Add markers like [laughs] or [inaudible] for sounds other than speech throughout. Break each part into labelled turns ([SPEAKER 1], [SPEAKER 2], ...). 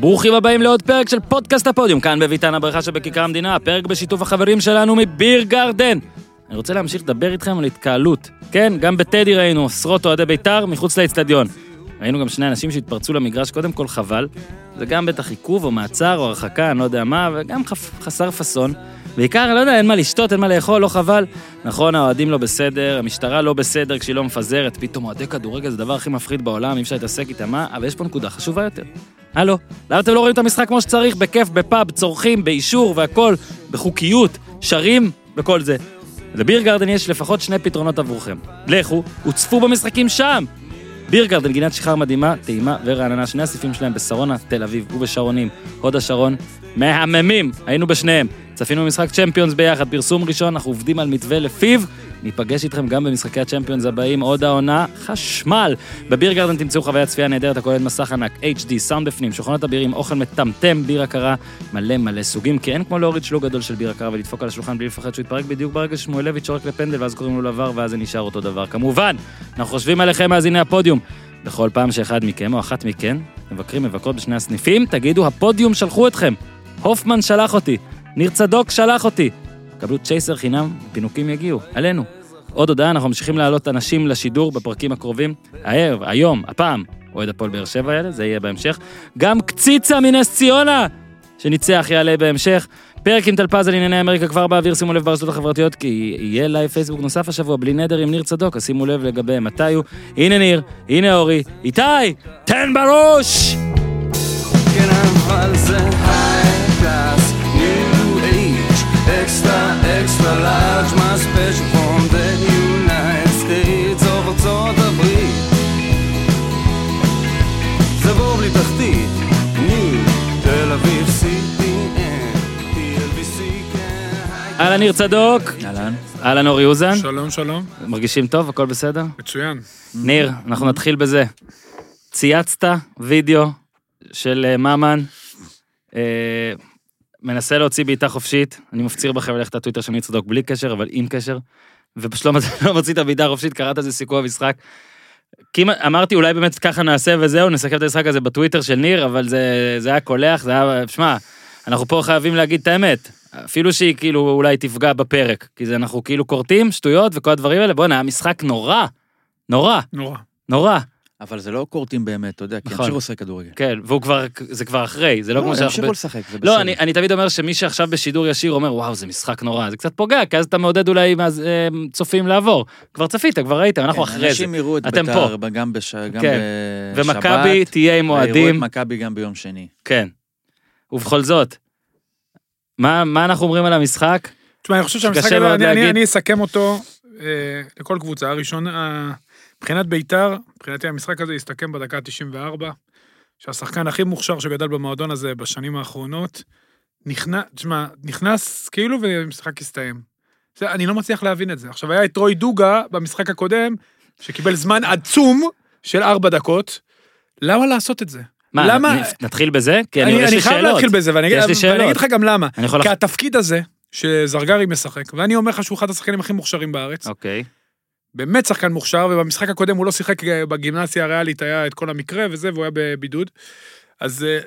[SPEAKER 1] ברוכים הבאים לעוד פרק של פודקאסט הפודיום, כאן בביתן הבריכה שבכיכר המדינה, פרק בשיתוף החברים שלנו מביר גרדן. אני רוצה להמשיך לדבר איתכם על התקהלות. כן, גם בטדי ראינו עשרות אוהדי בית"ר מחוץ לאצטדיון. ראינו גם שני אנשים שהתפרצו למגרש, קודם כל חבל. זה גם בטח עיכוב או מעצר או הרחקה, אני לא יודע מה, וגם חפ... חסר פאסון. בעיקר, אני לא יודע, אין מה לשתות, אין מה לאכול, לא חבל. נכון, האוהדים לא בסדר, המשטרה לא בסדר כשהיא לא מפזרת, פתאום אוהדי כדורגל זה הדבר הכי מפחיד בעולם, אי אפשר להתעסק איתם, מה? אבל יש פה נקודה חשובה יותר. הלו, למה אתם לא רואים את המשחק כמו שצריך? בכיף, בפאב, צורכים, באישור והכל, בחוקיות, שרים וכל זה. לביר גרדן יש לפחות שני פתרונות עבורכם. לכו, הוצפו במשחקים שם! ביר גרדן, גינת שיכר מדהימה, טעימה ורעננה, שני הסעיפים שלהם בשרונה, תל אביב ובשרונים, הוד השרון, מהממים, היינו בשניהם. צפינו במשחק צ'מפיונס ביחד, פרסום ראשון, אנחנו עובדים על מתווה לפיו. ניפגש איתכם גם במשחקי הצ'מפיונס הבאים, עוד העונה, חשמל. בביר גרדן תמצאו חוויית צפייה נהדרת הכוללת מסך ענק, HD, סאונד בפנים, שולחנות הבירים, אוכל מטמטם, בירה קרה, מלא מלא סוגים, כי אין כמו להוריד שלוג גדול של בירה קרה ולדפוק על השולחן בלי לפחד שהוא יתפרק בדיוק ברגע ששמואלביץ' שורק לפנדל ואז קוראים לו לבר ואז זה נשאר אותו דבר. כמובן, אנחנו חושבים עליכם מאזיני הפודיום. בכל פעם שאחד מכם או אחת מכן מבקרים מבקרות בשני הסניפים, תגידו, הפודיום שלחו אתכם. הופמן שלח אותי, ניר צדוק שלח אותי. קבלו צ'ייסר חינם, פינוקים יגיעו, עלינו. עוד הודעה, אנחנו ממשיכים להעלות אנשים לשידור בפרקים הקרובים. הערב, היום, הפעם, אוהד הפועל באר שבע יעלה, זה יהיה בהמשך. גם קציצה מנס ציונה, שניצח יעלה בהמשך. פרק עם טלפז על ענייני אמריקה כבר באוויר, שימו לב ברשתות החברתיות, כי יהיה לייב פייסבוק נוסף השבוע, בלי נדר עם ניר צדוק, אז שימו לב לגבי מתי הוא. הנה ניר, הנה אורי, איתי, תן בראש!
[SPEAKER 2] Can I find a high class, new age, extra, extra large, my special from the United States of ארצות הברית. זה בור בלי תחתית, ניו, תל אביב, CTN, TLBC, כן, היי.
[SPEAKER 1] אהלן ניר צדוק,
[SPEAKER 3] אהלן.
[SPEAKER 1] אהלן אורי אוזן,
[SPEAKER 4] שלום, שלום.
[SPEAKER 1] מרגישים טוב? הכל בסדר?
[SPEAKER 4] מצוין.
[SPEAKER 1] ניר, אנחנו נתחיל בזה. צייצת וידאו של אה, ממן, אה, מנסה להוציא בעיטה חופשית, אני מפציר בכם ללכת לטוויטר של ניר צדוק בלי קשר, אבל עם קשר, ופשוט לא מצ- [laughs] לא מוציא את הבעיטה החופשית, קראת לזה סיכוי המשחק. כמעט, אמרתי אולי באמת ככה נעשה וזהו, נסכם את המשחק הזה בטוויטר של ניר, אבל זה, זה היה קולח, זה היה, שמע, אנחנו פה חייבים להגיד את האמת. אפילו שהיא כאילו אולי תפגע בפרק, כי זה אנחנו כאילו כורתים, שטויות וכל הדברים האלה, בואנה, היה משחק נורא, נורא,
[SPEAKER 4] נורא.
[SPEAKER 1] נורא.
[SPEAKER 3] אבל זה לא כורתים באמת, אתה יודע, כי
[SPEAKER 1] נכון.
[SPEAKER 3] המשיכו לשחק כדורגל.
[SPEAKER 1] כן, והוא כבר, זה כבר אחרי, זה לא כמו
[SPEAKER 3] הם
[SPEAKER 1] שאנחנו...
[SPEAKER 3] המשיכו לשחק, זה בסדר.
[SPEAKER 1] לא, אני, אני תמיד אומר שמי שעכשיו בשידור ישיר אומר, וואו, זה משחק נורא, זה קצת פוגע, כי אז אתה מעודד אולי מאז, אה, צופים לעבור. כבר צפית, כבר ראיתם, אנחנו
[SPEAKER 3] כן,
[SPEAKER 1] אחרי זה.
[SPEAKER 3] אנשים אה, יראו את
[SPEAKER 1] אתם
[SPEAKER 3] בית"ר ב- גם בש- גם
[SPEAKER 1] כן.
[SPEAKER 3] בשבת.
[SPEAKER 1] ומכבי תהיה עם
[SPEAKER 3] ויראו
[SPEAKER 1] אוהדים,
[SPEAKER 3] את מכבי גם ביום שני.
[SPEAKER 1] כן. ובכל זאת, מה, מה אנחנו אומרים על המשחק?
[SPEAKER 4] תשמע, אני חושב שהמשחק
[SPEAKER 1] שקשה
[SPEAKER 4] הזה,
[SPEAKER 1] מאוד
[SPEAKER 4] אני- אני-
[SPEAKER 1] להגיד.
[SPEAKER 4] אני אסכם אותו אה, לכל קבוצה. הראשון, אה, מבחינת בית"ר, מבחינתי המשחק הזה הסתכם בדקה ה-94, שהשחקן הכי מוכשר שגדל במועדון הזה בשנים האחרונות, נכנס, תשמע, נכנס כאילו והמשחק הסתיים. זה- אני לא מצליח להבין את זה. עכשיו, היה את רוי דוגה במשחק הקודם, שקיבל זמן עצום של ארבע דקות. למה לעשות את זה?
[SPEAKER 1] מה,
[SPEAKER 4] למה-
[SPEAKER 1] נ- נתחיל בזה? כי אני,
[SPEAKER 4] אני,
[SPEAKER 1] כן, יש
[SPEAKER 4] אני
[SPEAKER 1] לי
[SPEAKER 4] חייב
[SPEAKER 1] שאלות.
[SPEAKER 4] להתחיל בזה, ואני אגיד
[SPEAKER 1] יש לי
[SPEAKER 4] ואני
[SPEAKER 1] שאלות.
[SPEAKER 4] אגיד לך גם למה.
[SPEAKER 1] אני יכול...
[SPEAKER 4] כי
[SPEAKER 1] לח-
[SPEAKER 4] התפקיד הזה, שזרגרי משחק, ואני אומר לך שהוא אחד השחקנים הכי מוכשרים בארץ,
[SPEAKER 1] אוקיי.
[SPEAKER 4] באמת שחקן מוכשר, ובמשחק הקודם הוא לא שיחק אה, בגימנסיה הריאלית, היה את כל המקרה וזה, והוא היה בבידוד. אז אה,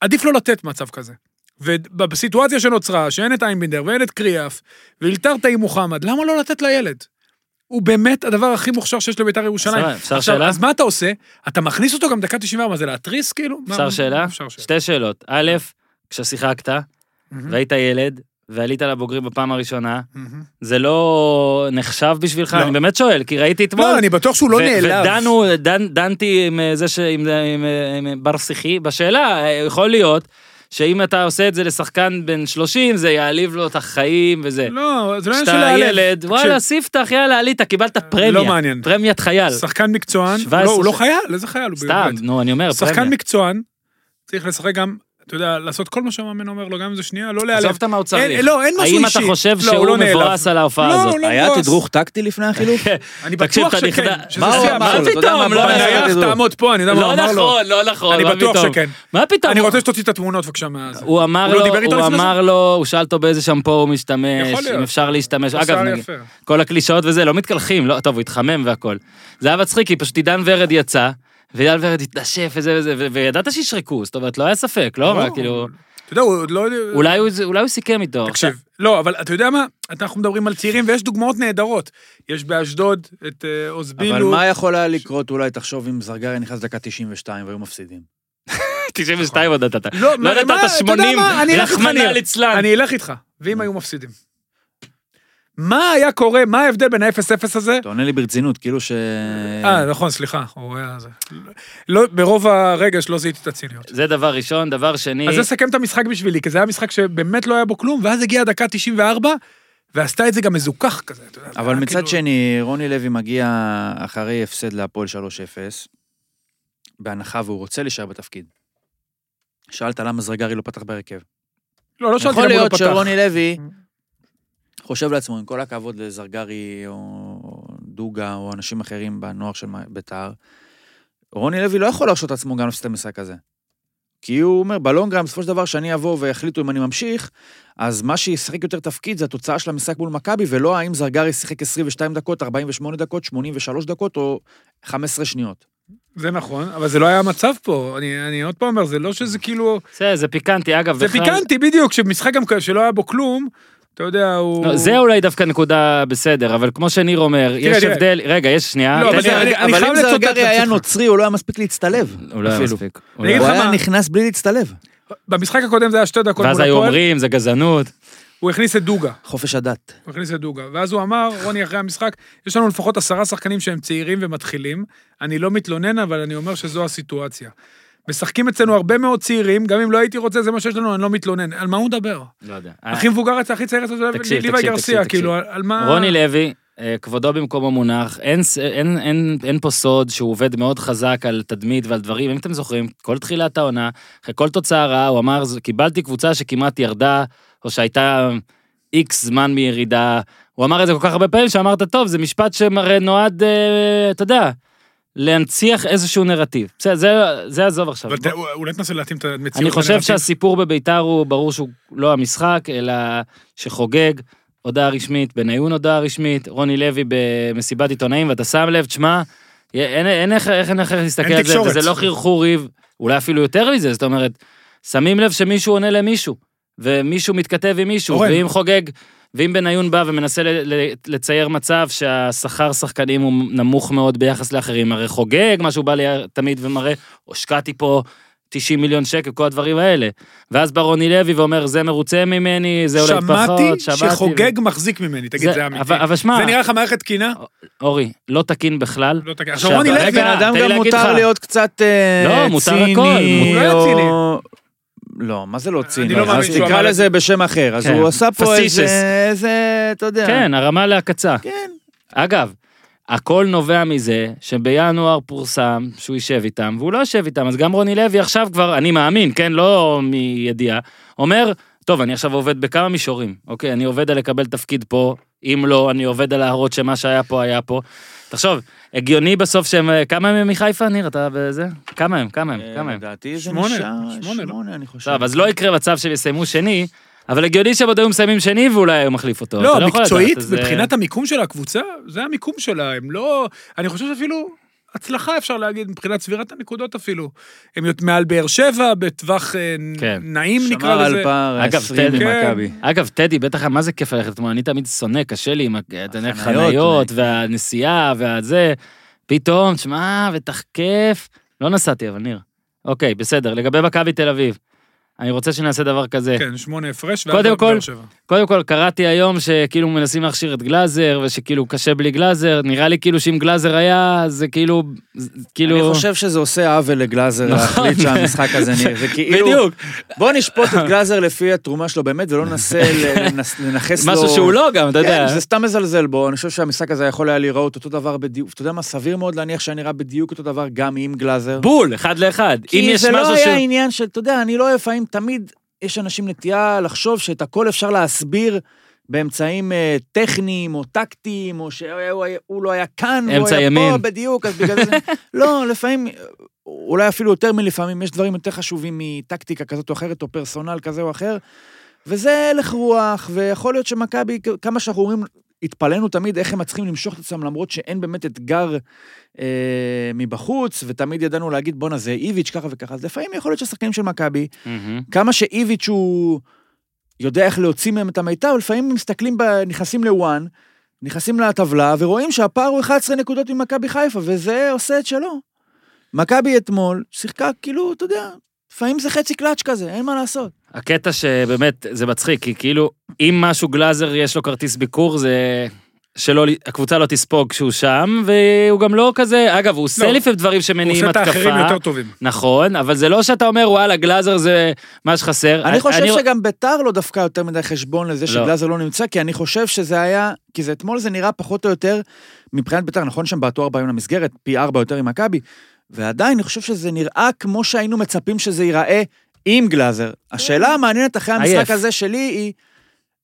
[SPEAKER 4] עדיף לא לתת מצב כזה. ובסיטואציה שנוצרה, שאין את איינבינדר ואין את קריאף, והילתרת עם מוחמד, למה לא לתת לילד? הוא באמת הדבר הכי מוכשר שיש לבית"ר ירושלים.
[SPEAKER 1] אפשר- אפשר
[SPEAKER 4] עכשיו,
[SPEAKER 1] שאלה?
[SPEAKER 4] אז מה אתה עושה? אתה מכניס אותו גם דקה 94, זה להתריס כאילו? מה-
[SPEAKER 1] אפשר שאלה?
[SPEAKER 4] אפשר שאלה.
[SPEAKER 1] שתי שאלות. א', כששיחקת,
[SPEAKER 4] Mm-hmm. מהמם.
[SPEAKER 1] והיית ילד, ועלית לבוגרים בפעם הראשונה,
[SPEAKER 4] מהמם.
[SPEAKER 1] זה לא נחשב בשבילך?
[SPEAKER 4] לא.
[SPEAKER 1] אני באמת שואל, כי ראיתי אתמול.
[SPEAKER 4] לא, אני בטוח שהוא לא
[SPEAKER 1] ו-
[SPEAKER 4] נעלב.
[SPEAKER 1] ודנו, דנ, דנתי עם אה, זה ש... עם, עם, אה, עם בר שיחי בשאלה, אה, יכול להיות שאם אתה עושה את זה לשחקן בן 30, זה יעליב לו את החיים וזה.
[SPEAKER 4] לא, זה לא עניין של
[SPEAKER 1] כשאתה
[SPEAKER 4] להיעלב.
[SPEAKER 1] ילד,
[SPEAKER 4] תקשיב,
[SPEAKER 1] וואלה, ספתח, יאללה, עלית, קיבלת פרמיה.
[SPEAKER 4] לא מעניין.
[SPEAKER 1] פרמיית חייל.
[SPEAKER 4] שחקן מקצוען,
[SPEAKER 1] 17
[SPEAKER 4] לא, הוא לא
[SPEAKER 1] ש-
[SPEAKER 4] חייל, איזה חייל הוא
[SPEAKER 1] סתם,
[SPEAKER 4] באמת.
[SPEAKER 1] נו, אני אומר, פרמיה.
[SPEAKER 4] שחקן מקצוען, צריך לשחק גם, אתה יודע, לעשות כל מה שהמאמן אומר לו, גם אם זה שנייה, לא
[SPEAKER 1] עזוב
[SPEAKER 4] להיעלב.
[SPEAKER 1] את המהות
[SPEAKER 4] אין-
[SPEAKER 1] צריך.
[SPEAKER 4] לא, אין משהו
[SPEAKER 1] האם
[SPEAKER 4] אישי.
[SPEAKER 1] אתה חושב
[SPEAKER 4] לא, הוא
[SPEAKER 1] שהוא
[SPEAKER 4] לא נעלב.
[SPEAKER 1] מבואס על ההופעה
[SPEAKER 4] לא,
[SPEAKER 1] הזאת?
[SPEAKER 4] הוא לא
[SPEAKER 3] היה
[SPEAKER 4] מבואס.
[SPEAKER 3] תדרוך טקטי לפני החילוף?
[SPEAKER 4] אני
[SPEAKER 1] תקשיב,
[SPEAKER 4] בטוח
[SPEAKER 1] אתה נכנס-
[SPEAKER 4] שכן. שזה
[SPEAKER 3] מה הוא
[SPEAKER 4] שיא
[SPEAKER 3] אמר
[SPEAKER 1] מה
[SPEAKER 3] לו? אתה יודע מה
[SPEAKER 1] פתאום? לא
[SPEAKER 3] אמר לו?
[SPEAKER 1] נכון,
[SPEAKER 4] בנייח
[SPEAKER 3] תדעו.
[SPEAKER 4] תעמוד פה, אני יודע מה הוא
[SPEAKER 1] לא
[SPEAKER 4] אמר לו.
[SPEAKER 1] נכון, לא נכון,
[SPEAKER 4] אני
[SPEAKER 1] מה
[SPEAKER 4] בטוח
[SPEAKER 1] פתאום?
[SPEAKER 4] שכן.
[SPEAKER 1] מה פתאום?
[SPEAKER 4] אני רוצה שתוציא את התמונות בבקשה מה... זה.
[SPEAKER 1] הוא אמר
[SPEAKER 4] הוא לא
[SPEAKER 1] לו,
[SPEAKER 4] דיבר איתו
[SPEAKER 1] הוא
[SPEAKER 4] לפני זה?
[SPEAKER 1] אמר לו, הוא שאל אותו באיזה שמפו הוא משתמש,
[SPEAKER 4] יכול להיות.
[SPEAKER 1] אם אפשר להשתמש, אגב,
[SPEAKER 4] שר
[SPEAKER 1] נגיד,
[SPEAKER 4] יפה.
[SPEAKER 1] כל הקלישאות וזה, לא מתקלחים, לא, טוב, הוא התחמם והכל. זה היה מצחיק, כי פשוט עידן ורד יצא, ואייל ורד התנשף וזה וזה, ו- וידעת שיש ריכוז, זאת אומרת, לא היה ספק, לא? מה, כאילו,
[SPEAKER 4] אתה יודע, הוא עוד לא...
[SPEAKER 1] אולי הוא אולי הוא סיכם איתו. [laughs]
[SPEAKER 4] תקשיב, לא, אבל אתה יודע מה? אנחנו מדברים על צעירים ויש דוגמאות נהדרות. יש באשדוד את אה,
[SPEAKER 3] [laughs] אבל
[SPEAKER 4] אוזבילו.
[SPEAKER 3] מה יכול היה לקרות אולי, תחשוב, אם זרגרי נכנס דקה 92 והיו מפסידים?
[SPEAKER 1] 92 עוד נתת.
[SPEAKER 4] לא,
[SPEAKER 1] לא
[SPEAKER 4] מה-
[SPEAKER 1] נתת
[SPEAKER 4] אתה יודע
[SPEAKER 1] 80,
[SPEAKER 4] מה? אני אלך איתך,
[SPEAKER 1] רחמנא
[SPEAKER 4] ניר.
[SPEAKER 1] ליצלן.
[SPEAKER 4] אני אלך איתך, ואם היו מפסידים. מה היה קורה, מה ההבדל בין ה-0-0 הזה?
[SPEAKER 3] אתה עונה לי ברצינות, כאילו ש...
[SPEAKER 4] אה, נכון, סליחה, הוא היה זה. לא, ברוב הרגש לא זיהיתי את הציניות.
[SPEAKER 1] זה דבר ראשון, דבר שני,
[SPEAKER 4] אז זה סכם את המשחק בשבילי, כי זה היה משחק שבאמת לא היה בו כלום, ואז הגיעה דקה 94, ועשתה את זה גם מזוכח כזה, אתה יודע. זה
[SPEAKER 3] אבל
[SPEAKER 4] היה
[SPEAKER 3] מצד
[SPEAKER 4] כאילו-
[SPEAKER 3] שני, רוני לוי מגיע אחרי הפסד להפועל 3-0, בהנחה והוא רוצה להישאר בתפקיד. שאלת למה זרגרי לא פתח בהרכב.
[SPEAKER 4] לא, לא שאלתי
[SPEAKER 3] יכול
[SPEAKER 4] למה הוא לא
[SPEAKER 3] להיות
[SPEAKER 4] פתח.
[SPEAKER 3] שרוני לוי חושב לעצמו, עם כל הכבוד לזרגרי או דוגה או אנשים אחרים בנוער של בית"ר, רוני לוי לא יכול להרשות לעצמו גם להפסיד את המשחק הזה. כי הוא אומר, בלונגרם, בסופו של דבר, שאני אבוא ויחליטו אם אני ממשיך, אז מה שישחק יותר תפקיד זה התוצאה של המשחק מול מכבי, ולא האם זרגרי שיחק 22 דקות, 48 דקות, 83 דקות או 15 שניות.
[SPEAKER 4] זה נכון, אבל זה לא היה המצב פה. אני אני עוד פעם אומר, זה לא שזה כאילו...
[SPEAKER 1] זה זה פיקנטי, אגב,
[SPEAKER 4] זה
[SPEAKER 1] בכלל-
[SPEAKER 4] פיקנטי בדיוק, שמשחק גם כזה שלא היה בו כלום, אתה יודע, הוא...
[SPEAKER 1] לא, זה אולי דווקא נקודה בסדר, אבל כמו שניר אומר, יש
[SPEAKER 4] תראה.
[SPEAKER 1] הבדל, רגע, יש שנייה,
[SPEAKER 4] לא,
[SPEAKER 1] תן
[SPEAKER 4] אבל
[SPEAKER 1] לי-
[SPEAKER 4] זה- אני- אני
[SPEAKER 3] אבל
[SPEAKER 4] חייב
[SPEAKER 3] אם
[SPEAKER 4] לצטט את
[SPEAKER 3] זרגרי היה
[SPEAKER 4] עצמך.
[SPEAKER 3] נוצרי, הוא לא היה מספיק להצטלב.
[SPEAKER 1] הוא לא היה
[SPEAKER 3] אפילו.
[SPEAKER 1] מספיק. הוא
[SPEAKER 4] אני אגיד
[SPEAKER 1] לא
[SPEAKER 3] הוא
[SPEAKER 1] היה-
[SPEAKER 4] לך מה-
[SPEAKER 3] היה נכנס בלי להצטלב.
[SPEAKER 4] במשחק הקודם זה היה שתי דקות
[SPEAKER 1] ואז
[SPEAKER 4] מול
[SPEAKER 1] היו
[SPEAKER 4] הפועל,
[SPEAKER 1] אומרים, זה גזענות.
[SPEAKER 4] הוא הכניס את דוגה.
[SPEAKER 3] חופש הדת.
[SPEAKER 4] הוא הכניס את דוגה. ואז הוא אמר, רוני, אחרי המשחק, יש לנו לפחות עשרה שחקנים שהם צעירים ומתחילים. אני לא מתלונן, אבל אני אומר שזו הסיטואציה. משחקים אצלנו הרבה מאוד צעירים, גם אם לא הייתי רוצה, זה מה שיש לנו, אני לא מתלונן. על מה הוא מדבר?
[SPEAKER 1] לא יודע.
[SPEAKER 4] הכי מבוגר אצל הכי צעיר אצל
[SPEAKER 1] תקשיב,
[SPEAKER 4] ליוואי
[SPEAKER 1] תקשיב,
[SPEAKER 4] גרסיה,
[SPEAKER 1] תקשיב,
[SPEAKER 4] כאילו,
[SPEAKER 1] תקשיב.
[SPEAKER 4] על מה...
[SPEAKER 1] רוני לוי, אה, כבודו במקומו מונח, אין, ס- אה, אין, אין, אין פה סוד שהוא עובד מאוד חזק על תדמית ועל דברים. אם אתם זוכרים, כל תחילת העונה, אחרי כל תוצאה רעה, הוא אמר, "ז- קיבלתי קבוצה שכמעט ירדה, או שהייתה איקס זמן מירידה. הוא אמר את זה כל כך הרבה פעמים, שאמרת, טוב, זה משפט שמראה נועד, אה, אתה יודע, להנציח איזשהו נרטיב. בסדר, זה- זה עזוב עכשיו.
[SPEAKER 4] אבל ת- אולי תנסה להתאים את המציאות.
[SPEAKER 1] אני חושב
[SPEAKER 4] לנרטיב.
[SPEAKER 1] שהסיפור בביתר הוא ברור שהוא לא המשחק, אלא שחוגג הודעה רשמית, בניון הודעה רשמית, רוני לוי במסיבת עיתונאים, ואתה שם לב, תשמע, י- אין- אין איך איך- אין איך להסתכל
[SPEAKER 4] אין
[SPEAKER 1] על זה,
[SPEAKER 4] תקשורת.
[SPEAKER 1] וזה לא חרחור ריב, אולי אפילו יותר מזה, זאת אומרת, שמים לב שמישהו עונה למישהו, ומישהו מתכתב עם מישהו,
[SPEAKER 4] אורן.
[SPEAKER 1] ואם חוגג... ואם בניון בא ומנסה ל- ל- לצייר מצב שהשכר שחקנים הוא נמוך מאוד ביחס לאחרים, הרי חוגג מה שהוא בא לי תמיד ומראה, הושקעתי פה 90 מיליון שקל, כל הדברים האלה. ואז בא רוני לוי ואומר, זה מרוצה ממני, זה אולי
[SPEAKER 4] שמעתי
[SPEAKER 1] פחות,
[SPEAKER 4] שחוגג מחזיק ממני, תגיד,
[SPEAKER 1] זה-
[SPEAKER 4] זה אמיתי.
[SPEAKER 1] אבל- אבל שמע-
[SPEAKER 4] זה נראה לך מערכת תקינה?
[SPEAKER 1] אורי, לא תקין בכלל.
[SPEAKER 4] לא תגיד. עכשיו רוני
[SPEAKER 1] אבל-
[SPEAKER 4] לוי...
[SPEAKER 1] רגע,
[SPEAKER 3] בן אדם
[SPEAKER 1] תן לי
[SPEAKER 3] גם
[SPEAKER 1] להגיד
[SPEAKER 3] מותר
[SPEAKER 1] לך.
[SPEAKER 3] להיות קצת אה,
[SPEAKER 1] לא, מותר
[SPEAKER 3] ציני,
[SPEAKER 1] הכל, מותר.
[SPEAKER 4] הוא לא היה
[SPEAKER 3] או- לא, מה זה לא ציני?
[SPEAKER 4] לא מאמין
[SPEAKER 3] אז
[SPEAKER 4] שהוא אמר
[SPEAKER 3] תקרא
[SPEAKER 4] את
[SPEAKER 3] לזה בשם אחר. אז
[SPEAKER 1] כן.
[SPEAKER 3] הוא עשה פה
[SPEAKER 1] פסישס.
[SPEAKER 3] איזה, איזה, אתה יודע.
[SPEAKER 1] כן, הרמה להקצה.
[SPEAKER 3] כן.
[SPEAKER 1] אגב, הכל נובע מזה שבינואר פורסם שהוא יישב איתם, והוא לא יושב איתם, אז גם רוני לוי עכשיו כבר, אני מאמין, כן, לא מידיעה, אומר, טוב, אני עכשיו עובד בכמה מישורים, אוקיי, אני עובד על לקבל תפקיד פה, אם לא, אני עובד על להראות שמה שהיה פה היה פה. תחשוב, הגיוני בסוף שהם, כמה הם מחיפה, ניר, אתה בזה? כמה הם, כמה הם, כמה
[SPEAKER 3] אה,
[SPEAKER 1] הם?
[SPEAKER 3] לדעתי זה
[SPEAKER 4] שמונה,
[SPEAKER 3] נשאר,
[SPEAKER 4] שמונה, לא?
[SPEAKER 3] שמונה, אני חושב.
[SPEAKER 1] טוב, אז לא יקרה מצב שהם יסיימו שני, אבל הגיוני שהם עוד היו מסיימים שני ואולי היו מחליף אותו. אתה
[SPEAKER 4] לא,
[SPEAKER 1] יכול לדעת,
[SPEAKER 4] מקצועית,
[SPEAKER 1] אז, אה,
[SPEAKER 4] מבחינת המיקום של הקבוצה, זה המיקום שלה, הם לא... אני חושב שאפילו הצלחה אפשר להגיד, מבחינת צבירת הנקודות אפילו. הם יותר מעל באר שבע, בטווח אה,
[SPEAKER 1] כן.
[SPEAKER 4] נעים
[SPEAKER 3] שמר
[SPEAKER 4] נקרא
[SPEAKER 3] על
[SPEAKER 4] לזה.
[SPEAKER 3] פער
[SPEAKER 1] אגב,
[SPEAKER 3] 20
[SPEAKER 1] תן-
[SPEAKER 4] כן.
[SPEAKER 3] ממכבי.
[SPEAKER 1] אגב, טדי, בטח, מה זה כיף ללכת אתמול? אני תמיד שונא, קשה לי עם
[SPEAKER 3] החניות,
[SPEAKER 1] החניות והנסיעה והזה. פתאום, תשמע, בטח כיף. לא נסעתי, אבל ניר. אוקיי, בסדר. לגבי מכבי תל אביב, אני רוצה שנעשה דבר כזה.
[SPEAKER 4] כן, שמונה הפרש,
[SPEAKER 1] קודם
[SPEAKER 4] ואז
[SPEAKER 1] כל-
[SPEAKER 4] באר שבע.
[SPEAKER 1] קודם כל, קראתי היום שכאילו מנסים להכשיר את גלאזר, ושכאילו קשה בלי גלאזר. נראה לי כאילו שאם גלאזר היה, זה כאילו... זה כאילו...
[SPEAKER 3] אני חושב שזה עושה עוול לגלאזר
[SPEAKER 1] נכון.
[SPEAKER 3] להחליט שהמשחק הזה נראה. זה כאילו...
[SPEAKER 1] בדיוק.
[SPEAKER 3] בוא נשפוט את גלאזר לפי התרומה שלו באמת, ולא ננסה ל- לנס- לנכס לו...
[SPEAKER 1] משהו שהוא לא גם, אתה יודע.
[SPEAKER 3] כן, זה סתם מזלזל בו, אני חושב שהמשחק הזה יכול היה להיראות אותו דבר בדיוק, אתה יודע מה, סביר מאוד להניח שהיה נראה בדיוק אותו דבר גם עם גלאזר.
[SPEAKER 1] בול, אחד לאחד. אם
[SPEAKER 3] כי
[SPEAKER 1] יש
[SPEAKER 3] זה לא
[SPEAKER 1] משהו ש...
[SPEAKER 3] היה עניין של, אתה יודע, אני לא לפעמים, תמיד יש אנשים נטייה לחשוב שאת הכל אפשר להסביר באמצעים אה, טכניים או טקטיים, או שהוא היה- הוא לא היה כאן, הוא
[SPEAKER 1] אמצע
[SPEAKER 3] היה
[SPEAKER 1] ימין.
[SPEAKER 3] פה בדיוק, אז בגלל זה...
[SPEAKER 1] [laughs]
[SPEAKER 3] לא, לפעמים, אולי אפילו יותר מלפעמים, יש דברים יותר חשובים מטקטיקה כזאת או אחרת, או פרסונל כזה או אחר. וזה הלך רוח, ויכול להיות שמכבי, כמה שאנחנו אומרים, התפלאנו תמיד איך הם מצליחים למשוך את עצמם, למרות שאין באמת אתגר אה, מבחוץ, ותמיד ידענו להגיד, בואנה, זה איביץ' ככה וככה. אז לפעמים יכול להיות שהשחקנים של מכבי,
[SPEAKER 1] מהמם.
[SPEAKER 3] כמה שאיביץ' הוא יודע איך להוציא מהם את המיטב, לפעמים מסתכלים, ב... נכנסים לוואן, נכנסים לטבלה, ורואים שהפער הוא 11 נקודות ממכבי חיפה, וזה עושה את שלו. מכבי אתמול שיחקה כאילו, אתה יודע, לפעמים זה חצי קלאץ' כזה, אין מה לעשות.
[SPEAKER 1] הקטע שבאמת, זה מצחיק, כי כאילו, אם משהו גלאזר יש לו כרטיס ביקור, זה... שלא, הקבוצה לא תספוג כשהוא שם, והוא גם לא כזה, אגב, הוא עושה
[SPEAKER 4] לא.
[SPEAKER 1] לפעמים דברים
[SPEAKER 4] הוא
[SPEAKER 1] שמניעים
[SPEAKER 4] עושה את
[SPEAKER 1] התקפה.
[SPEAKER 4] האחרים יותר טובים.
[SPEAKER 1] נכון, אבל זה לא שאתה אומר, וואלה, גלאזר זה מה שחסר.
[SPEAKER 3] אני חושב שגם ביתר לא דווקא יותר מדי חשבון לזה
[SPEAKER 1] לא.
[SPEAKER 3] שגלאזר לא נמצא, כי אני חושב שזה היה, כי זה אתמול זה נראה פחות או יותר, מבחינת ביתר, נכון שהם בעטו 40 למסגרת, פי 4 יותר עם מכבי, ועדיין אני חושב שזה נראה כמו שהיינו מצפים שזה ייראה עם גלאזר. השאלה המעניינת אחרי
[SPEAKER 1] עייף.
[SPEAKER 3] המשחק הזה שלי היא,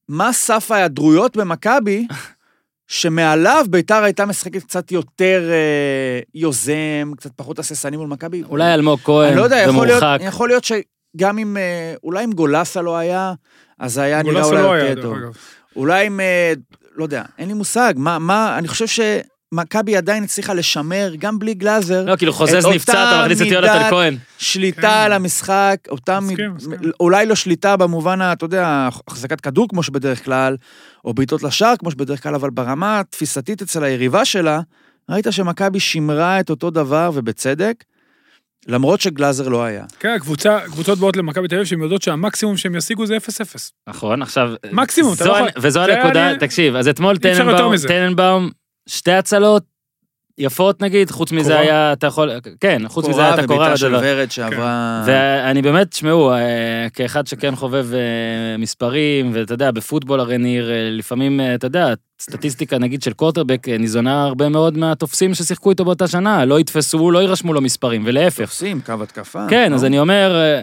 [SPEAKER 3] מה סף
[SPEAKER 1] [laughs]
[SPEAKER 3] ההיעדרויות במכבי, שמעליו ביתר הייתה משחקת קצת יותר אה, יוזם, קצת פחות הססני מול מכבי?
[SPEAKER 1] אולי אלמוג כהן,
[SPEAKER 3] אני לא יודע, יכול להיות,
[SPEAKER 1] ומורחק.
[SPEAKER 3] יכול להיות שגם אם, אה, אולי אם גולסה לא היה, אז זה היה נראה
[SPEAKER 4] גולסה
[SPEAKER 3] אולי
[SPEAKER 4] לא
[SPEAKER 3] לא
[SPEAKER 4] היה,
[SPEAKER 3] יותר
[SPEAKER 4] דרך
[SPEAKER 3] טוב.
[SPEAKER 4] אגב.
[SPEAKER 3] אולי אם, אה, לא יודע, אין לי מושג, מה, מה, אני חושב שמכבי עדיין הצליחה לשמר, גם בלי גלאזר,
[SPEAKER 1] לא, כאילו
[SPEAKER 3] את
[SPEAKER 1] חוזז
[SPEAKER 3] אותה
[SPEAKER 1] נפצע, אתה מכניס את יונתן
[SPEAKER 3] מידת-
[SPEAKER 1] כהן.
[SPEAKER 3] שליטה
[SPEAKER 4] כן.
[SPEAKER 3] על המשחק, אותה, מ-
[SPEAKER 4] מסכים, מסכים.
[SPEAKER 3] אולי לא שליטה במובן, ה- אתה יודע, החזקת כדור כמו שבדרך כלל, או בעיטות לשער כמו שבדרך כלל, אבל ברמה התפיסתית אצל היריבה שלה, ראית שמכבי שימרה את אותו דבר, ובצדק, למרות שגלאזר לא היה.
[SPEAKER 4] כן, הקבוצה- קבוצות באות למכבי תל אביב שהן יודעות שהמקסימום שהם ישיגו זה 0-0.
[SPEAKER 1] נכון, עכשיו...
[SPEAKER 4] מקסימום, אתה
[SPEAKER 1] זו
[SPEAKER 4] לא
[SPEAKER 1] הנ-
[SPEAKER 4] יכול-
[SPEAKER 1] וזו
[SPEAKER 4] זה
[SPEAKER 1] הנקודה,
[SPEAKER 4] אני-
[SPEAKER 1] תקשיב, אז אתמול
[SPEAKER 4] אי אפשר יותר
[SPEAKER 1] טננבאום,
[SPEAKER 4] מזה.
[SPEAKER 1] טננבאום, שתי הצלות יפות נגיד, חוץ מזה
[SPEAKER 4] קורה.
[SPEAKER 1] היה, אתה יכול, כן, חוץ מזה היה את הקורה.
[SPEAKER 3] ובעיטה
[SPEAKER 1] זה
[SPEAKER 3] של
[SPEAKER 1] לא-
[SPEAKER 3] ורד שעברה...
[SPEAKER 1] ואני באמת, תשמעו, אה, כאחד שכן חובב אה, מספרים, ואתה יודע, בפוטבול הרי ניר, אה, לפעמים, אה, אתה יודע, סטטיסטיקה נגיד של קורטרבק אה, ניזונה הרבה מאוד מהתופסים ששיחקו איתו באותה שנה, לא יתפסו, לא יירשמו לו מספרים, ולהפך.
[SPEAKER 3] תופסים, קו התקפה.
[SPEAKER 1] כן,
[SPEAKER 3] לא?
[SPEAKER 1] אז אני אומר, אה,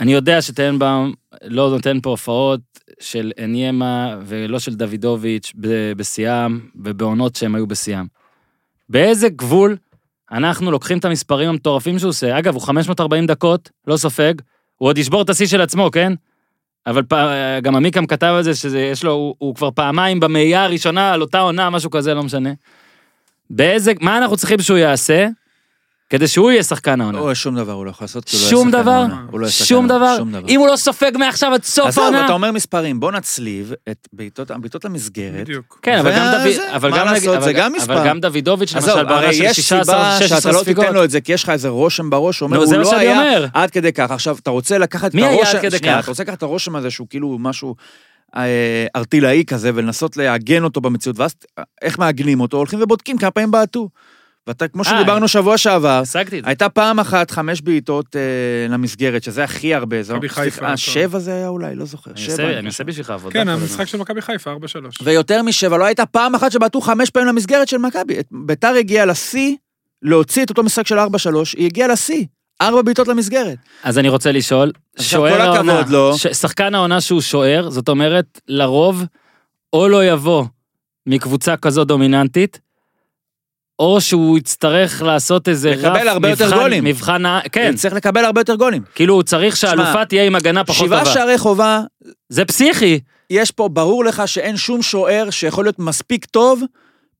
[SPEAKER 1] אני יודע שטנבאום לא נותן פה הופעות של עניימה ולא של דוידוביץ' ב- בשיאם ובעונות שהם היו בשיאם. באיזה גבול אנחנו לוקחים את המספרים המטורפים שהוא עושה? אגב, הוא 540 דקות, לא סופג, הוא עוד ישבור את השיא של עצמו, כן? אבל פ... אה, גם עמיקם כתב על זה שיש לו, הוא, הוא כבר פעמיים במאייה הראשונה על אותה עונה, משהו כזה, לא משנה. באיזה, מה אנחנו צריכים שהוא יעשה כדי שהוא יהיה שחקן העונה?
[SPEAKER 3] או, שום דבר הוא לא יכול לעשות, כי הוא לא
[SPEAKER 1] שום
[SPEAKER 3] יהיה שחקן
[SPEAKER 1] דבר?
[SPEAKER 3] עונה. הוא לא יהיה שחקן
[SPEAKER 1] שום
[SPEAKER 3] עונה,
[SPEAKER 1] דבר. אם הוא לא סופג מעכשיו עד סוף
[SPEAKER 3] עזוב,
[SPEAKER 1] העונה...
[SPEAKER 3] אתה אומר מספרים, בוא נצליב את בעיטות בעיטות למסגרת.
[SPEAKER 4] בדיוק.
[SPEAKER 1] כן, אבל גם
[SPEAKER 3] וזה,
[SPEAKER 1] דוד... אבל
[SPEAKER 3] מה
[SPEAKER 1] גם נגיד-
[SPEAKER 3] לעשות, זה
[SPEAKER 1] אבל-
[SPEAKER 3] גם מספר.
[SPEAKER 1] אבל גם דוידוביץ'
[SPEAKER 3] עזוב,
[SPEAKER 1] למשל
[SPEAKER 3] הרי
[SPEAKER 1] בעונה של
[SPEAKER 3] יש
[SPEAKER 1] 16
[SPEAKER 3] סיבה
[SPEAKER 1] 16
[SPEAKER 3] שאתה לא
[SPEAKER 1] ספיגות.
[SPEAKER 3] תיתן לו את זה, כי יש לך איזה רושם בראש שאומר,
[SPEAKER 1] נו,
[SPEAKER 3] הוא
[SPEAKER 1] זה מה
[SPEAKER 3] לא
[SPEAKER 1] שאני
[SPEAKER 3] היה
[SPEAKER 1] אומר.
[SPEAKER 3] עד כדי כך. עכשיו, אתה רוצה לקחת את
[SPEAKER 1] מי היה עד
[SPEAKER 3] הרושם...
[SPEAKER 1] כדי
[SPEAKER 3] שנייה,
[SPEAKER 1] כך?
[SPEAKER 3] אתה רוצה לקחת את הרושם הזה שהוא כאילו משהו אה, ארטילאי כזה, ולנסות לעגן אותו במציאות, ואז אה, איך מעגנים אותו? הולכים ובודקים כמה פעמים בעטו. ואתה,
[SPEAKER 1] אה.
[SPEAKER 3] כמו שדיברנו שבוע שעבר,
[SPEAKER 1] השגתי את זה.
[SPEAKER 3] הייתה פעם אחת חמש בעיטות אה, למסגרת, שזה הכי הרבה. זה לא-
[SPEAKER 4] מכבי חיפה,
[SPEAKER 3] סליחה,
[SPEAKER 4] טוב.
[SPEAKER 3] שבע זה היה אולי, לא זוכר.
[SPEAKER 1] אני
[SPEAKER 3] שבע,
[SPEAKER 1] עושה- אני
[SPEAKER 3] משהו.
[SPEAKER 1] עושה בשבילך עבודה.
[SPEAKER 4] כן,
[SPEAKER 1] כל הזמן.
[SPEAKER 4] המשחק של מכבי חיפה, 4-3.
[SPEAKER 3] ויותר משבע, לא הייתה פעם אחת שבעטו חמש פעמים למסגרת של מכבי. את- ביתר הגיעה לשיא, להוציא את אותו משחק של 4-3, היא הגיעה לשיא. ארבע בעיטות למסגרת.
[SPEAKER 1] אז אני רוצה לשאול,
[SPEAKER 3] עכשיו,
[SPEAKER 1] שוער
[SPEAKER 3] כל הכבוד
[SPEAKER 1] העונה,
[SPEAKER 3] לו.
[SPEAKER 1] ש- שחקן העונה שהוא שוער, זאת אומרת, לרוב, או לא יבוא מקבוצה כזו דומיננטית, או שהוא יצטרך לעשות איזה רף,
[SPEAKER 3] לקבל הרבה יותר
[SPEAKER 1] מבחן-
[SPEAKER 3] גולים.
[SPEAKER 1] מבחן, ה-
[SPEAKER 3] כן.
[SPEAKER 1] כן,
[SPEAKER 3] צריך לקבל הרבה יותר גולים.
[SPEAKER 1] כאילו הוא צריך שהאלופה תהיה עם הגנה פחות
[SPEAKER 3] שבעה
[SPEAKER 1] טובה.
[SPEAKER 3] שערי חובה,
[SPEAKER 1] זה פסיכי.
[SPEAKER 3] יש פה, ברור לך שאין שום שוער שיכול להיות מספיק טוב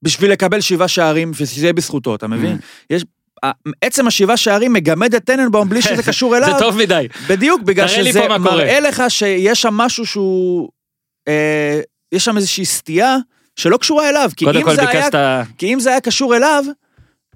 [SPEAKER 3] בשביל לקבל שבעה שערים, ושזה יהיה בזכותו, אתה
[SPEAKER 1] Mm.
[SPEAKER 3] מבין? יש... ה- עצם השבעה שערים מגמד את טננבאום
[SPEAKER 1] [laughs]
[SPEAKER 3] בלי שזה קשור אליו.
[SPEAKER 1] זה טוב מדי.
[SPEAKER 3] בדיוק, בגלל
[SPEAKER 1] תראה לי
[SPEAKER 3] שזה
[SPEAKER 1] פה מה קורה.
[SPEAKER 3] מראה לך שיש שם משהו שהוא... אה, יש שם איזושהי סטייה שלא קשורה אליו, כי
[SPEAKER 1] קודם
[SPEAKER 3] אם,
[SPEAKER 1] כל
[SPEAKER 3] זה היה,
[SPEAKER 1] ביקשת...
[SPEAKER 3] כי אם זה היה קשור אליו,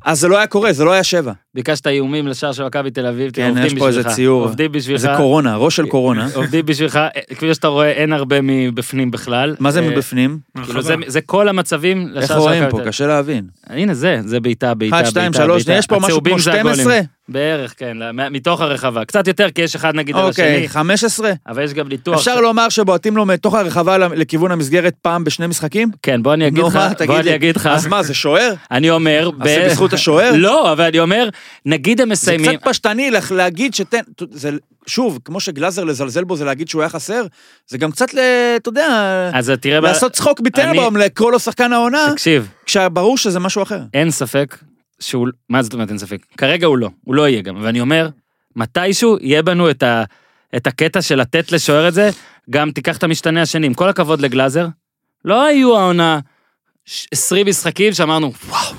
[SPEAKER 3] אז זה לא היה קורה, זה לא היה שבע.
[SPEAKER 1] ביקשת איומים לשער של מכבי תל אביב, תראה,
[SPEAKER 3] כן,
[SPEAKER 1] עובדים
[SPEAKER 3] יש פה איזה
[SPEAKER 1] בשבילך.
[SPEAKER 3] ציור.
[SPEAKER 1] עובדים בשבילך.
[SPEAKER 3] זה קורונה, ראש של קורונה.
[SPEAKER 1] עובדים בשבילך, אה, כפי שאתה רואה, אין הרבה מבפנים בכלל.
[SPEAKER 3] מה זה
[SPEAKER 1] אה,
[SPEAKER 3] מבפנים?
[SPEAKER 1] כאילו, זה- זה כל המצבים לשער
[SPEAKER 3] איך
[SPEAKER 1] של
[SPEAKER 3] רואים
[SPEAKER 1] מכבי
[SPEAKER 3] פה?
[SPEAKER 1] תל אביב.
[SPEAKER 3] קשה להבין.
[SPEAKER 1] הנה זה, זה בעיטה, בעיטה,
[SPEAKER 3] אחת,
[SPEAKER 1] בעיטה.
[SPEAKER 3] שתיים, שלוש,
[SPEAKER 1] בעיטה.
[SPEAKER 3] יש פה משהו
[SPEAKER 1] הצהובים
[SPEAKER 3] כמו
[SPEAKER 1] זה הגולים.
[SPEAKER 3] 12?
[SPEAKER 1] בערך, כן, לה- מה- מתוך הרחבה. קצת יותר, כי יש אחד נגיד על השני, לא,
[SPEAKER 3] אוקיי, 15?
[SPEAKER 1] אבל יש גם ניתוח.
[SPEAKER 3] אפשר לא- לומר שבועטים לו מתוך הרחבה לכיוון המסגרת פעם בשני משחקים?
[SPEAKER 1] כן, בוא אני אגיד
[SPEAKER 3] נו,
[SPEAKER 1] לך,
[SPEAKER 3] מה,
[SPEAKER 1] בוא
[SPEAKER 3] תגיד
[SPEAKER 1] אני
[SPEAKER 3] לי.
[SPEAKER 1] אגיד לך,
[SPEAKER 3] אז מה, זה שוער?
[SPEAKER 1] אני אומר,
[SPEAKER 3] אז זה
[SPEAKER 1] ב-
[SPEAKER 3] בזכות השוער?
[SPEAKER 1] לא, אבל אני אומר, נגיד הם
[SPEAKER 3] זה
[SPEAKER 1] מסיימים,
[SPEAKER 3] קצת פשטני לך להגיד שתן, ת- זה- שוב, כמו שגלאזר לזלזל בו זה להגיד שהוא היה חסר, זה גם קצת, ל- אתה יודע,
[SPEAKER 1] אז תראה, מה-
[SPEAKER 3] לעשות צחוק מטנבאום, לקרוא לו שחקן העונה,
[SPEAKER 1] תקשיב,
[SPEAKER 3] כשברור שזה משהו אחר.
[SPEAKER 1] אין ספק שהוא, מה זאת אומרת אין ספק? כרגע הוא לא, הוא לא יהיה גם, ואני אומר, מתישהו יהיה בנו את, ה, את הקטע של לתת לשוער את זה, גם תיקח את המשתנה השני, עם כל הכבוד לגלאזר, לא היו העונה ש- 20 משחקים שאמרנו, וואו,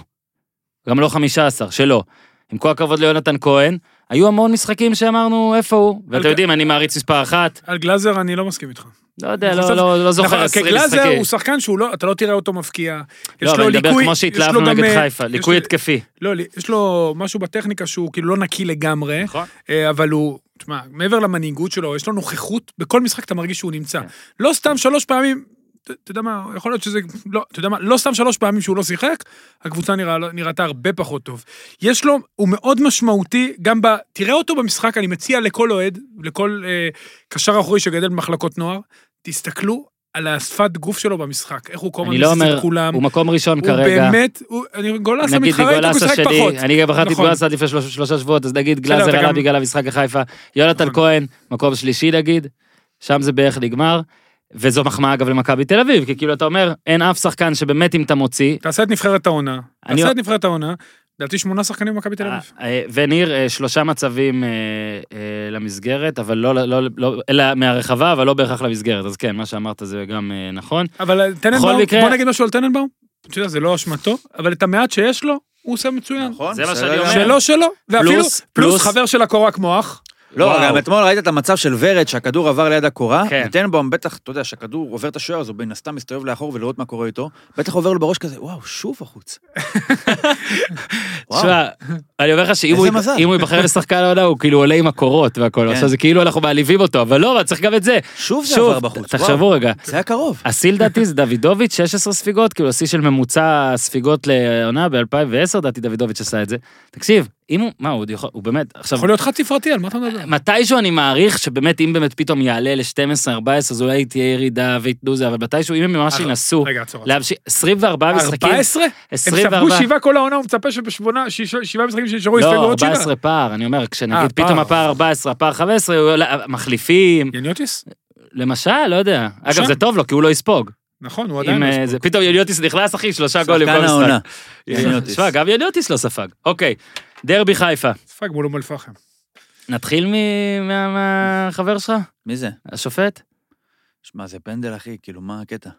[SPEAKER 1] גם לא 15, שלא. עם כל הכבוד ליונתן כהן, היו המון משחקים שאמרנו, איפה הוא? ואתם
[SPEAKER 4] אוקיי.
[SPEAKER 1] יודעים, אני מעריץ מספר אחת,
[SPEAKER 4] על גלאזר אני לא מסכים איתך.
[SPEAKER 1] לא יודע, לא-
[SPEAKER 4] חושב-
[SPEAKER 1] לא לא זוכר
[SPEAKER 4] נכון,
[SPEAKER 1] 20
[SPEAKER 4] כגלאזר
[SPEAKER 1] משחקים.
[SPEAKER 4] הוא שחקן שהוא לא, אתה לא תראה אותו מפקיע. יש
[SPEAKER 1] לא, אבל
[SPEAKER 4] לו
[SPEAKER 1] אני מדבר
[SPEAKER 4] ליקוי-
[SPEAKER 1] כמו
[SPEAKER 4] יש לו
[SPEAKER 1] שהתלהבנו
[SPEAKER 4] גם,
[SPEAKER 1] נגד
[SPEAKER 4] אה,
[SPEAKER 1] חיפה,
[SPEAKER 4] יש
[SPEAKER 1] ליקוי
[SPEAKER 4] לו-
[SPEAKER 1] התקפי.
[SPEAKER 4] לא, יש לו משהו בטכניקה שהוא כאילו לא נקי לגמרי,
[SPEAKER 1] נכון.
[SPEAKER 4] אה, אבל הוא, תשמע, מעבר למנהיגות שלו, יש לו נוכחות, בכל משחק אתה מרגיש שהוא
[SPEAKER 1] כן.
[SPEAKER 4] נמצא. לא סתם שלוש פעמים, ת- אתה יודע מה, יכול להיות שזה, לא, אתה יודע מה, לא סתם שלוש פעמים שהוא לא שיחק, הקבוצה נראה, נראתה הרבה פחות טוב. יש לו, הוא מאוד משמעותי, גם ב... תראה אותו במשחק, אני מציע לכל אוהד, לכל אה, קשר אחורי שגדל במחלקות נוער, תסתכלו על השפת גוף שלו במשחק, איך הוא כל הזמן
[SPEAKER 1] אני לא
[SPEAKER 4] מזיז
[SPEAKER 1] אומר,
[SPEAKER 4] את כולם.
[SPEAKER 1] הוא מקום ראשון
[SPEAKER 4] הוא
[SPEAKER 1] כרגע.
[SPEAKER 4] באמת, הוא- אני גולסה
[SPEAKER 1] נגיד
[SPEAKER 4] מתחרה איתו, כי הוא
[SPEAKER 1] גולסה
[SPEAKER 4] שיחק
[SPEAKER 1] שלי,
[SPEAKER 4] פחות.
[SPEAKER 1] אני גם בחרתי את
[SPEAKER 4] נכון.
[SPEAKER 1] גולסה עד לפני שלוש- שלושה שבועות, אז נגיד
[SPEAKER 4] בסדר,
[SPEAKER 1] גלאזר
[SPEAKER 4] אתה
[SPEAKER 1] עלה
[SPEAKER 4] גם-
[SPEAKER 1] בגלל המשחק לחיפה, יונתן
[SPEAKER 4] נכון.
[SPEAKER 1] כהן, מקום שלישי נגיד, שם זה בערך נגמר, וזו מחמאה אגב למכבי תל אביב, כי כאילו אתה אומר, אין אף שחקן שבאמת אם אתה מוציא,
[SPEAKER 4] תעשה את נבחרת העונה.
[SPEAKER 1] אני- לא-
[SPEAKER 4] תעשה את נבחרת העונה. לדעתי שמונה שחקנים במכבי תל אביב.
[SPEAKER 1] אה, אה, וניר, אה, שלושה מצבים אה, אה, למסגרת, אבל לא, לא, לא, אלא מהרחבה, אבל לא בהכרח למסגרת, אז כן, מה שאמרת זה גם אה, נכון.
[SPEAKER 4] אבל טננבאום,
[SPEAKER 1] בכל מקרה-
[SPEAKER 4] בוא נגיד משהו על טננבאום. אתה יודע, זה לא אשמתו, אבל את המעט שיש לו, הוא עושה מצוין.
[SPEAKER 3] נכון?
[SPEAKER 1] זה מה
[SPEAKER 3] בסדר
[SPEAKER 1] שאני
[SPEAKER 3] גמור.
[SPEAKER 1] אומר.
[SPEAKER 4] שלא שלו, ואפילו
[SPEAKER 1] פלוס- פלוס-
[SPEAKER 4] פלוס חבר של הקורק מוח.
[SPEAKER 3] לא,
[SPEAKER 1] וואו.
[SPEAKER 3] גם אתמול ראית את המצב של ורד, שהכדור עבר ליד הקורה,
[SPEAKER 1] כן.
[SPEAKER 3] וטנבאום בטח, אתה יודע, שהכדור עובר את השוער, אז הוא מן הסתם מסתובב לאחור ולראות מה קורה איתו, בטח עובר לו בראש כזה, וואו, שוב החוץ.
[SPEAKER 1] [laughs]
[SPEAKER 3] וואו.
[SPEAKER 1] תשמע, אני אומר לך שאם
[SPEAKER 3] איזה
[SPEAKER 1] הוא-
[SPEAKER 3] מזל.
[SPEAKER 1] אם הוא ייבחר לשחקן העונה, הוא כאילו עולה עם הקורות והכל,
[SPEAKER 3] כן.
[SPEAKER 1] עכשיו זה כאילו אנחנו מעליבים אותו, אבל לא, אבל צריך גם את זה.
[SPEAKER 3] שוב זה
[SPEAKER 1] שוב,
[SPEAKER 3] עבר בחוץ.
[SPEAKER 1] תחשבו
[SPEAKER 3] וואו.
[SPEAKER 1] רגע,
[SPEAKER 3] זה היה קרוב.
[SPEAKER 1] השיא לדעתי זה דוידוביץ', 16 ספיגות, כאילו השיא של ממוצע ספיגות לעונה ב-2010, לדעתי דוידוביץ' עשה את זה. תקשיב, אם הוא, מה, הוא עוד יכול, הוא באמת, עכשיו,
[SPEAKER 4] יכול להיות חד ספרתי, על מה אתה מדבר?
[SPEAKER 1] מתישהו אני מעריך שבאמת, אם באמת פתאום יעלה ל-12-14, אז אולי תהיה ירידה וייתנו זה, אבל מתישהו, אם הם ממש
[SPEAKER 4] אה,
[SPEAKER 1] ינסו
[SPEAKER 4] רגע, עצור. עצור.
[SPEAKER 1] להמשיך, 24 משחקים,
[SPEAKER 4] 14? הם
[SPEAKER 1] 24,
[SPEAKER 4] ספגו שבעה כל העונה, הוא מצפה שבשמונה, שישה- שבעה משחקים שנשארו, יספגו
[SPEAKER 1] לא,
[SPEAKER 4] עוד שבעה.
[SPEAKER 1] 14 פער, אני אומר,
[SPEAKER 4] אה,
[SPEAKER 1] כשנגיד פתאום
[SPEAKER 4] פער. כן.
[SPEAKER 1] הפער 14, הפער 15, הוא עולה- מחליפים,
[SPEAKER 4] יניוטיס?
[SPEAKER 1] למשל, לא יודע. אגב,
[SPEAKER 4] שם.
[SPEAKER 1] זה טוב לו, כי הוא לא יספוג.
[SPEAKER 4] נכון, הוא עדיין...
[SPEAKER 1] אם
[SPEAKER 4] לא
[SPEAKER 1] אה,
[SPEAKER 4] יספוג.
[SPEAKER 1] זה, פתאום יוליוטיס נכנס, אחי, שלושה גולים
[SPEAKER 3] שחקן
[SPEAKER 1] במשחק.
[SPEAKER 3] העונה. יניוטיס.
[SPEAKER 1] תשמע, גם יוליוטיס לא ספג. אוקיי, דרבי חיפה.
[SPEAKER 4] ספג מול אום אל-פחם.
[SPEAKER 1] נתחיל מ- מה- מהחבר שלך,
[SPEAKER 3] מי זה?
[SPEAKER 1] השופט?
[SPEAKER 3] שמע, זה פנדל, אחי, כאילו, מה הקטע?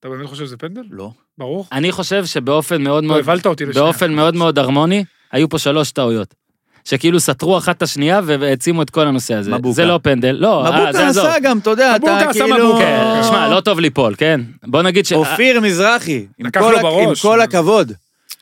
[SPEAKER 4] אתה באמת חושב שזה פנדל?
[SPEAKER 3] לא.
[SPEAKER 4] ברור.
[SPEAKER 1] אני חושב שבאופן מאוד
[SPEAKER 4] לא,
[SPEAKER 1] מאוד,
[SPEAKER 4] הבלת אותי לשנייה.
[SPEAKER 1] באופן מאוד מאוד הרמוני, היו פה שלוש טעויות. שכאילו סתרו אחת את השנייה והעצימו את כל הנושא הזה.
[SPEAKER 3] מבוקה.
[SPEAKER 1] זה לא פנדל, לא, אה,
[SPEAKER 3] מבוקה
[SPEAKER 1] זה עזוב.
[SPEAKER 3] עשה גם, אתה יודע,
[SPEAKER 4] מבוקה
[SPEAKER 3] אתה
[SPEAKER 4] עשה
[SPEAKER 3] כאילו...
[SPEAKER 4] מבוקה.
[SPEAKER 1] כן, תשמע, לא טוב ליפול, כן? בוא נגיד ש...
[SPEAKER 3] אופיר מזרחי, עם
[SPEAKER 4] לקח
[SPEAKER 3] כל
[SPEAKER 4] לו
[SPEAKER 3] הכ- עם
[SPEAKER 4] בראש.
[SPEAKER 3] כל הכבוד.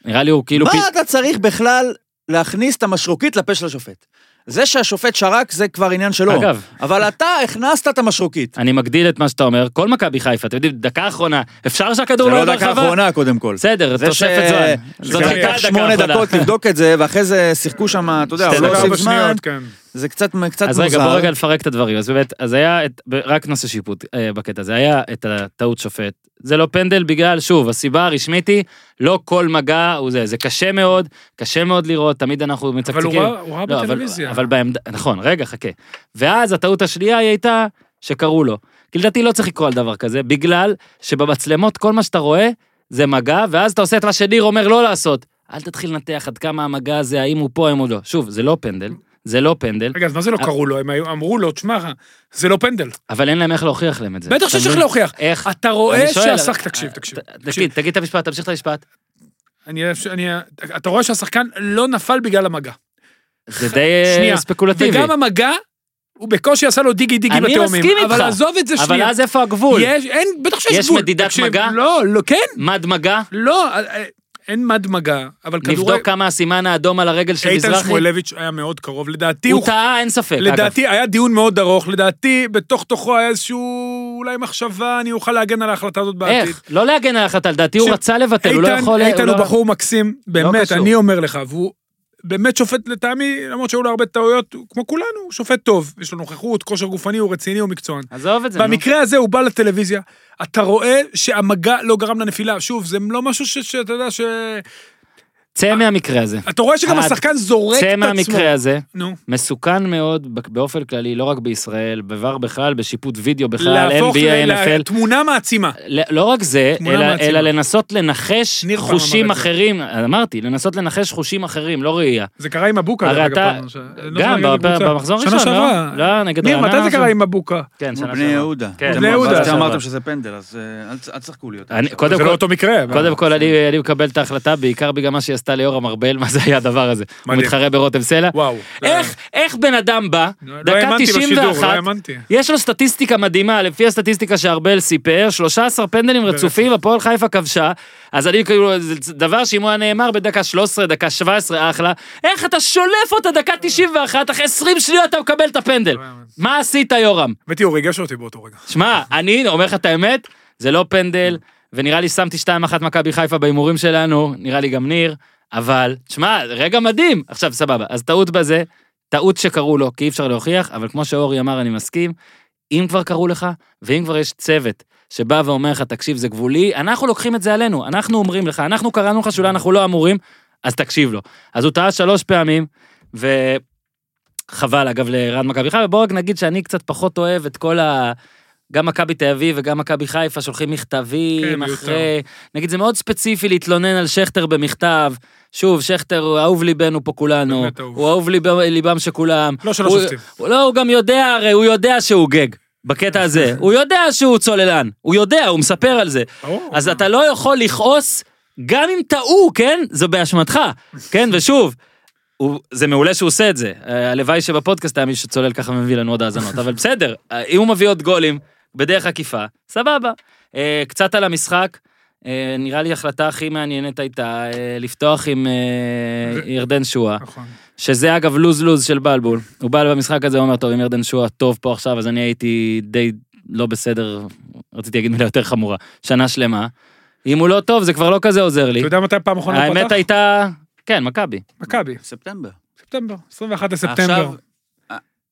[SPEAKER 1] נראה לי הוא כאילו...
[SPEAKER 3] מה
[SPEAKER 1] פי-
[SPEAKER 3] אתה צריך בכלל להכניס את המשרוקית לפה של השופט? זה שהשופט שרק זה כבר עניין שלו.
[SPEAKER 1] אגב.
[SPEAKER 3] אבל אתה הכנסת את המשרוקית.
[SPEAKER 1] אני מגדיל את מה שאתה אומר, כל מכבי חיפה, אתם יודעים, דקה אחרונה, אפשר שהכדור
[SPEAKER 3] זה
[SPEAKER 1] לא
[SPEAKER 3] לא
[SPEAKER 1] ברחבה?
[SPEAKER 3] דקה אחרונה קודם כל.
[SPEAKER 1] בסדר,
[SPEAKER 3] זה ש-
[SPEAKER 1] תוספת זמן.
[SPEAKER 3] שזה
[SPEAKER 1] זאת הייתה
[SPEAKER 3] לקח
[SPEAKER 1] הדקה
[SPEAKER 3] שמונה
[SPEAKER 1] האחרונה.
[SPEAKER 3] דקות לבדוק את זה, ואחרי זה שיחקו שם, אתה יודע,
[SPEAKER 1] שתי
[SPEAKER 3] הוא לא
[SPEAKER 1] דקות.
[SPEAKER 3] הוסיף
[SPEAKER 4] ארבע
[SPEAKER 3] זמן,
[SPEAKER 4] שניות, כן.
[SPEAKER 3] זה קצת קצת
[SPEAKER 1] אז
[SPEAKER 3] מוזר.
[SPEAKER 1] רגע, בוא רגע נפרק את הדברים. אז באמת, אז היה את, ב- רק נושא שיפוט אה, בקטע הזה, היה את הטעות שופט. זה לא פנדל בגלל, שוב, הסיבה הרשמית היא, לא כל מגע הוא זה, זה קשה מאוד, קשה מאוד לראות, תמיד אנחנו
[SPEAKER 4] אבל הוא
[SPEAKER 1] מצקצקים.
[SPEAKER 4] ראה- הוא ראה
[SPEAKER 1] לא, אבל,
[SPEAKER 4] בטלוויזיה.
[SPEAKER 1] אבל בעמדה, נכון, רגע, חכה. ואז הטעות השנייה היא הייתה שקראו לו. כי לדעתי לא צריך לקרוא על דבר כזה, בגלל שבמצלמות כל מה שאתה רואה זה מגע, ואז אתה עושה את מה שניר אומר לא לעשות. אל תתחיל לנתח עד כמה המגע הזה, האם הוא פה, האם הוא לא. שוב, זה לא פנדל, זה לא פנדל,
[SPEAKER 4] רגע, אז מה זה לא קראו לו? הם היו- אמרו לו, תשמע, זה לא פנדל.
[SPEAKER 1] אבל אין להם איך להוכיח להם את זה.
[SPEAKER 4] בטח
[SPEAKER 1] אתה
[SPEAKER 4] שצריך
[SPEAKER 1] מבין?
[SPEAKER 4] להוכיח.
[SPEAKER 1] אה, איך?
[SPEAKER 4] אתה רואה
[SPEAKER 1] אני שואל,
[SPEAKER 4] שהשחק...
[SPEAKER 1] אה,
[SPEAKER 4] תקשיב,
[SPEAKER 1] אה,
[SPEAKER 4] תקשיב.
[SPEAKER 1] ת-
[SPEAKER 4] תקשיב.
[SPEAKER 1] תגיד, תגיד את המשפט, תמשיך את המשפט.
[SPEAKER 4] אני, אני, אתה רואה שהשחקן לא נפל בגלל המגע.
[SPEAKER 1] זה די אה,
[SPEAKER 4] שנייה.
[SPEAKER 1] ספקולטיבי.
[SPEAKER 4] וגם המגע, הוא בקושי עשה לו דיגי דיגי
[SPEAKER 1] אני
[SPEAKER 4] בתאומים.
[SPEAKER 1] מסכים איתך.
[SPEAKER 4] אבל עזוב את זה
[SPEAKER 1] אבל
[SPEAKER 4] שנייה.
[SPEAKER 1] אז איפה הגבול?
[SPEAKER 4] יש, אין, בטח שיש
[SPEAKER 1] יש
[SPEAKER 4] גבול.
[SPEAKER 1] מדידת
[SPEAKER 4] תקשיב,
[SPEAKER 1] מגע?
[SPEAKER 4] לא, לא, כן,
[SPEAKER 1] מד מגע?
[SPEAKER 4] לא, אה, אה, אין מד מגע, אבל כדורי...
[SPEAKER 1] נבדוק כמה הסימן האדום על הרגל של
[SPEAKER 4] איתן
[SPEAKER 1] מזרחי?
[SPEAKER 4] שמואלביץ' היה מאוד קרוב, לדעתי
[SPEAKER 1] הוא טעה, אין ספק. אגב.
[SPEAKER 4] לדעתי היה דיון מאוד ארוך, לדעתי בתוך תוכו היה איזשהו אולי מחשבה, אני אוכל להגן על ההחלטה הזאת בעתיד.
[SPEAKER 1] איך? לא להגן על ההחלטה, לדעתי הוא
[SPEAKER 4] תקשיב,
[SPEAKER 1] רצה לבטל, הוא לא יכול...
[SPEAKER 4] איתן הוא
[SPEAKER 1] לא-
[SPEAKER 4] בחור מקסים, באמת,
[SPEAKER 1] קשור.
[SPEAKER 4] אני אומר לך, והוא באמת שופט לטעמי, למרות שהיו לו הרבה טעויות, הוא כמו כולנו, הוא שופט טוב, יש לו נוכחות, כושר גופני, הוא רציני, הוא מקצוען.
[SPEAKER 1] עזוב את זה, נו.
[SPEAKER 4] במקרה הזה הוא בא לטלוויזיה, אתה רואה שהמגע לא גרם לנפילה, שוב, זה לא משהו ש- שאתה יודע ש...
[SPEAKER 1] צא מהמקרה הזה.
[SPEAKER 4] אתה רואה שגם
[SPEAKER 1] עד.
[SPEAKER 4] השחקן זורק את
[SPEAKER 1] צא
[SPEAKER 4] עצמו.
[SPEAKER 1] מהמקרה הזה.
[SPEAKER 4] נו.
[SPEAKER 1] מסוכן מאוד ב- באופן כללי, לא רק בישראל, בVAR בכלל, בשיפוט וידאו בכלל,
[SPEAKER 4] להפוך
[SPEAKER 1] NBA, NFL.
[SPEAKER 4] לתמונה מעצימה.
[SPEAKER 1] ל- לא רק זה,
[SPEAKER 4] תמונה
[SPEAKER 1] אלא,
[SPEAKER 4] מעצימה.
[SPEAKER 1] אלא לנסות לנחש
[SPEAKER 4] ניר פעם אמר
[SPEAKER 1] חושים
[SPEAKER 4] את זה.
[SPEAKER 1] אחרים, אמרתי, לנסות לנחש חושים אחרים, לא ראייה.
[SPEAKER 4] זה קרה עם אבוקה,
[SPEAKER 1] הרי
[SPEAKER 4] דרך אגב,
[SPEAKER 1] אתה-
[SPEAKER 4] פעם, ש- לא
[SPEAKER 1] גם
[SPEAKER 4] זוכר נגד
[SPEAKER 1] בפ-
[SPEAKER 4] קבוצה.
[SPEAKER 1] במחזור
[SPEAKER 4] שנה
[SPEAKER 1] הראשון,
[SPEAKER 4] שעברה.
[SPEAKER 1] לא? לא, נגד
[SPEAKER 4] ניר,
[SPEAKER 1] רעננה.
[SPEAKER 4] מתי זה
[SPEAKER 1] משהו.
[SPEAKER 4] קרה עם אבוקה?
[SPEAKER 1] כן, שנה
[SPEAKER 3] בני
[SPEAKER 1] שעברה.
[SPEAKER 3] יהודה.
[SPEAKER 1] כן,
[SPEAKER 4] בני
[SPEAKER 3] אתם-
[SPEAKER 4] יהודה.
[SPEAKER 3] אתם
[SPEAKER 1] שעברה.
[SPEAKER 3] אמרתם שזה פנדל, אז אה, אל ת- אל תשחקו לי אותה.
[SPEAKER 1] אני-
[SPEAKER 3] עכשיו.
[SPEAKER 1] קודם
[SPEAKER 4] זה
[SPEAKER 1] כל-
[SPEAKER 4] לא אותו מקרה. אבל-
[SPEAKER 1] קודם כל, אני אני מקבל את ההחלטה, בעיקר בגלל מה שהיא עשתה ליורם ארבל, מה זה היה הדבר הזה. הוא
[SPEAKER 4] מדהים.
[SPEAKER 1] מתחרה ברותם סלע.
[SPEAKER 4] וואו.
[SPEAKER 1] איך, איך בן אדם בא,
[SPEAKER 4] לא
[SPEAKER 1] דקה
[SPEAKER 4] האמנתי בשידור, לא
[SPEAKER 1] 91,
[SPEAKER 4] האמנתי.
[SPEAKER 1] יש לו סטטיסטיקה מדהימה, לפי הסטטיסטיקה שארבל סיפר, 13 פנדלים רצופים, הפועל חיפה כבשה, אז אני כאילו, זה דבר שאם הוא היה נאמר בדקה 13, דקה 17, אחלה, איך אתה שולף אותה דקה 91, אחרי 20 שניות אתה מקבל את הפנדל.
[SPEAKER 4] לא האמנתי.
[SPEAKER 1] מה עשית, יורם?
[SPEAKER 4] האמת היא, הוא ריגש אותי באותו רגע.
[SPEAKER 1] שמע, אני אומר לך את האמת, זה לא פנדל, ונראה לי שמתי 2-1 מכבי חיפה בהימורים שלנו, נראה לי גם ניר, אבל, שמע, רגע מדהים. עכשיו, סבבה, אז טעות בזה, טעות שקראו לו, כי אי אפשר להוכיח, אבל כמו שאורי אמר, אני מסכים, אם כבר קראו לך, ואם כבר יש צוות שבא ואומר לך, תקשיב, זה גבולי, אנחנו לוקחים את זה עלינו, אנחנו אומרים לך, אנחנו קראנו לך שאולי אנחנו לא אמורים, אז תקשיב לו. אז הוא טעה שלוש פעמים, ו... חבל אגב לרן מכבי חיפה, בואו רק נגיד שאני קצת פחות אוהב את כל ה... גם מכבי תל אביב וגם מכבי חיפה שולחים
[SPEAKER 4] כן,
[SPEAKER 1] מכתבים
[SPEAKER 4] מיותר.
[SPEAKER 1] אחרי... אה, נגיד זה מאוד ספציפי להתלונן על שכטר במכתב. שוב, שכטר הוא אהוב ליבנו פה כולנו,
[SPEAKER 4] באמת אהוב.
[SPEAKER 1] הוא אהוב ליבם- ליבם של כולם.
[SPEAKER 4] לא של
[SPEAKER 1] הוא-
[SPEAKER 4] השופטים.
[SPEAKER 1] הוא לא, הוא גם יודע, הרי הוא יודע שהוא גג, בקטע
[SPEAKER 4] [laughs]
[SPEAKER 1] הזה. הוא יודע שהוא צוללן, הוא יודע, הוא מספר על זה.
[SPEAKER 4] ברור.
[SPEAKER 1] אז אתה לא יכול לכעוס, גם אם טעו, כן? זה באשמתך, כן? ושוב, הוא, זה מעולה שהוא עושה את זה. אה, הלוואי שבפודקאסט היה מישהו שצולל ככה ומביא לנו עוד האזנות, אבל בסדר, אה, אם הוא מביא עוד גולים בדרך עקיפה, סבבה. אה, קצת על המשחק. אה, נראה לי ההחלטה הכי מעניינת הייתה אה, לפתוח עם אה, ירדן שואה.
[SPEAKER 4] נכון.
[SPEAKER 1] שזה אגב לוז-לוז של בלבול. הוא בא במשחק הזה, הוא אומר, טוב, אם ירדן שועה טוב פה עכשיו, אז אני הייתי די לא בסדר, רציתי להגיד מילה יותר חמורה, שנה שלמה. אם הוא לא טוב, זה כבר לא כזה עוזר לי.
[SPEAKER 4] אתה יודע מתי פעם אחרונה הוא פתח?
[SPEAKER 1] האמת הייתה, כן, מכבי.
[SPEAKER 4] מכבי.
[SPEAKER 3] ספטמבר.
[SPEAKER 4] ספטמבר. 21 לספטמבר.
[SPEAKER 3] עכשיו,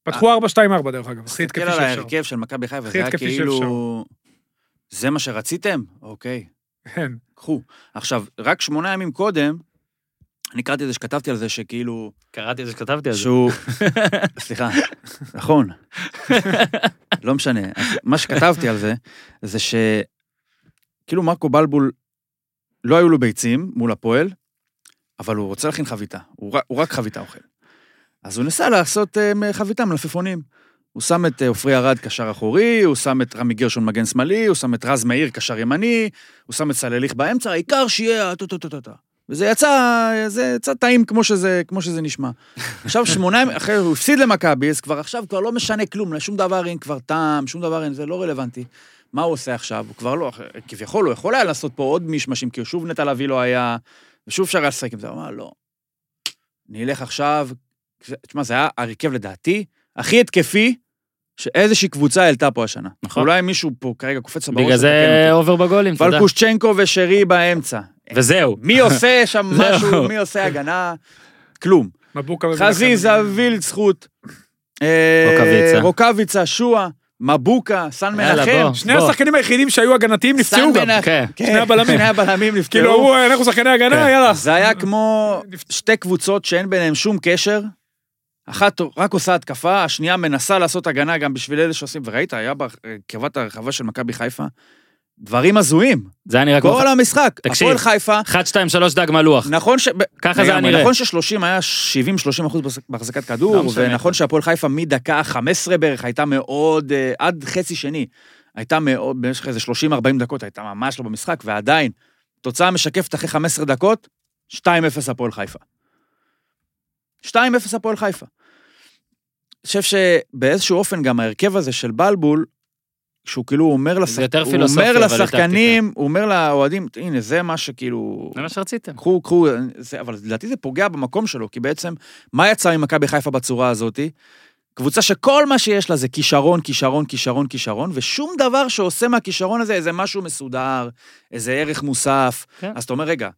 [SPEAKER 4] פתחו 4-2-4 דרך אגב. הכי
[SPEAKER 3] תסתכל
[SPEAKER 4] התקפי
[SPEAKER 3] על
[SPEAKER 4] שאפשר.
[SPEAKER 3] ההרכב של מכבי חיפה,
[SPEAKER 4] הכי
[SPEAKER 3] זה היה
[SPEAKER 4] התקפי
[SPEAKER 3] כאילו... זה מה שרציתם? אוקיי.
[SPEAKER 4] כן.
[SPEAKER 3] קחו. עכשיו, רק שמונה ימים קודם, אני קראתי את זה שכתבתי על זה שכאילו...
[SPEAKER 1] קראתי את זה שכתבתי על זה.
[SPEAKER 3] שהוא...
[SPEAKER 1] [laughs]
[SPEAKER 3] סליחה, נכון. לא משנה. אז מה שכתבתי על זה, זה ש... כאילו מרקו בלבול, לא היו לו ביצים מול הפועל, אבל הוא רוצה להכין חביתה. הוא, ר- הוא רק חביתה אוכל. אז הוא ניסה לעשות אה, חביתה מלפפונים. הוא שם את אה, עופרי ארד קשר אחורי, הוא שם את רמי גרשון מגן שמאלי, הוא שם את רז מאיר קשר ימני, הוא שם את סלליך באמצע, העיקר שיהיה... טו-טו-טו-טו-טו. וזה יצא, זה יצא טעים כמו שזה, כמו שזה נשמע. עכשיו שמונה, ימים אחרי, הוא הפסיד למכבי, אז כבר עכשיו כבר לא משנה כלום, שום דבר אין כבר טעם, שום דבר אין, זה לא רלוונטי. מה הוא עושה עכשיו? הוא כבר לא, כביכול הוא יכול היה לעשות פה עוד מישמשים, כי שוב נטע לביא לא היה, ושוב אפשר היה לשחק עם זה, הוא אמר, לא. אני אלך עכשיו, זה- תשמע, זה היה הרכב לדעתי הכי התקפי שאיזושהי קבוצה העלתה פה השנה.
[SPEAKER 1] נכון.
[SPEAKER 3] אולי מישהו פה כרגע קופץ לבראש.
[SPEAKER 1] בגלל
[SPEAKER 3] כן
[SPEAKER 1] זה אובר בגולים, תודה.
[SPEAKER 3] ולקושצ'נקו ושרי באמצע.
[SPEAKER 1] וזהו.
[SPEAKER 3] מי עושה שם
[SPEAKER 1] [laughs] זהו.
[SPEAKER 3] משהו, מי עושה הגנה? כלום.
[SPEAKER 4] מבוקה ומנחם.
[SPEAKER 3] חזיזה, וילד זכות. אה,
[SPEAKER 1] רוקאביצה.
[SPEAKER 3] רוקאביצה, שועה, מבוקה, סן
[SPEAKER 1] יאללה,
[SPEAKER 3] מנחם.
[SPEAKER 1] בוא.
[SPEAKER 4] שני השחקנים היחידים שהיו הגנתיים נפצעו גם.
[SPEAKER 3] מנחם.
[SPEAKER 1] כן.
[SPEAKER 3] כן,
[SPEAKER 4] שני הבלמים.
[SPEAKER 3] שני הבלמים
[SPEAKER 4] כאילו,
[SPEAKER 3] נפקעו.
[SPEAKER 4] אמרו, אנחנו שחקני הגנה, יאללה.
[SPEAKER 3] זה היה כמו
[SPEAKER 4] נפצע.
[SPEAKER 3] שתי קבוצות שאין ביניהן שום קשר. אחת רק עושה התקפה, השנייה מנסה לעשות הגנה גם בשביל אלה שעושים, וראית, היה בקרבת הרחבה של מכבי חיפה, דברים הזויים.
[SPEAKER 1] זה היה נראה כמו...
[SPEAKER 3] כל המשחק,
[SPEAKER 1] תקשיב.
[SPEAKER 3] הפועל חיפה,
[SPEAKER 1] 1, 2, 3 דג מלוח.
[SPEAKER 3] נכון ש...
[SPEAKER 1] ככה זה היה
[SPEAKER 3] לגמרי.
[SPEAKER 1] נראה.
[SPEAKER 3] נכון ש-30 היה 70-30 אחוז בהחזקת
[SPEAKER 1] לא
[SPEAKER 3] כדור,
[SPEAKER 1] משנה.
[SPEAKER 3] ונכון שהפועל חיפה מדקה 15 בערך הייתה מאוד, אה, עד חצי שני, הייתה מאוד, במשך איזה 30-40 דקות, הייתה ממש לא במשחק, ועדיין, תוצאה משקפת אחרי 15 דקות, 2-0 הפועל חיפה. 2-0 הפועל חיפה. אני חושב שבאיזשהו אופן גם ההרכב הזה של בלבול, שהוא כאילו אומר, לשח...
[SPEAKER 1] יותר
[SPEAKER 3] הוא
[SPEAKER 1] פילוסופיה,
[SPEAKER 3] אומר
[SPEAKER 1] אבל
[SPEAKER 3] לשחקנים, הוא אומר לאוהדים, הנה זה מה שכאילו...
[SPEAKER 1] זה מה שרציתם.
[SPEAKER 3] קחו, קחו, זה, אבל לדעתי זה פוגע במקום שלו, כי בעצם, מה יצא ממכבי חיפה בצורה הזאתי? קבוצה שכל מה שיש לה זה כישרון, כישרון, כישרון, כישרון, ושום דבר שעושה מהכישרון הזה איזה משהו מסודר, איזה ערך מוסף.
[SPEAKER 1] כן.
[SPEAKER 3] כן. אז אתה אומר, רגע,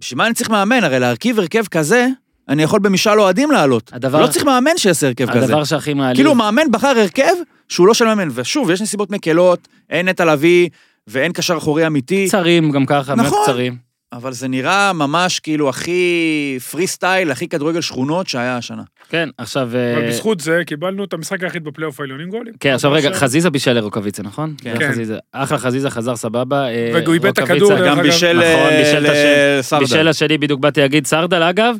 [SPEAKER 3] בשביל מה אני צריך מאמן? הרי להרכיב הרכב כזה, אני יכול במשאל אוהדים לעלות.
[SPEAKER 1] הדבר-
[SPEAKER 3] הדבר... לא צריך מאמן שיעשה הרכב כזה.
[SPEAKER 1] הדבר שהכי מעליב...
[SPEAKER 3] כאילו, מאמן בחר הרכב שהוא לא של מאמן. ושוב, יש נסיבות מקלות, אין נטע לביא, ואין קשר אחורי אמיתי.
[SPEAKER 1] קצרים גם ככה, באמת
[SPEAKER 3] נכון.
[SPEAKER 1] קצרים.
[SPEAKER 3] אבל זה נראה ממש כאילו הכי פרי סטייל, הכי כדורגל שכונות שהיה השנה.
[SPEAKER 1] כן, עכשיו... אה,
[SPEAKER 4] אבל בזכות זה קיבלנו את המשחק היחיד בפלייאוף העליון עם גולים.
[SPEAKER 1] כן, עכשיו
[SPEAKER 4] אבל
[SPEAKER 1] רגע, חזיזה בישל לרוקאביצה, נכון?
[SPEAKER 3] כן.
[SPEAKER 1] זה היה חזיזה. אחלה חזיזה, חזר סבבה. אה,
[SPEAKER 4] והוא איבד את הכדור,
[SPEAKER 1] רוקאביצה
[SPEAKER 4] דרך
[SPEAKER 3] גם
[SPEAKER 4] אגב.
[SPEAKER 3] בישל
[SPEAKER 1] נכון,
[SPEAKER 3] אה,
[SPEAKER 1] בישל את השם.
[SPEAKER 3] לסרדל.
[SPEAKER 1] בישל השני בדיוק באתי להגיד סרדל, אגב.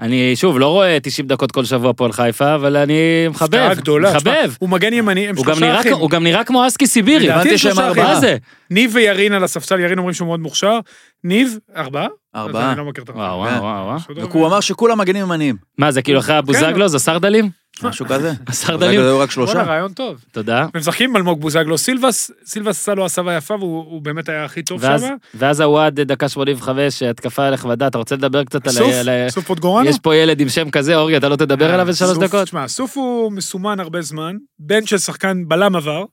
[SPEAKER 1] אני שוב לא רואה 90 דקות כל שבוע פה על חיפה, אבל אני
[SPEAKER 4] הפתעה
[SPEAKER 1] מחבב,
[SPEAKER 4] גדולה.
[SPEAKER 1] מחבב.
[SPEAKER 4] תשמע, הוא מגן ימני, הם
[SPEAKER 1] הוא גם
[SPEAKER 4] שלושה
[SPEAKER 1] נראה
[SPEAKER 4] אחים.
[SPEAKER 1] כמו- הוא גם נראה כמו אסקי סיבירי.
[SPEAKER 4] לדעתי
[SPEAKER 3] הבנתי
[SPEAKER 4] שלושה
[SPEAKER 3] שהם
[SPEAKER 4] אחים.
[SPEAKER 1] מה
[SPEAKER 3] ארבעה.
[SPEAKER 1] זה?
[SPEAKER 4] ניב וירין על הספסל, ירין אומרים שהוא מאוד מוכשר. ניב, ארבעה? אז
[SPEAKER 3] ארבעה.
[SPEAKER 4] אני לא מכיר את האחרים.
[SPEAKER 1] וואו
[SPEAKER 3] כן.
[SPEAKER 1] וואו וואו. וואו.
[SPEAKER 4] שודרו.
[SPEAKER 3] הוא אמר שכולם מגנים ימניים.
[SPEAKER 1] מה זה כאילו אחרי
[SPEAKER 4] כן.
[SPEAKER 1] הבוזגלו זה
[SPEAKER 3] [laughs]
[SPEAKER 1] סרדלים?
[SPEAKER 3] משהו כזה.
[SPEAKER 1] [laughs] הסרדלים?
[SPEAKER 3] היו רק
[SPEAKER 4] בואנה,
[SPEAKER 3] שלושה.
[SPEAKER 4] רעיון טוב.
[SPEAKER 1] תודה.
[SPEAKER 4] הם משחקים עם אלמוג בוזגלו, סילבס, סילבס עשה לו הסבה יפה והוא הוא באמת היה הכי טוב
[SPEAKER 1] ואז-
[SPEAKER 4] שם.
[SPEAKER 1] ואז הוואד דקה 85, התקפה לכבדה, אתה רוצה לדבר קצת על...
[SPEAKER 4] סוף,
[SPEAKER 1] על ה-
[SPEAKER 4] סוף פוטגורנו.
[SPEAKER 1] יש פה ילד עם שם כזה, אורי, אתה לא תדבר עליו איזה שלוש
[SPEAKER 4] סוף-
[SPEAKER 1] דקות?
[SPEAKER 4] תשמע, סוף הוא מסומן הרבה זמן, בן של שחקן בלם עבר.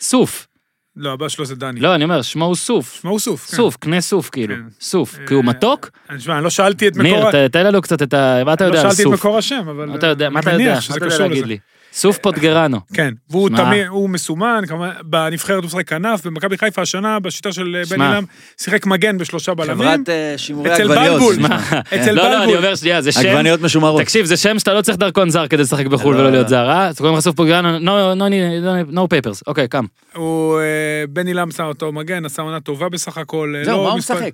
[SPEAKER 1] סוף.
[SPEAKER 4] לא, הבא שלו זה דני.
[SPEAKER 1] לא, אני אומר, שמו הוא סוף.
[SPEAKER 4] מה הוא סוף? כן.
[SPEAKER 1] סוף, קנה סוף כאילו.
[SPEAKER 4] כן.
[SPEAKER 1] סוף.
[SPEAKER 4] אה,
[SPEAKER 1] כי הוא מתוק?
[SPEAKER 4] אני- תשמע, אני לא שאלתי את מקור...
[SPEAKER 1] ניר,
[SPEAKER 4] ה-
[SPEAKER 1] ת- תן לנו קצת את ה... מה אתה יודע
[SPEAKER 4] לא
[SPEAKER 1] על
[SPEAKER 4] שאלתי את
[SPEAKER 1] סוף?
[SPEAKER 4] מקור השם, אבל...
[SPEAKER 1] מה אתה יודע? מה אתה
[SPEAKER 4] אני
[SPEAKER 1] יודע?
[SPEAKER 4] מניח
[SPEAKER 1] מה
[SPEAKER 4] שזה
[SPEAKER 1] אתה יודע
[SPEAKER 4] קשור
[SPEAKER 1] להגיד
[SPEAKER 4] לזה.
[SPEAKER 1] לי? סוף פוטגרנו.
[SPEAKER 4] כן, והוא
[SPEAKER 1] שמע.
[SPEAKER 4] תמיד, הוא מסומן, כמובן, בנבחרת הוא משחק כנף, במכבי חיפה השנה, בשיטה של אה, בן
[SPEAKER 1] שמע.
[SPEAKER 4] אילם, שיחק מגן בשלושה בלמים.
[SPEAKER 3] חברת אה, שימורי
[SPEAKER 4] אצל
[SPEAKER 3] עגבניות.
[SPEAKER 4] בלבול.
[SPEAKER 3] [laughs] נשמע.
[SPEAKER 1] [laughs]
[SPEAKER 4] אצל
[SPEAKER 1] לא, לא, אני
[SPEAKER 4] בלבול.
[SPEAKER 1] אומר שנייה, זה שם.
[SPEAKER 3] עגבניות משומרות.
[SPEAKER 1] תקשיב, זה שם שאתה לא צריך דרכון זר כדי לשחק בחו"ל
[SPEAKER 3] לא,
[SPEAKER 1] ולא
[SPEAKER 3] לא.
[SPEAKER 1] להיות זר, אה? אז קוראים לך סוף פוטגרנו, no- no need- no- no papers. אוקיי, קם.
[SPEAKER 4] הוא, אה, בן אילם שם אותו מגן, עשה עונה טובה בסך הכל. אה,
[SPEAKER 3] זהו,
[SPEAKER 4] לא
[SPEAKER 3] מה הוא
[SPEAKER 4] מספר-
[SPEAKER 3] משחק?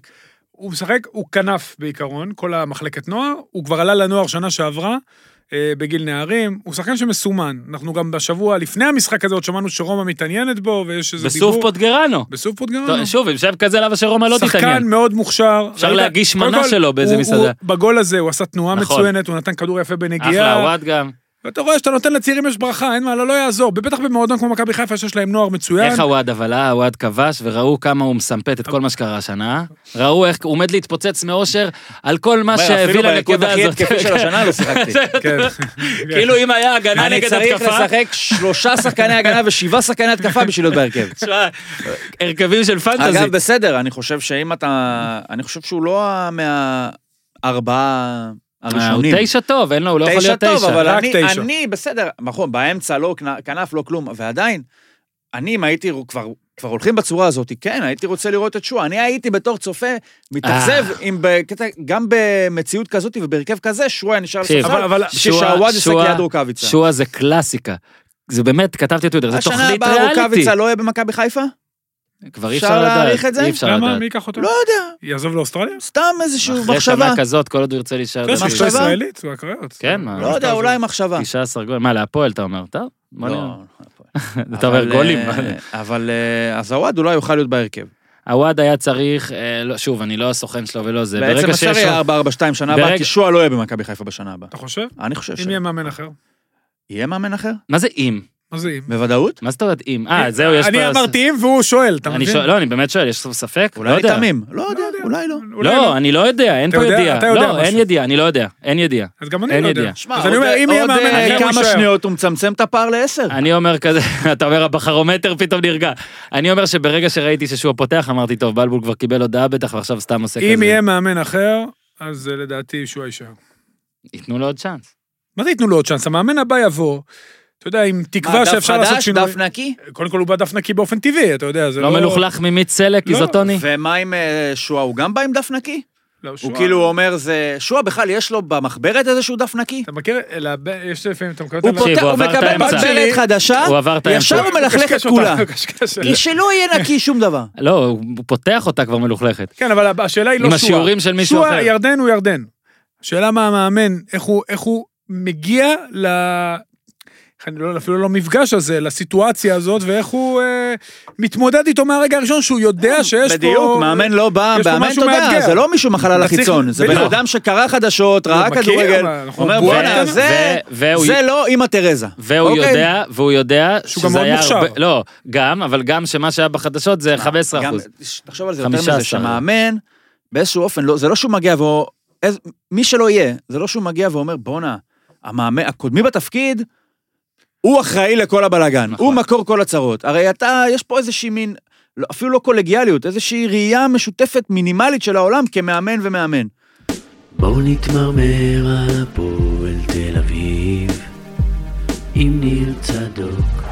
[SPEAKER 4] הוא משחק, הוא כנף בעיקרון, כל המחלקת נוער, הוא כבר עלה לנוער שנה שעברה, אה, בגיל נערים, הוא שחקן שמסומן. אנחנו גם בשבוע לפני המשחק הזה עוד שמענו שרומא מתעניינת בו, ויש איזה דיבור.
[SPEAKER 1] בסוף פוטגרנו.
[SPEAKER 4] בסוף
[SPEAKER 1] טוב,
[SPEAKER 4] פוטגרנו.
[SPEAKER 1] שוב, עם שם כזה למה שרומא לא
[SPEAKER 4] שחקן
[SPEAKER 1] תתעניין.
[SPEAKER 4] מאוד מוכשר.
[SPEAKER 1] אפשר
[SPEAKER 4] ראית?
[SPEAKER 1] להגיש
[SPEAKER 4] קודם
[SPEAKER 1] מנה
[SPEAKER 4] כל,
[SPEAKER 1] שלו באיזה
[SPEAKER 4] הוא-
[SPEAKER 1] מסעדה.
[SPEAKER 4] הוא- בגול הזה הוא עשה תנועה
[SPEAKER 1] נכון.
[SPEAKER 4] מצוינת, הוא נתן כדור יפה
[SPEAKER 1] אחלה,
[SPEAKER 4] בנגיעה.
[SPEAKER 1] וואט גם.
[SPEAKER 4] ואתה רואה שאתה נותן לצעירים יש ברכה, אין מה, לא לא יעזור. בטח במועדון כמו מכבי חיפה שיש להם נוער מצוין.
[SPEAKER 1] איך הוואד אבל אה, הוואד כבש, וראו כמה הוא מסמפת את כל מה שקרה השנה. ראו איך הוא עומד להתפוצץ מאושר על כל מה שהביא
[SPEAKER 3] אפילו בהרכב
[SPEAKER 1] לנקודה
[SPEAKER 3] הכי
[SPEAKER 1] הזאת.
[SPEAKER 3] התקפי של
[SPEAKER 1] [laughs]
[SPEAKER 3] השנה לא שיחקתי.
[SPEAKER 4] כן.
[SPEAKER 1] כאילו אם היה הגנה
[SPEAKER 3] אני
[SPEAKER 1] נגד
[SPEAKER 3] צריך
[SPEAKER 1] התקפה,
[SPEAKER 3] לשחק שלושה שחקני
[SPEAKER 1] [laughs]
[SPEAKER 3] הגנה ושבעה שחקני התקפה בשביל להיות בהרכב.
[SPEAKER 1] תשמע, הרכבים של פנטזי.
[SPEAKER 3] אגב, בסדר, אני חושב שאם אתה... אני חושב שהוא לא ה- מהארבעה
[SPEAKER 1] אה, הוא
[SPEAKER 3] הראשונים.
[SPEAKER 1] תשע טוב, אין לו, הוא לא יכול
[SPEAKER 3] תשע
[SPEAKER 1] להיות
[SPEAKER 3] טוב,
[SPEAKER 1] תשע.
[SPEAKER 3] אבל
[SPEAKER 4] רק
[SPEAKER 3] אני,
[SPEAKER 4] תשע.
[SPEAKER 3] אני בסדר, נכון, באמצע לא כנ- כנף, לא כלום, ועדיין, אני, אם הייתי רוא- כבר... כבר הולכים בצורה הזאת, כן, הייתי רוצה לראות את שואה. אני הייתי בתור צופה מתאכזב
[SPEAKER 1] אה.
[SPEAKER 3] אם בקטע, גם במציאות כזאת ובהרכב כזה, שואה היה נשאר
[SPEAKER 1] תקשיב,
[SPEAKER 4] אבל-
[SPEAKER 3] לספסל,
[SPEAKER 4] אבל-
[SPEAKER 3] בשביל
[SPEAKER 1] שועה-
[SPEAKER 3] שהוואד ישחק
[SPEAKER 1] שועה-
[SPEAKER 3] ליד רוקאביצה.
[SPEAKER 1] שועה זה קלאסיקה. זה באמת, כתבתי בטוויטר, זה
[SPEAKER 3] השנה
[SPEAKER 1] תוכנית
[SPEAKER 3] הבאה
[SPEAKER 1] ריאליטי.
[SPEAKER 3] רוקאביצה לא יהיה במכבי חיפה?
[SPEAKER 1] כבר אי
[SPEAKER 3] אפשר
[SPEAKER 1] אפשר
[SPEAKER 3] להעריך את
[SPEAKER 1] לדעת,
[SPEAKER 3] זה?
[SPEAKER 1] אי אפשר
[SPEAKER 4] למה?
[SPEAKER 1] לדעת.
[SPEAKER 4] מי ייקח אותו?
[SPEAKER 3] לא יודע,
[SPEAKER 4] יעזוב לאוסטרליה?
[SPEAKER 3] סתם איזושהי
[SPEAKER 1] כן. אחרי שנה
[SPEAKER 3] מחשבה.
[SPEAKER 1] כזאת, כל עוד הוא ירצה להישאר.
[SPEAKER 4] יש
[SPEAKER 1] בליגה.
[SPEAKER 4] אשתו
[SPEAKER 3] לא, מחשבה?
[SPEAKER 4] ישראלית, והקריות.
[SPEAKER 1] כן, מה?
[SPEAKER 3] לא יודע, אולי מחשבה.
[SPEAKER 1] 19 גולים. מה, להפועל אתה אומר? טוב, בוא
[SPEAKER 3] לא,
[SPEAKER 1] נראה.
[SPEAKER 3] הפועל.
[SPEAKER 1] [laughs] אתה אומר
[SPEAKER 3] אבל,
[SPEAKER 1] גולים.
[SPEAKER 3] אה, אבל אה, אז הוואד אולי יוכל להיות בהרכב.
[SPEAKER 1] הוואד היה צריך, אה, לא- שוב, אני לא הסוכן שלו ולא זה.
[SPEAKER 3] בעצם
[SPEAKER 1] ברגע שיש
[SPEAKER 3] אפשר יהיה
[SPEAKER 1] לו...
[SPEAKER 3] 4-4-2 שנה
[SPEAKER 1] ברגע-
[SPEAKER 3] הבאה, כי שועה לא יהיה במכבי חיפה בשנה הבאה.
[SPEAKER 4] אתה
[SPEAKER 1] לא
[SPEAKER 4] חושב?
[SPEAKER 3] אני חושב ש...
[SPEAKER 4] אם יהיה מאמן אחר.
[SPEAKER 3] יהיה מאמן אחר?
[SPEAKER 1] מה זה אם?
[SPEAKER 4] מה זה אם?
[SPEAKER 3] בוודאות?
[SPEAKER 1] מה זאת אומרת אם? אה, זהו, יש...
[SPEAKER 4] אני
[SPEAKER 1] פה-
[SPEAKER 4] אמרתי אם והוא שואל, אתה
[SPEAKER 1] אני
[SPEAKER 4] מבין?
[SPEAKER 1] שואל, לא, אני באמת שואל, יש סוף ספק? לא
[SPEAKER 3] אולי
[SPEAKER 1] יודע.
[SPEAKER 3] תמים. לא יודע,
[SPEAKER 4] יודע.
[SPEAKER 3] אולי לא.
[SPEAKER 4] אולי
[SPEAKER 1] לא, אני לא יודע, אין
[SPEAKER 4] אתה
[SPEAKER 1] פה
[SPEAKER 4] יודע? אתה
[SPEAKER 1] ידיעה.
[SPEAKER 4] יודע
[SPEAKER 1] לא,
[SPEAKER 4] משהו.
[SPEAKER 1] אין ידיעה, אני לא יודע. אין
[SPEAKER 4] [laughs]
[SPEAKER 1] ידיעה.
[SPEAKER 4] אז גם אני
[SPEAKER 1] אין
[SPEAKER 4] לא יודע.
[SPEAKER 1] ידיעה.
[SPEAKER 3] שמע,
[SPEAKER 4] אז
[SPEAKER 3] עוד-
[SPEAKER 4] אני אומר, אם יהיה
[SPEAKER 3] עוד,
[SPEAKER 4] מאמן
[SPEAKER 3] אה,
[SPEAKER 4] אחר, הוא
[SPEAKER 3] כמה
[SPEAKER 4] יישאר.
[SPEAKER 3] שניות הוא מצמצם את הפער לעשר.
[SPEAKER 1] אני אומר כזה, [laughs] אתה אומר הבחרומטר פתאום נרגע. אני אומר שברגע שראיתי ששוע פותח, אמרתי, טוב, בלבול כבר קיבל הודעה בטח, ועכשיו סתם עושה כזה.
[SPEAKER 4] אם יהיה מאמן אחר, אז אה, לדעתי שהוא יישאר.
[SPEAKER 1] ייתנו לו עוד צ'אנס.
[SPEAKER 4] מה זה ייתנו לו עוד צ'אנס? המאמן הבא יבוא, אתה יודע, עם
[SPEAKER 3] מה,
[SPEAKER 4] תקווה
[SPEAKER 3] דף
[SPEAKER 4] שאפשר לעשות
[SPEAKER 3] חדש,
[SPEAKER 4] שינוי.
[SPEAKER 3] דף נקי?
[SPEAKER 4] קודם כל הוא בא דף נקי באופן טבעי, אתה יודע, זה לא...
[SPEAKER 1] לא מלוכלך ממיץ סלק,
[SPEAKER 4] לא.
[SPEAKER 1] איזוטוני?
[SPEAKER 3] ומה עם אה, שועה? הוא גם בא עם דף נקי?
[SPEAKER 4] לא,
[SPEAKER 3] הוא
[SPEAKER 4] שועה.
[SPEAKER 3] כאילו אומר, זה... שועה בכלל יש לו במחברת איזשהו דף נקי?
[SPEAKER 4] אתה מכיר? אלא ב- יש לפעמים, אתה מקבל...
[SPEAKER 3] הוא
[SPEAKER 4] את ה-
[SPEAKER 1] תקשיב,
[SPEAKER 3] פותח,
[SPEAKER 1] הוא
[SPEAKER 3] הוא
[SPEAKER 1] עבר את
[SPEAKER 3] מקבל
[SPEAKER 1] האמצע.
[SPEAKER 3] מחברת חדשה,
[SPEAKER 1] הוא עבר את האמצע.
[SPEAKER 3] ישר הוא מלכלך את
[SPEAKER 4] קשקש אותה, [laughs]
[SPEAKER 3] כולה.
[SPEAKER 4] קשקש.
[SPEAKER 3] כי שלא יהיה נקי שום דבר.
[SPEAKER 1] לא, הוא פותח אותה כבר מלוכלכת.
[SPEAKER 4] כן, אבל השאלה היא לא
[SPEAKER 1] עם
[SPEAKER 4] שועה.
[SPEAKER 1] השיעורים של מישהו אחר.
[SPEAKER 4] שועה, ירדן הוא ירדן. השאלה מה המאמן, איך הוא, איך הוא מגיע ל... איך אני לא, אפילו לא מפגש הזה, לסיטואציה הזאת, ואיך הוא אה, מתמודד איתו מהרגע הראשון, שהוא יודע שיש פה...
[SPEAKER 3] אה, בדיוק, מאמן לא בא,
[SPEAKER 4] יש פה
[SPEAKER 3] מאמן, אתה
[SPEAKER 4] משהו
[SPEAKER 3] יודע,
[SPEAKER 4] מאתגר.
[SPEAKER 3] זה לא מישהו מחלל
[SPEAKER 4] אתה צריך-
[SPEAKER 3] החיצון, זה בן
[SPEAKER 4] בדיוק.
[SPEAKER 3] אדם שקרא חדשות, ראה
[SPEAKER 4] מכיר,
[SPEAKER 3] כדורגל,
[SPEAKER 4] אבל אנחנו
[SPEAKER 3] אומר
[SPEAKER 4] בועה
[SPEAKER 3] בואנה,
[SPEAKER 4] קטנה."
[SPEAKER 3] זה
[SPEAKER 1] ו- והוא-
[SPEAKER 3] זה לא אימא תרזה.
[SPEAKER 1] והוא
[SPEAKER 3] אוקיי.
[SPEAKER 1] יודע, והוא יודע
[SPEAKER 4] שהוא גם
[SPEAKER 1] שזה
[SPEAKER 4] מאוד
[SPEAKER 1] היה
[SPEAKER 4] מוכשר.
[SPEAKER 1] הרבה- לא, גם, אבל גם שמה שהיה בחדשות זה 15
[SPEAKER 3] אה, גם-
[SPEAKER 1] אחוז.
[SPEAKER 3] תחשוב על זה יותר
[SPEAKER 1] 15.
[SPEAKER 3] מזה, שמאמן, באיזשהו אופן, לא- זה לא שהוא מגיע והוא... איז- מי שלא יהיה, זה לא שהוא מגיע ואומר, בואנה, המאמן, הקודמי בתפקיד, הוא אחראי לכל הבלגן,
[SPEAKER 1] נכון.
[SPEAKER 3] הוא מקור כל הצרות. הרי אתה, יש פה איזושהי מין, לא- אפילו לא קולגיאליות, איזושהי ראייה משותפת מינימלית של העולם כמאמן ומאמן.
[SPEAKER 5] בואו נתמרמר על הפועל תל אביב עם ניר צדוק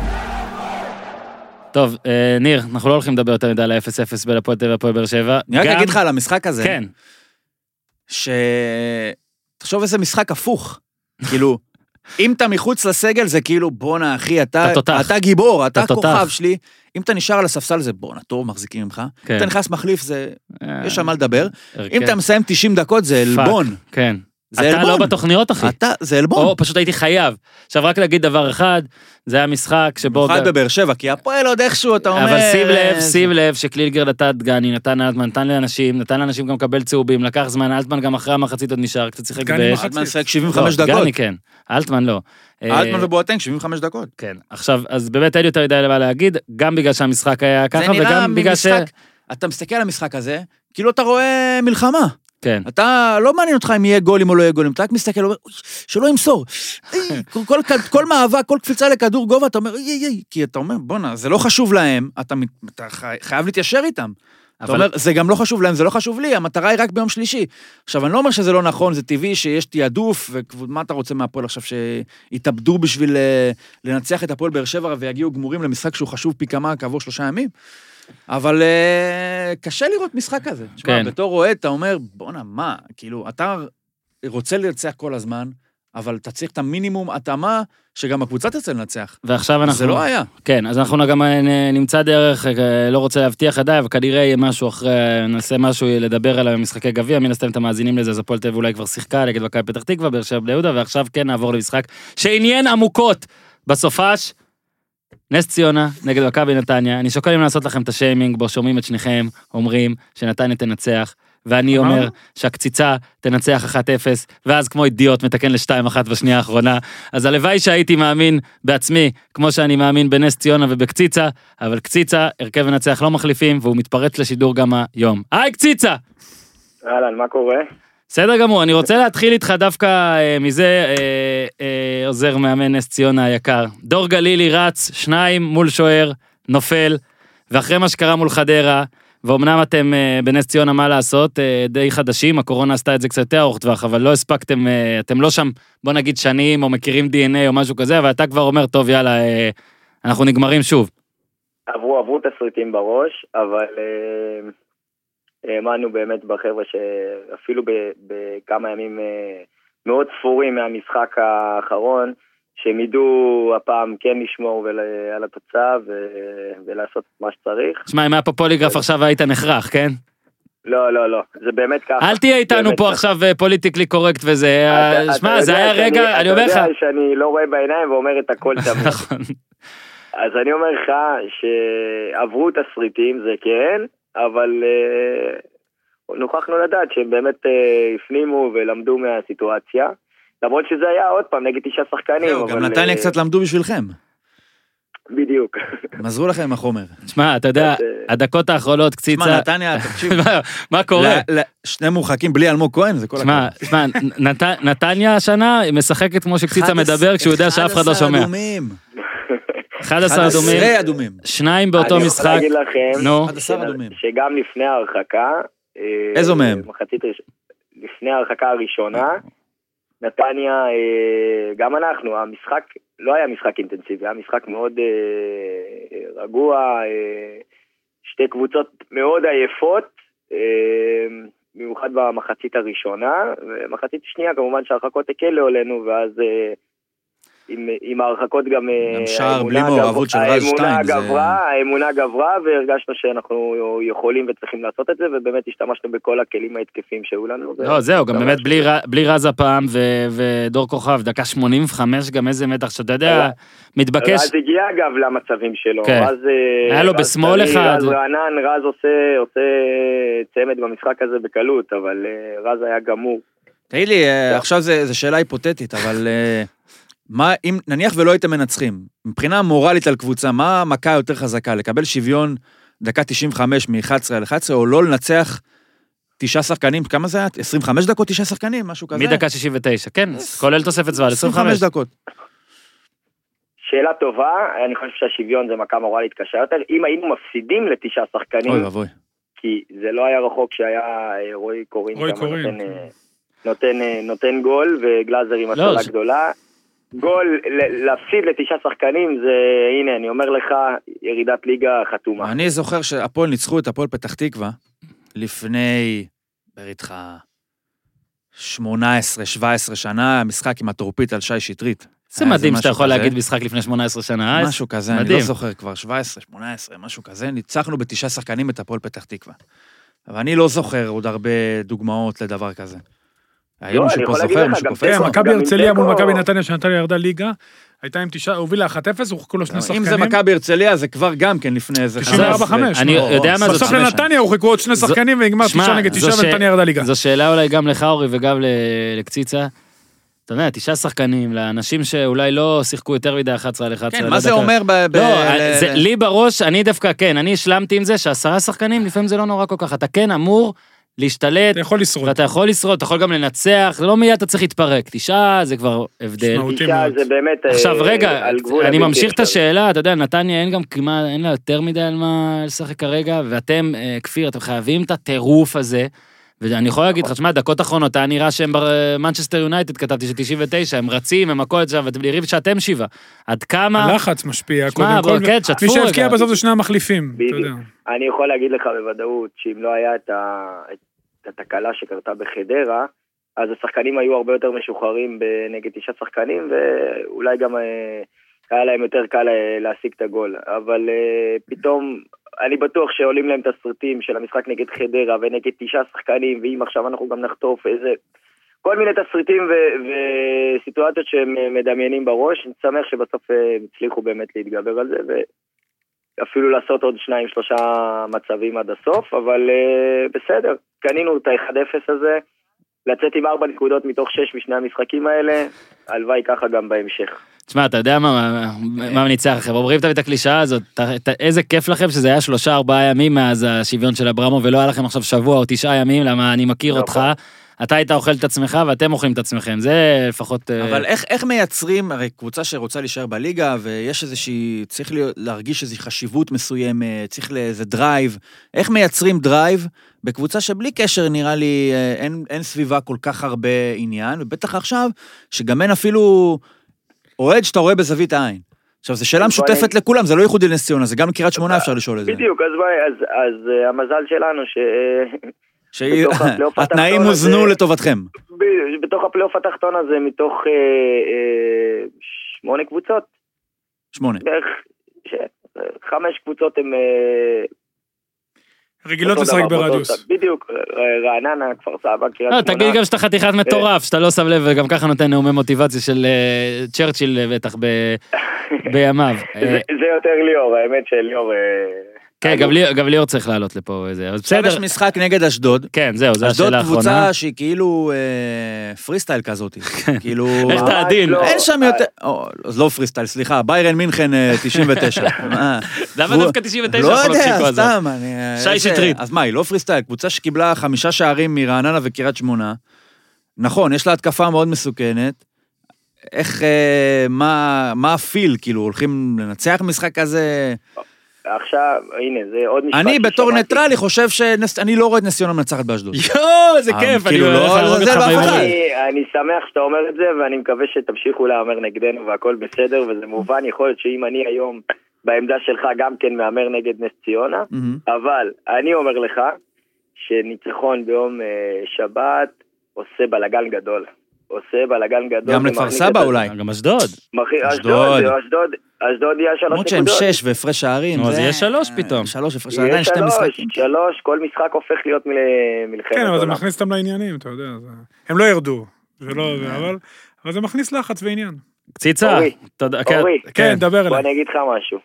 [SPEAKER 1] טוב, אה, ניר, אנחנו לא הולכים לדבר יותר מדי על ה-0-0 בין הפועל תל אביב והפועל באר שבע.
[SPEAKER 3] אני רק
[SPEAKER 1] גם-
[SPEAKER 3] אגיד לך על המשחק הזה,
[SPEAKER 1] כן,
[SPEAKER 3] ש... תחשוב איזה משחק הפוך. [laughs] כאילו, אם אתה מחוץ לסגל זה כאילו, בואנה אחי, אתה,
[SPEAKER 1] אתה תותח.
[SPEAKER 3] אתה גיבור, אתה,
[SPEAKER 1] אתה תותח.
[SPEAKER 3] כוכב שלי. אם אתה נשאר על הספסל זה בואנה טוב, מחזיקים ממך.
[SPEAKER 1] כן.
[SPEAKER 3] אם אתה נכנס מחליף זה,
[SPEAKER 1] אה,
[SPEAKER 3] יש על מה לדבר.
[SPEAKER 1] הרכב.
[SPEAKER 3] אם אתה מסיים 90 דקות זה
[SPEAKER 1] כן. פאק,
[SPEAKER 3] עלבון.
[SPEAKER 1] כן.
[SPEAKER 3] זה
[SPEAKER 1] אתה
[SPEAKER 3] עלבון.
[SPEAKER 1] לא בתוכניות, אחי.
[SPEAKER 3] אתה, זה עלבון.
[SPEAKER 1] או פשוט הייתי חייב. עכשיו, רק להגיד דבר אחד, זה היה משחק שבו...
[SPEAKER 3] במיוחד בבאר שבע, כי הפועל עוד איכשהו, אתה אומר...
[SPEAKER 1] אבל שים לב,
[SPEAKER 3] אה,
[SPEAKER 1] שים לב שקלילגר נתן דגני, נתן אלטמן, נתן לאנשים, נתן לאנשים גם לקבל צהובים, לקח זמן, אלטמן גם אחרי המחצית עוד נשאר, קצת שיחק
[SPEAKER 4] דגני
[SPEAKER 1] באש.
[SPEAKER 4] מחצית.
[SPEAKER 3] אלטמן שיחק 75
[SPEAKER 1] לא,
[SPEAKER 3] דקות.
[SPEAKER 1] דגני כן, אלטמן לא. אה,
[SPEAKER 3] אלטמן ובואטנק 75 דקות.
[SPEAKER 1] כן, עכשיו, אז באמת אין יותר מדי מה להגיד, גם בגלל שהמשחק היה
[SPEAKER 3] זה
[SPEAKER 1] ככה,
[SPEAKER 3] נראה
[SPEAKER 1] וגם בגלל ש...
[SPEAKER 3] ממשחק, אתה מסתכל על המשחק הזה, כאילו אתה רואה מלחמה.
[SPEAKER 1] כן.
[SPEAKER 3] אתה, לא מעניין אותך אם יהיה גולים או לא יהיה גולים, אתה רק מסתכל, אומר, "אוי, שלא
[SPEAKER 1] [laughs]
[SPEAKER 3] ימסור. אי, כל- כל כד- כל מאבק, כל קפיצה לכדור גובה, אתה אומר, "אי, אי, אי", כי אתה אומר, בואנה, זה לא חשוב להם, אתה מת- אתה חי- חייב להתיישר איתם. אתה
[SPEAKER 1] אבל-
[SPEAKER 3] אומר, זה גם לא חשוב להם, זה לא חשוב לי, המטרה היא רק ביום שלישי. עכשיו, אני לא אומר שזה לא נכון, זה טבעי שיש תעדוף, ומה אתה רוצה מהפועל עכשיו, שיתאבדו בשביל אה, לנצח את הפועל באר שבע ויגיעו גמורים למשחק שהוא חשוב פי כמה כעבור שלושה ימים? אבל אה, קשה לראות משחק כזה. תשמע,
[SPEAKER 1] כן.
[SPEAKER 3] בתור אוהד אתה אומר, בואנה, מה, כאילו, אתה רוצה לנצח כל הזמן, אבל אתה צריך את המינימום התאמה, שגם הקבוצה תרצה לנצח.
[SPEAKER 1] ועכשיו אנחנו...
[SPEAKER 3] זה לא היה.
[SPEAKER 1] כן, אז אנחנו גם אה, נמצא דרך, אה, לא רוצה להבטיח עדיין, אבל כנראה יהיה משהו אחרי, אה, נעשה משהו לדבר עליו במשחקי גביע, מן הסתם אתם מאזינים לזה, אז הפועל תל אביב אולי כבר שיחקה נגד מכבי פתח תקווה, באר שבע בני יהודה, ועכשיו כן נעבור למשחק שעניין עמוקות בסופש. נס ציונה נגד מכבי נתניה, אני שוקל אם לעשות לכם את השיימינג בו שומעים את שניכם אומרים שנתניה תנצח, ואני
[SPEAKER 4] אמרנו.
[SPEAKER 1] אומר שהקציצה תנצח 1-0, ואז כמו אידיוט מתקן ל-2-1 בשנייה האחרונה. אז הלוואי שהייתי מאמין בעצמי, כמו שאני מאמין בנס ציונה ובקציצה, אבל קציצה, הרכב מנצח לא מחליפים, והוא מתפרץ לשידור גם היום. היי קציצה!
[SPEAKER 6] אהלן, מה קורה?
[SPEAKER 1] בסדר גמור, אני רוצה להתחיל איתך דווקא אה, מזה, אה, אה, עוזר מאמן נס ציונה היקר. דור גלילי רץ, שניים מול שוער, נופל, ואחרי מה שקרה מול חדרה, ואומנם אתם אה, בנס ציונה, מה לעשות, אה, די חדשים, הקורונה עשתה את זה קצת יותר ארוך טווח, אבל לא הספקתם, אה, אתם לא שם, בוא נגיד שנים, או מכירים DNA או משהו כזה, אבל אתה כבר אומר, טוב, יאללה, אה, אנחנו נגמרים שוב.
[SPEAKER 6] עברו, עברו תסריטים בראש, אבל אה, האמנו באמת בחבר'ה שאפילו ב- בכמה ימים אה, מאוד ספורים מהמשחק האחרון, שהם ידעו הפעם כן לשמור ול, על התוצאה ו, ולעשות את מה שצריך.
[SPEAKER 1] שמע, אם היה פה פוליגרף עכשיו היית נחרך, כן?
[SPEAKER 6] לא, לא, לא, זה באמת ככה.
[SPEAKER 1] אל תהיה איתנו
[SPEAKER 6] באמת
[SPEAKER 1] פה
[SPEAKER 6] ככה.
[SPEAKER 1] עכשיו אה, פוליטיקלי קורקט וזה,
[SPEAKER 6] אתה-
[SPEAKER 1] אה,
[SPEAKER 6] אתה
[SPEAKER 1] שמע,
[SPEAKER 6] יודע
[SPEAKER 1] זה היה
[SPEAKER 6] שאני-
[SPEAKER 1] רגע, אני אומר לך.
[SPEAKER 6] אתה יודע שאני לא רואה בעיניים ואומר את
[SPEAKER 1] [laughs]
[SPEAKER 6] הכל תמיד.
[SPEAKER 1] נכון.
[SPEAKER 6] אז אני אומר לך שעברו תסריטים, זה כן, אבל אה, נוכחנו לדעת שהם באמת אה, הפנימו ולמדו מהסיטואציה. למרות שזה היה עוד פעם נגד תשעה שחקנים,
[SPEAKER 3] זהו,
[SPEAKER 6] אבל...
[SPEAKER 3] גם נתניה
[SPEAKER 6] אה,
[SPEAKER 3] קצת למדו בשבילכם.
[SPEAKER 6] בדיוק.
[SPEAKER 3] הם עזרו לכם עם החומר.
[SPEAKER 1] שמע, אתה יודע,
[SPEAKER 6] אז, אה,
[SPEAKER 1] הדקות האחרונות,
[SPEAKER 3] תשמע,
[SPEAKER 1] קציצה,
[SPEAKER 3] נתניה, תקשיב,
[SPEAKER 1] [laughs] מה- מה קורה?
[SPEAKER 3] ל- ל- שני מורחקים בלי אלמוג כהן, זה כל
[SPEAKER 1] שמע, שמע, נת- נתניה השנה היא משחקת כמו שקציצה מדבר כשהוא יודע שאף אחד לא
[SPEAKER 3] 11
[SPEAKER 1] שומע.
[SPEAKER 3] אדומים.
[SPEAKER 1] 11 אדומים,
[SPEAKER 3] 11 אדומים.
[SPEAKER 1] שניים באותו
[SPEAKER 6] אני יכול
[SPEAKER 1] משחק,
[SPEAKER 6] להגיד לכם,
[SPEAKER 1] נו,
[SPEAKER 3] 11 אדומים.
[SPEAKER 6] שגם לפני ההרחקה... אה,
[SPEAKER 3] איזו מהם? אה.
[SPEAKER 6] מחצית ראש... לפני ההרחקה הראשונה, נתניה, אה, גם אנחנו, המשחק לא היה משחק אינטנסיבי, היה משחק מאוד אה, רגוע, אה, שתי קבוצות מאוד עייפות, אה, במיוחד במחצית הראשונה, ומחצית שנייה כמובן שההרחקות הקלו עלינו, ואז... אה, עם, עם ההרחקות גם, אה,
[SPEAKER 3] גם שער בלי
[SPEAKER 6] האמונה גב-
[SPEAKER 3] מעורבות של רז
[SPEAKER 6] האמונה
[SPEAKER 3] שטיין, זה-
[SPEAKER 6] גברה, האמונה גברה והרגשנו שאנחנו יכולים וצריכים לעשות את זה ובאמת השתמשנו בכל הכלים ההתקפיים שהיו לנו.
[SPEAKER 1] לא, זהו, גם באמת בלי ר- בלי רז הפעם ו- ודור כוכב, דקה 85, גם איזה מתח שאתה יודע,
[SPEAKER 6] היה-
[SPEAKER 1] מתבקש,
[SPEAKER 6] רז הגיע אגב למצבים שלו.
[SPEAKER 1] כן.
[SPEAKER 6] רז, אה,
[SPEAKER 1] היה לו
[SPEAKER 6] רז
[SPEAKER 1] בשמאל
[SPEAKER 6] טרי,
[SPEAKER 1] אחד.
[SPEAKER 6] רז רענן, רז עושה, עושה צמד במשחק הזה בקלות, אבל אה, רז היה גמור.
[SPEAKER 3] תגיד לי,
[SPEAKER 1] לא.
[SPEAKER 3] אה, עכשיו זה זה שאלה היפותטית, אבל אה, מה, אם, נניח ולא הייתם מנצחים, מבחינה מורלית על קבוצה, מה המכה היותר חזקה? לקבל שוויון דקה 95 מ-11 על 11, או לא לנצח תשעה שחקנים, כמה זה היה? 25 דקות, תשעה שחקנים, משהו
[SPEAKER 6] לא,
[SPEAKER 3] כזה?
[SPEAKER 1] מדקה 69, כן, כולל תוספת זמן, 25.
[SPEAKER 3] 25 דקות.
[SPEAKER 6] שאלה טובה, אני חושב שהשוויון זה מכה מורלית קשה יותר. אם היינו מפסידים לתשעה שחקנים,
[SPEAKER 3] אוי ואבוי.
[SPEAKER 6] כי זה לא היה רחוק שהיה אה, רועי קורין,
[SPEAKER 4] רועי
[SPEAKER 6] שם
[SPEAKER 4] קורין,
[SPEAKER 6] נותן,
[SPEAKER 4] כן.
[SPEAKER 6] אה, נותן, אה, נותן גול וגלאזר עם
[SPEAKER 1] לא,
[SPEAKER 6] הצלה
[SPEAKER 1] זה-
[SPEAKER 6] גדולה. גול, ל- להפסיד לתשעה שחקנים זה, הנה, אני אומר לך, ירידת ליגה חתומה.
[SPEAKER 3] אני זוכר שהפועל ניצחו את הפועל פתח תקווה לפני, דבר איתך, 18-17 שנה, משחק עם הטורפית על שי שטרית.
[SPEAKER 1] זה
[SPEAKER 3] היה
[SPEAKER 1] מדהים
[SPEAKER 3] איזה
[SPEAKER 1] שאתה
[SPEAKER 3] אה, משהו
[SPEAKER 1] יכול
[SPEAKER 3] כזה.
[SPEAKER 1] להגיד משחק לפני 18 שנה, אז
[SPEAKER 3] משהו כזה, אני
[SPEAKER 1] מדהים.
[SPEAKER 3] לא זוכר כבר, 17, 18, משהו כזה, ניצחנו בתשעה שחקנים את הפועל פתח תקווה. אבל אני לא זוכר עוד הרבה דוגמאות לדבר כזה. היום
[SPEAKER 6] לא, אני
[SPEAKER 3] מישהו פה
[SPEAKER 6] יכול להגיד
[SPEAKER 3] זוכר,
[SPEAKER 6] לך,
[SPEAKER 3] מישהו
[SPEAKER 6] גם
[SPEAKER 3] קופץ.
[SPEAKER 4] כן,
[SPEAKER 6] תיקו,
[SPEAKER 3] לו?
[SPEAKER 4] מכבי
[SPEAKER 6] גם עם
[SPEAKER 4] הרצליה מול
[SPEAKER 6] תיקו.
[SPEAKER 4] מכבי נתניה שנתניה ירדה ליגה, הייתה עם תשעה, הובילה 1-0, הורחקו לו שני
[SPEAKER 1] לא,
[SPEAKER 3] אם זה
[SPEAKER 4] שחקנים.
[SPEAKER 3] מכבי הרצליה, זה כבר גם כן לפני איזה
[SPEAKER 4] 94,
[SPEAKER 3] חמש,
[SPEAKER 4] חמש,
[SPEAKER 1] אני
[SPEAKER 3] או- או-
[SPEAKER 1] יודע מה זאת
[SPEAKER 4] בסוף
[SPEAKER 1] חמש שנים.
[SPEAKER 4] לנתניה הורחקו עוד שני
[SPEAKER 1] זו-
[SPEAKER 4] שחקנים ונגמר
[SPEAKER 1] שמע,
[SPEAKER 4] תשעה נגד
[SPEAKER 1] זו
[SPEAKER 4] תשעה
[SPEAKER 1] ש-
[SPEAKER 4] ונתניה ירדה ליגה.
[SPEAKER 1] זו שאלה אולי גם לך, אורי, וגם ל- לקציצה. אתה יודע, תשעה שחקנים, לאנשים שאולי לא שיחקו יותר מדי 11 על 11.
[SPEAKER 3] כן,
[SPEAKER 1] לא
[SPEAKER 3] מה זה
[SPEAKER 1] יודע,
[SPEAKER 3] אומר ב... ב-
[SPEAKER 1] לא,
[SPEAKER 3] ל-
[SPEAKER 1] זה- לי בראש, אני דווקא כן, אני השלמתי עם זה שעשרה שחקנים, לפעמים זה לא נורא כל כך. אתה כן אמור להשתלט,
[SPEAKER 4] אתה יכול לשרוד.
[SPEAKER 1] ואתה יכול לשרוד, אתה יכול גם לנצח, זה לא מיד אתה צריך להתפרק. תשעה זה כבר הבדל.
[SPEAKER 4] משמעותי
[SPEAKER 6] תשעה
[SPEAKER 4] מאוד.
[SPEAKER 6] זה באמת אה,
[SPEAKER 1] עכשיו רגע,
[SPEAKER 6] על גבול
[SPEAKER 1] אני
[SPEAKER 6] הבלתי
[SPEAKER 1] ממשיך את
[SPEAKER 6] אפשרי.
[SPEAKER 1] השאלה, אתה יודע, נתניה אין גם כמעט, אין לה יותר מדי על מה לשחק כרגע, ואתם, אה, כפיר, אתם חייבים את הטירוף הזה. ואני יכול להגיד לך, שמע, דקות אחרונות היה נראה שהם במנצ'סטר יונייטד, כתבתי ש-99, הם רצים, הם הכל שם, ואתם נראים שאתם שבעה. עד כמה...
[SPEAKER 4] הלחץ משפיע
[SPEAKER 1] שמע,
[SPEAKER 4] קודם
[SPEAKER 1] אבל
[SPEAKER 4] כל.
[SPEAKER 1] כן, תשתפו
[SPEAKER 4] מי שהבקיע
[SPEAKER 1] רגע.
[SPEAKER 4] בסוף זה שני המחליפים, אתה יודע.
[SPEAKER 6] אני יכול להגיד לך בוודאות שאם לא היה את, ה... את התקלה שקרתה בחדרה, אז השחקנים היו הרבה יותר משוחררים נגד תשעה שחקנים, ואולי גם אה, היה להם יותר קל אה, להשיג את הגול. אבל אה, פתאום, אני בטוח שעולים להם תסריטים של המשחק נגד חדרה ונגד תשעה שחקנים, ואם עכשיו אנחנו גם נחטוף איזה... כל מיני תסריטים ו- וסיטואציות שהם אה, מדמיינים בראש. אני שמח שבסוף אה, הם הצליחו באמת להתגבר על זה, ו... אפילו לעשות עוד שניים, שלושה מצבים עד הסוף, אבל אה, בסדר, קנינו את ה-1-0 הזה, לצאת עם ארבע נקודות מתוך שש משני המשחקים האלה, הלוואי ככה גם בהמשך.
[SPEAKER 1] תשמע, אתה יודע מה
[SPEAKER 3] אה.
[SPEAKER 1] מה- מה ניצח לכם? אומרים תמיד את הקלישאה הזאת, ת- ת- איזה כיף לכם שזה היה שלושה ארבעה ימים מאז השוויון של אברמו, ולא היה לכם עכשיו שבוע או תשעה ימים, למה אני מכיר
[SPEAKER 3] לא,
[SPEAKER 6] נכון.
[SPEAKER 1] אותך. אתה היית אוכל את עצמך ואתם אוכלים את עצמכם, זה לפחות... אה,
[SPEAKER 3] אבל איך, איך מייצרים, הרי קבוצה שרוצה להישאר בליגה, ויש איזושהי, צריך להיות, להרגיש איזושהי חשיבות מסוימת, צריך לאיזה דרייב. איך מייצרים דרייב בקבוצה שבלי קשר, נראה לי, אה, אין, אין סביבה כל כך הרבה עניין, ובטח עכשיו, שגם אין אפילו אוהד שאתה רואה בזווית העין. עכשיו, זו שאלה
[SPEAKER 6] בוא
[SPEAKER 3] משותפת
[SPEAKER 6] אני-
[SPEAKER 3] לכולם, זה לא ייחודי לנס ציונה, זה גם לקריית שמונה אפשר לשאול את זה.
[SPEAKER 6] בדיוק, אז, מה- אז, אז אה, המזל שלנו ש... אה,
[SPEAKER 3] [laughs]
[SPEAKER 6] בתוך הפלייאוף
[SPEAKER 3] שהתנאים
[SPEAKER 6] התחתון
[SPEAKER 3] הוזנו
[SPEAKER 6] הזה-
[SPEAKER 3] לטובתכם.
[SPEAKER 6] ב- בתוך הפלייאוף התחתון הזה, מתוך אה, אה, שמונה קבוצות,
[SPEAKER 3] שמונה.
[SPEAKER 6] בערך ש... אה, חמש קבוצות הן אה,
[SPEAKER 4] רגילות
[SPEAKER 6] אותו
[SPEAKER 4] לשחק
[SPEAKER 6] דבר,
[SPEAKER 4] לא ברדיוס.
[SPEAKER 6] אותו-
[SPEAKER 1] כן,
[SPEAKER 6] בדיוק, אה, רעננה, כפר סבא, קריית
[SPEAKER 1] לא,
[SPEAKER 6] שמונה.
[SPEAKER 1] תגיד גם שאתה
[SPEAKER 3] אה.
[SPEAKER 1] חתיכת מטורף, שאתה לא שם לב, וגם ככה נותן נאומי מוטיבציה של אה, צ'רצ'יל אה, בטח
[SPEAKER 3] [laughs]
[SPEAKER 1] ב- בימיו.
[SPEAKER 6] זה
[SPEAKER 1] אה,
[SPEAKER 6] זה יותר ליאור, האמת שליאור... אה,
[SPEAKER 1] כן,
[SPEAKER 6] אני-
[SPEAKER 1] גם לי- גם ליאור צריך לעלות לפה וזה, אז
[SPEAKER 3] עכשיו יש
[SPEAKER 1] בסדר.
[SPEAKER 3] משחק נגד אשדוד,
[SPEAKER 1] כן, זהו, זו
[SPEAKER 3] אשדוד
[SPEAKER 1] השאלה האחרונה. כן.
[SPEAKER 3] קבוצה שהיא כאילו אה, פרי סטייל כזאת,
[SPEAKER 1] [laughs]
[SPEAKER 3] כאילו...
[SPEAKER 1] איך אתה
[SPEAKER 6] ממש
[SPEAKER 1] עדין?
[SPEAKER 6] לא.
[SPEAKER 3] אין שם יותר... או, אז לא פרי סטייל, סליחה, ביירן מינכן אה, 99.
[SPEAKER 1] [laughs]
[SPEAKER 3] מה?
[SPEAKER 1] למה
[SPEAKER 3] הוא-
[SPEAKER 1] דווקא 99
[SPEAKER 3] לא
[SPEAKER 1] אנחנו לוקחים
[SPEAKER 3] יודע,
[SPEAKER 1] כל הזמן?
[SPEAKER 3] סתם. אני- אה,
[SPEAKER 1] שי
[SPEAKER 3] איזה-
[SPEAKER 1] שטרית.
[SPEAKER 3] אז מה, היא לא פרי סטייל? קבוצה שקיבלה חמישה שערים מרעננה וקריית שמונה. נכון, יש לה התקפה מאוד מסוכנת. איך, אה, מה מה הפיל, כאילו, הולכים לנצח משחק כזה?
[SPEAKER 6] אה, עכשיו, הנה, זה עוד משפט
[SPEAKER 3] אני
[SPEAKER 6] ששמעתי.
[SPEAKER 3] בתור ניטרלי חושב שנס... אני לא רואה את נס ציונה מנצחת
[SPEAKER 1] [laughs]
[SPEAKER 3] באשדוד.
[SPEAKER 1] יואו, זה
[SPEAKER 3] אה,
[SPEAKER 1] כיף, אני
[SPEAKER 3] כאילו,
[SPEAKER 1] הולך
[SPEAKER 3] לא
[SPEAKER 1] להרוג אותך
[SPEAKER 3] לזלזל
[SPEAKER 1] [laughs]
[SPEAKER 3] באף אחד.
[SPEAKER 1] ביום.
[SPEAKER 6] אני- אני שמח שאתה אומר את זה, ואני מקווה שתמשיכו להמר נגדנו והכל בסדר, וזה מובן, יכול להיות שאם אני היום בעמדה שלך גם כן מהמר נגד נס ציונה,
[SPEAKER 3] מהמם.
[SPEAKER 6] אבל אני אומר לך שניצחון ביום אה, שבת עושה בלאגן גדול. עושה בלאגן גדול.
[SPEAKER 3] גם לכפר
[SPEAKER 6] ומחניק
[SPEAKER 3] סבא
[SPEAKER 6] את-
[SPEAKER 3] אולי.
[SPEAKER 1] גם אשדוד.
[SPEAKER 6] מחי-
[SPEAKER 3] אשדוד.
[SPEAKER 6] אשדוד, אשדוד, אשדוד יהיה שלוש נקודות.
[SPEAKER 3] למרות שהם שש והפרש שערים.
[SPEAKER 1] נו, אז
[SPEAKER 3] זה- אה,
[SPEAKER 1] יהיה שלוש פתאום.
[SPEAKER 3] שלוש הפרש
[SPEAKER 6] יהיה
[SPEAKER 3] שערים, עדיין שתי
[SPEAKER 6] שלוש,
[SPEAKER 3] משחקים.
[SPEAKER 6] שלוש, כל משחק הופך להיות מל- מלחמת
[SPEAKER 4] כן, אבל זה
[SPEAKER 6] עולם.
[SPEAKER 4] מכניס אותם לעניינים, אתה יודע. זה- הם לא ירדו. זה לא,
[SPEAKER 1] כן.
[SPEAKER 4] אבל- אבל זה מכניס לחץ ועניין.
[SPEAKER 1] קציצה.
[SPEAKER 6] אורי,
[SPEAKER 1] תודה, כן,
[SPEAKER 6] אורי.
[SPEAKER 4] כן, דבר
[SPEAKER 6] בוא
[SPEAKER 4] אליי.
[SPEAKER 6] אני אגיד לך משהו.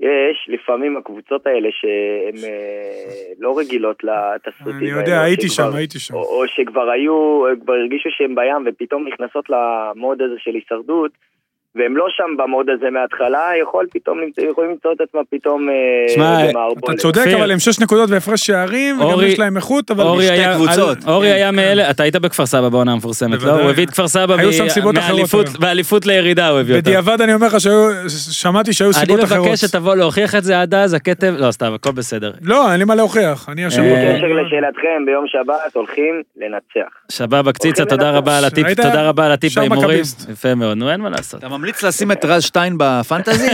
[SPEAKER 6] יש לפעמים הקבוצות האלה שהן אה, לא רגילות לתסריטים
[SPEAKER 4] אני
[SPEAKER 6] האלה.
[SPEAKER 4] יודע,
[SPEAKER 6] או
[SPEAKER 4] הייתי
[SPEAKER 6] שכבר-
[SPEAKER 4] שם, הייתי שם.
[SPEAKER 6] או, או שכבר היו, כבר הרגישו שהם בים ופתאום נכנסות למוד הזה של הישרדות, והם לא שם במוד הזה מההתחלה, יכול פתאום, למצוא- יכולים למצוא את עצמם פתאום אה,
[SPEAKER 1] שמע,
[SPEAKER 4] אתה
[SPEAKER 6] במערבולת.
[SPEAKER 4] צודק,
[SPEAKER 1] אופיר.
[SPEAKER 4] אבל הם שש נקודות והפרש שערים, וגם
[SPEAKER 1] אורי-
[SPEAKER 4] יש להם איכות, אבל... כן,
[SPEAKER 1] אורי
[SPEAKER 3] שתי
[SPEAKER 1] היה-
[SPEAKER 3] קבוצות.
[SPEAKER 1] אל- אורי היה מאלה, אתה היית בכפר סבא בעונה המפורסמת, לא?
[SPEAKER 4] בוודאי.
[SPEAKER 1] הוא הביא את כפר סבא
[SPEAKER 4] היו שם
[SPEAKER 1] מ-
[SPEAKER 4] סיבות אחרות,
[SPEAKER 1] מאליפות-
[SPEAKER 4] אבל.
[SPEAKER 1] מאליפות לירידה הוא הביא אותה.
[SPEAKER 4] בדיעבד אני אומר לך שהיו, שמעתי שהיו
[SPEAKER 1] אני
[SPEAKER 4] סיבות אחרות.
[SPEAKER 1] מבקש שתבוא להוכיח את זה עד אז, הכתב... לא, סתם, הכל בסדר.
[SPEAKER 4] לא, אין לי מה להוכיח, אני אשם.
[SPEAKER 1] אה,
[SPEAKER 4] בכל.
[SPEAKER 6] בקשר לשאלתכם, ביום שבת הולכים לנצח.
[SPEAKER 1] שבאבא קציצה,
[SPEAKER 6] אוקיי,
[SPEAKER 1] תודה
[SPEAKER 6] אנחנו-
[SPEAKER 1] רבה על הטיפ,
[SPEAKER 4] ראית?
[SPEAKER 1] תודה רבה על הטיפ
[SPEAKER 4] שם
[SPEAKER 1] בהימורים.
[SPEAKER 4] מכביסט.
[SPEAKER 1] יפה מאוד, נו, אין מה לעשות.
[SPEAKER 3] אתה ממליץ לשים את רז שטיין
[SPEAKER 1] [laughs]
[SPEAKER 3] בפנטזי?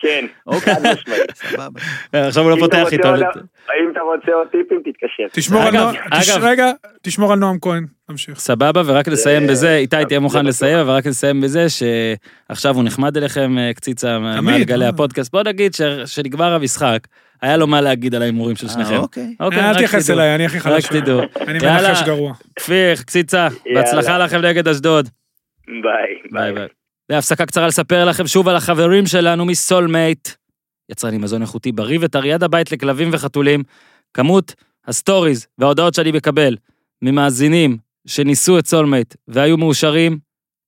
[SPEAKER 6] כן,
[SPEAKER 3] אוקיי.
[SPEAKER 6] חד משמעית.
[SPEAKER 3] סבבה.
[SPEAKER 1] עכשיו הוא לא
[SPEAKER 6] אם אתה
[SPEAKER 1] פותח
[SPEAKER 6] רוצה
[SPEAKER 1] איתו.
[SPEAKER 6] עוד- אם אתה רוצה עוד טיפים, תתקשר.
[SPEAKER 4] תשמור על
[SPEAKER 1] אגב,
[SPEAKER 4] נועם, תש-
[SPEAKER 1] אגב.
[SPEAKER 4] רגע, תשמור על נועם כהן, תמשיך.
[SPEAKER 1] סבבה, ורק לסיים
[SPEAKER 6] זה-
[SPEAKER 1] בזה, איתי תהיה
[SPEAKER 6] אה, זה לא
[SPEAKER 1] מוכן
[SPEAKER 6] בטוח.
[SPEAKER 1] לסיים, אבל רק לסיים בזה שעכשיו הוא נחמד אליכם, אה, קציצה,
[SPEAKER 4] תמיד,
[SPEAKER 1] מעל גלי
[SPEAKER 4] אה.
[SPEAKER 1] הפודקאסט. בוא נגיד ש- שנגמר המשחק, היה לו מה להגיד על ההימורים של
[SPEAKER 3] אה,
[SPEAKER 1] שניכם.
[SPEAKER 3] אוקיי.
[SPEAKER 1] אוקיי,
[SPEAKER 4] אל
[SPEAKER 1] רק
[SPEAKER 4] תתייחס
[SPEAKER 1] תדעו.
[SPEAKER 4] אליי, אני הכי חלש.
[SPEAKER 1] רק תדעו.
[SPEAKER 4] אני
[SPEAKER 1] יאללה.
[SPEAKER 4] מנחש גרוע.
[SPEAKER 1] כפיר, קציצה,
[SPEAKER 6] יאללה.
[SPEAKER 1] בהצלחה לכם נגד אשדוד.
[SPEAKER 6] ביי,
[SPEAKER 1] ביי
[SPEAKER 6] ביי.
[SPEAKER 1] ביי. בהפסקה קצרה לספר לכם שוב על החברים שלנו מסולמייט. יצרני מזון איכותי בריא וטרי עד הבית לכלבים וחתולים. כמות הסטוריז וההודעות שאני מקבל ממאזינים שניסו את סולמייט והיו מאושרים,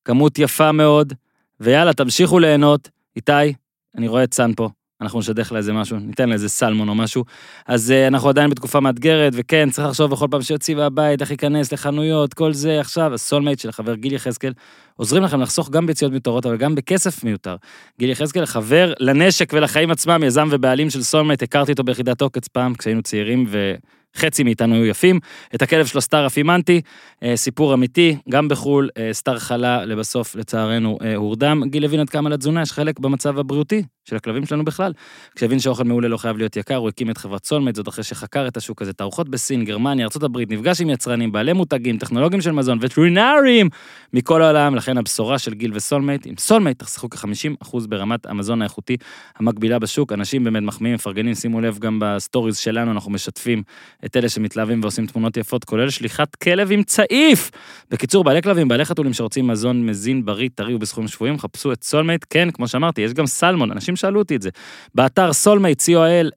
[SPEAKER 1] כמות יפה מאוד. ויאללה, תמשיכו ליהנות. איתי, אני רואה את סאן פה. אנחנו נשדך לה איזה משהו, ניתן לה איזה סלמון או משהו. אז אה, אנחנו עדיין בתקופה מאתגרת, וכן, צריך לחשוב בכל פעם שיוצאים מהבית, איך ייכנס לחנויות, כל זה עכשיו. הסולמייט של החבר גיל יחזקאל, עוזרים לכם לחסוך גם ביציאות מיותרות, אבל גם בכסף מיותר. גיל יחזקאל, חבר לנשק ולחיים עצמם, יזם ובעלים של סולמייט, הכרתי אותו ביחידת עוקץ פעם, כשהיינו צעירים וחצי מאיתנו היו יפים. את הכלב שלו סטאר אף אימנתי, אה, סיפור אמיתי, גם בחו"ל, אה, סטאר חלה, לבסוף, לצערנו, אה, הורדם. גיל הבין עד כמה לתזונה יש חלק במצב הבריאותי של הכלבים שלנו בכלל. כשהבין שאוכל מעולה לא חייב להיות יקר, הוא הקים את חברת סולמייט, זאת אחרי שחקר את השוק הזה. תערוכות בסין, גרמניה, ארה"ב, נפגש עם יצרנים, בעלי מותגים, טכנולוגים של מזון, וטרינרים מכל העולם, לכן הבשורה של גיל וסולמייט, עם סולמייט תחסכו כ-50% ברמת המזון האיכותי המקבילה בשוק. אנשים באמת מחמיאים, מפרגנים, שימו לב, גם בסטוריז שלנו אנחנו משתפים את אלה שמתלהבים ועושים תמונות יפות, כולל שליחת כלב עם צעיף. בקיצור, בעלי כלבים, בעלי חתולים שרוצים מזון מזין, בריא, טרי ובסכומים שפויים, חפשו את סולמייט. כן, כמו שאמרתי, יש גם סלמון, אנשים שאלו אותי את זה. באתר סולמייט, co.il,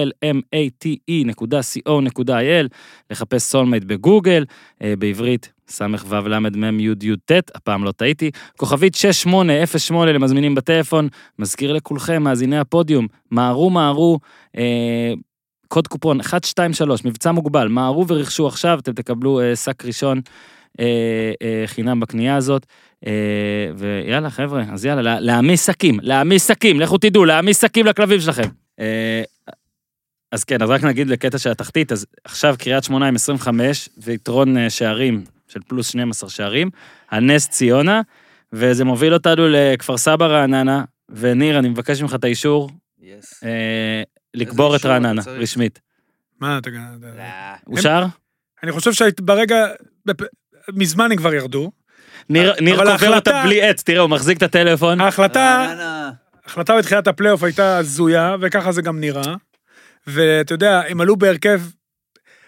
[SPEAKER 1] E s-o-u-l-m-a-t-e.co.il, לחפש סולמייט בגוגל, אה, בעברית. ס"ו למ"מ י"ט, הפעם לא טעיתי, כוכבית 6808 למזמינים בטלפון. מזכיר לכולכם, מאזיני הפודיום, מהרו מהרו, אה, קוד קופון 123, מבצע מוגבל, מהרו ורכשו עכשיו, אתם תקבלו אה, שק ראשון אה, אה, חינם בקנייה הזאת. אה, ויאללה, חבר'ה, אז יאללה, לה- להעמיס שקים, להעמיס שקים, לכו תדעו, להעמיס שקים לכלבים שלכם. אה, אז כן, אז רק נגיד לקטע של התחתית, אז עכשיו קריית שמונה עם 25, ויתרון אה, שערים של פלוס 12 שערים, הנס ציונה, וזה מוביל אותנו לכפר סבא רעננה, וניר, אני מבקש ממך את האישור
[SPEAKER 3] יס.
[SPEAKER 1] אה, לקבור את
[SPEAKER 3] אישור אתה
[SPEAKER 1] רעננה,
[SPEAKER 3] צריך?
[SPEAKER 1] רשמית.
[SPEAKER 4] מה אתה... אתה-
[SPEAKER 3] אה,
[SPEAKER 1] אושר?
[SPEAKER 4] אני חושב שברגע... מזמן הם כבר ירדו.
[SPEAKER 1] ניר ניר
[SPEAKER 4] אבל
[SPEAKER 1] קובר אותה
[SPEAKER 4] ההחלטה-
[SPEAKER 1] בלי עץ, תראה, הוא מחזיק את הטלפון.
[SPEAKER 3] אה,
[SPEAKER 1] אה,
[SPEAKER 4] ההחלטה...
[SPEAKER 3] רעננה.
[SPEAKER 4] ההחלטה בתחילת הפלייאוף הייתה הזויה, וככה זה גם נראה. ואתה יודע, הם עלו בהרכב...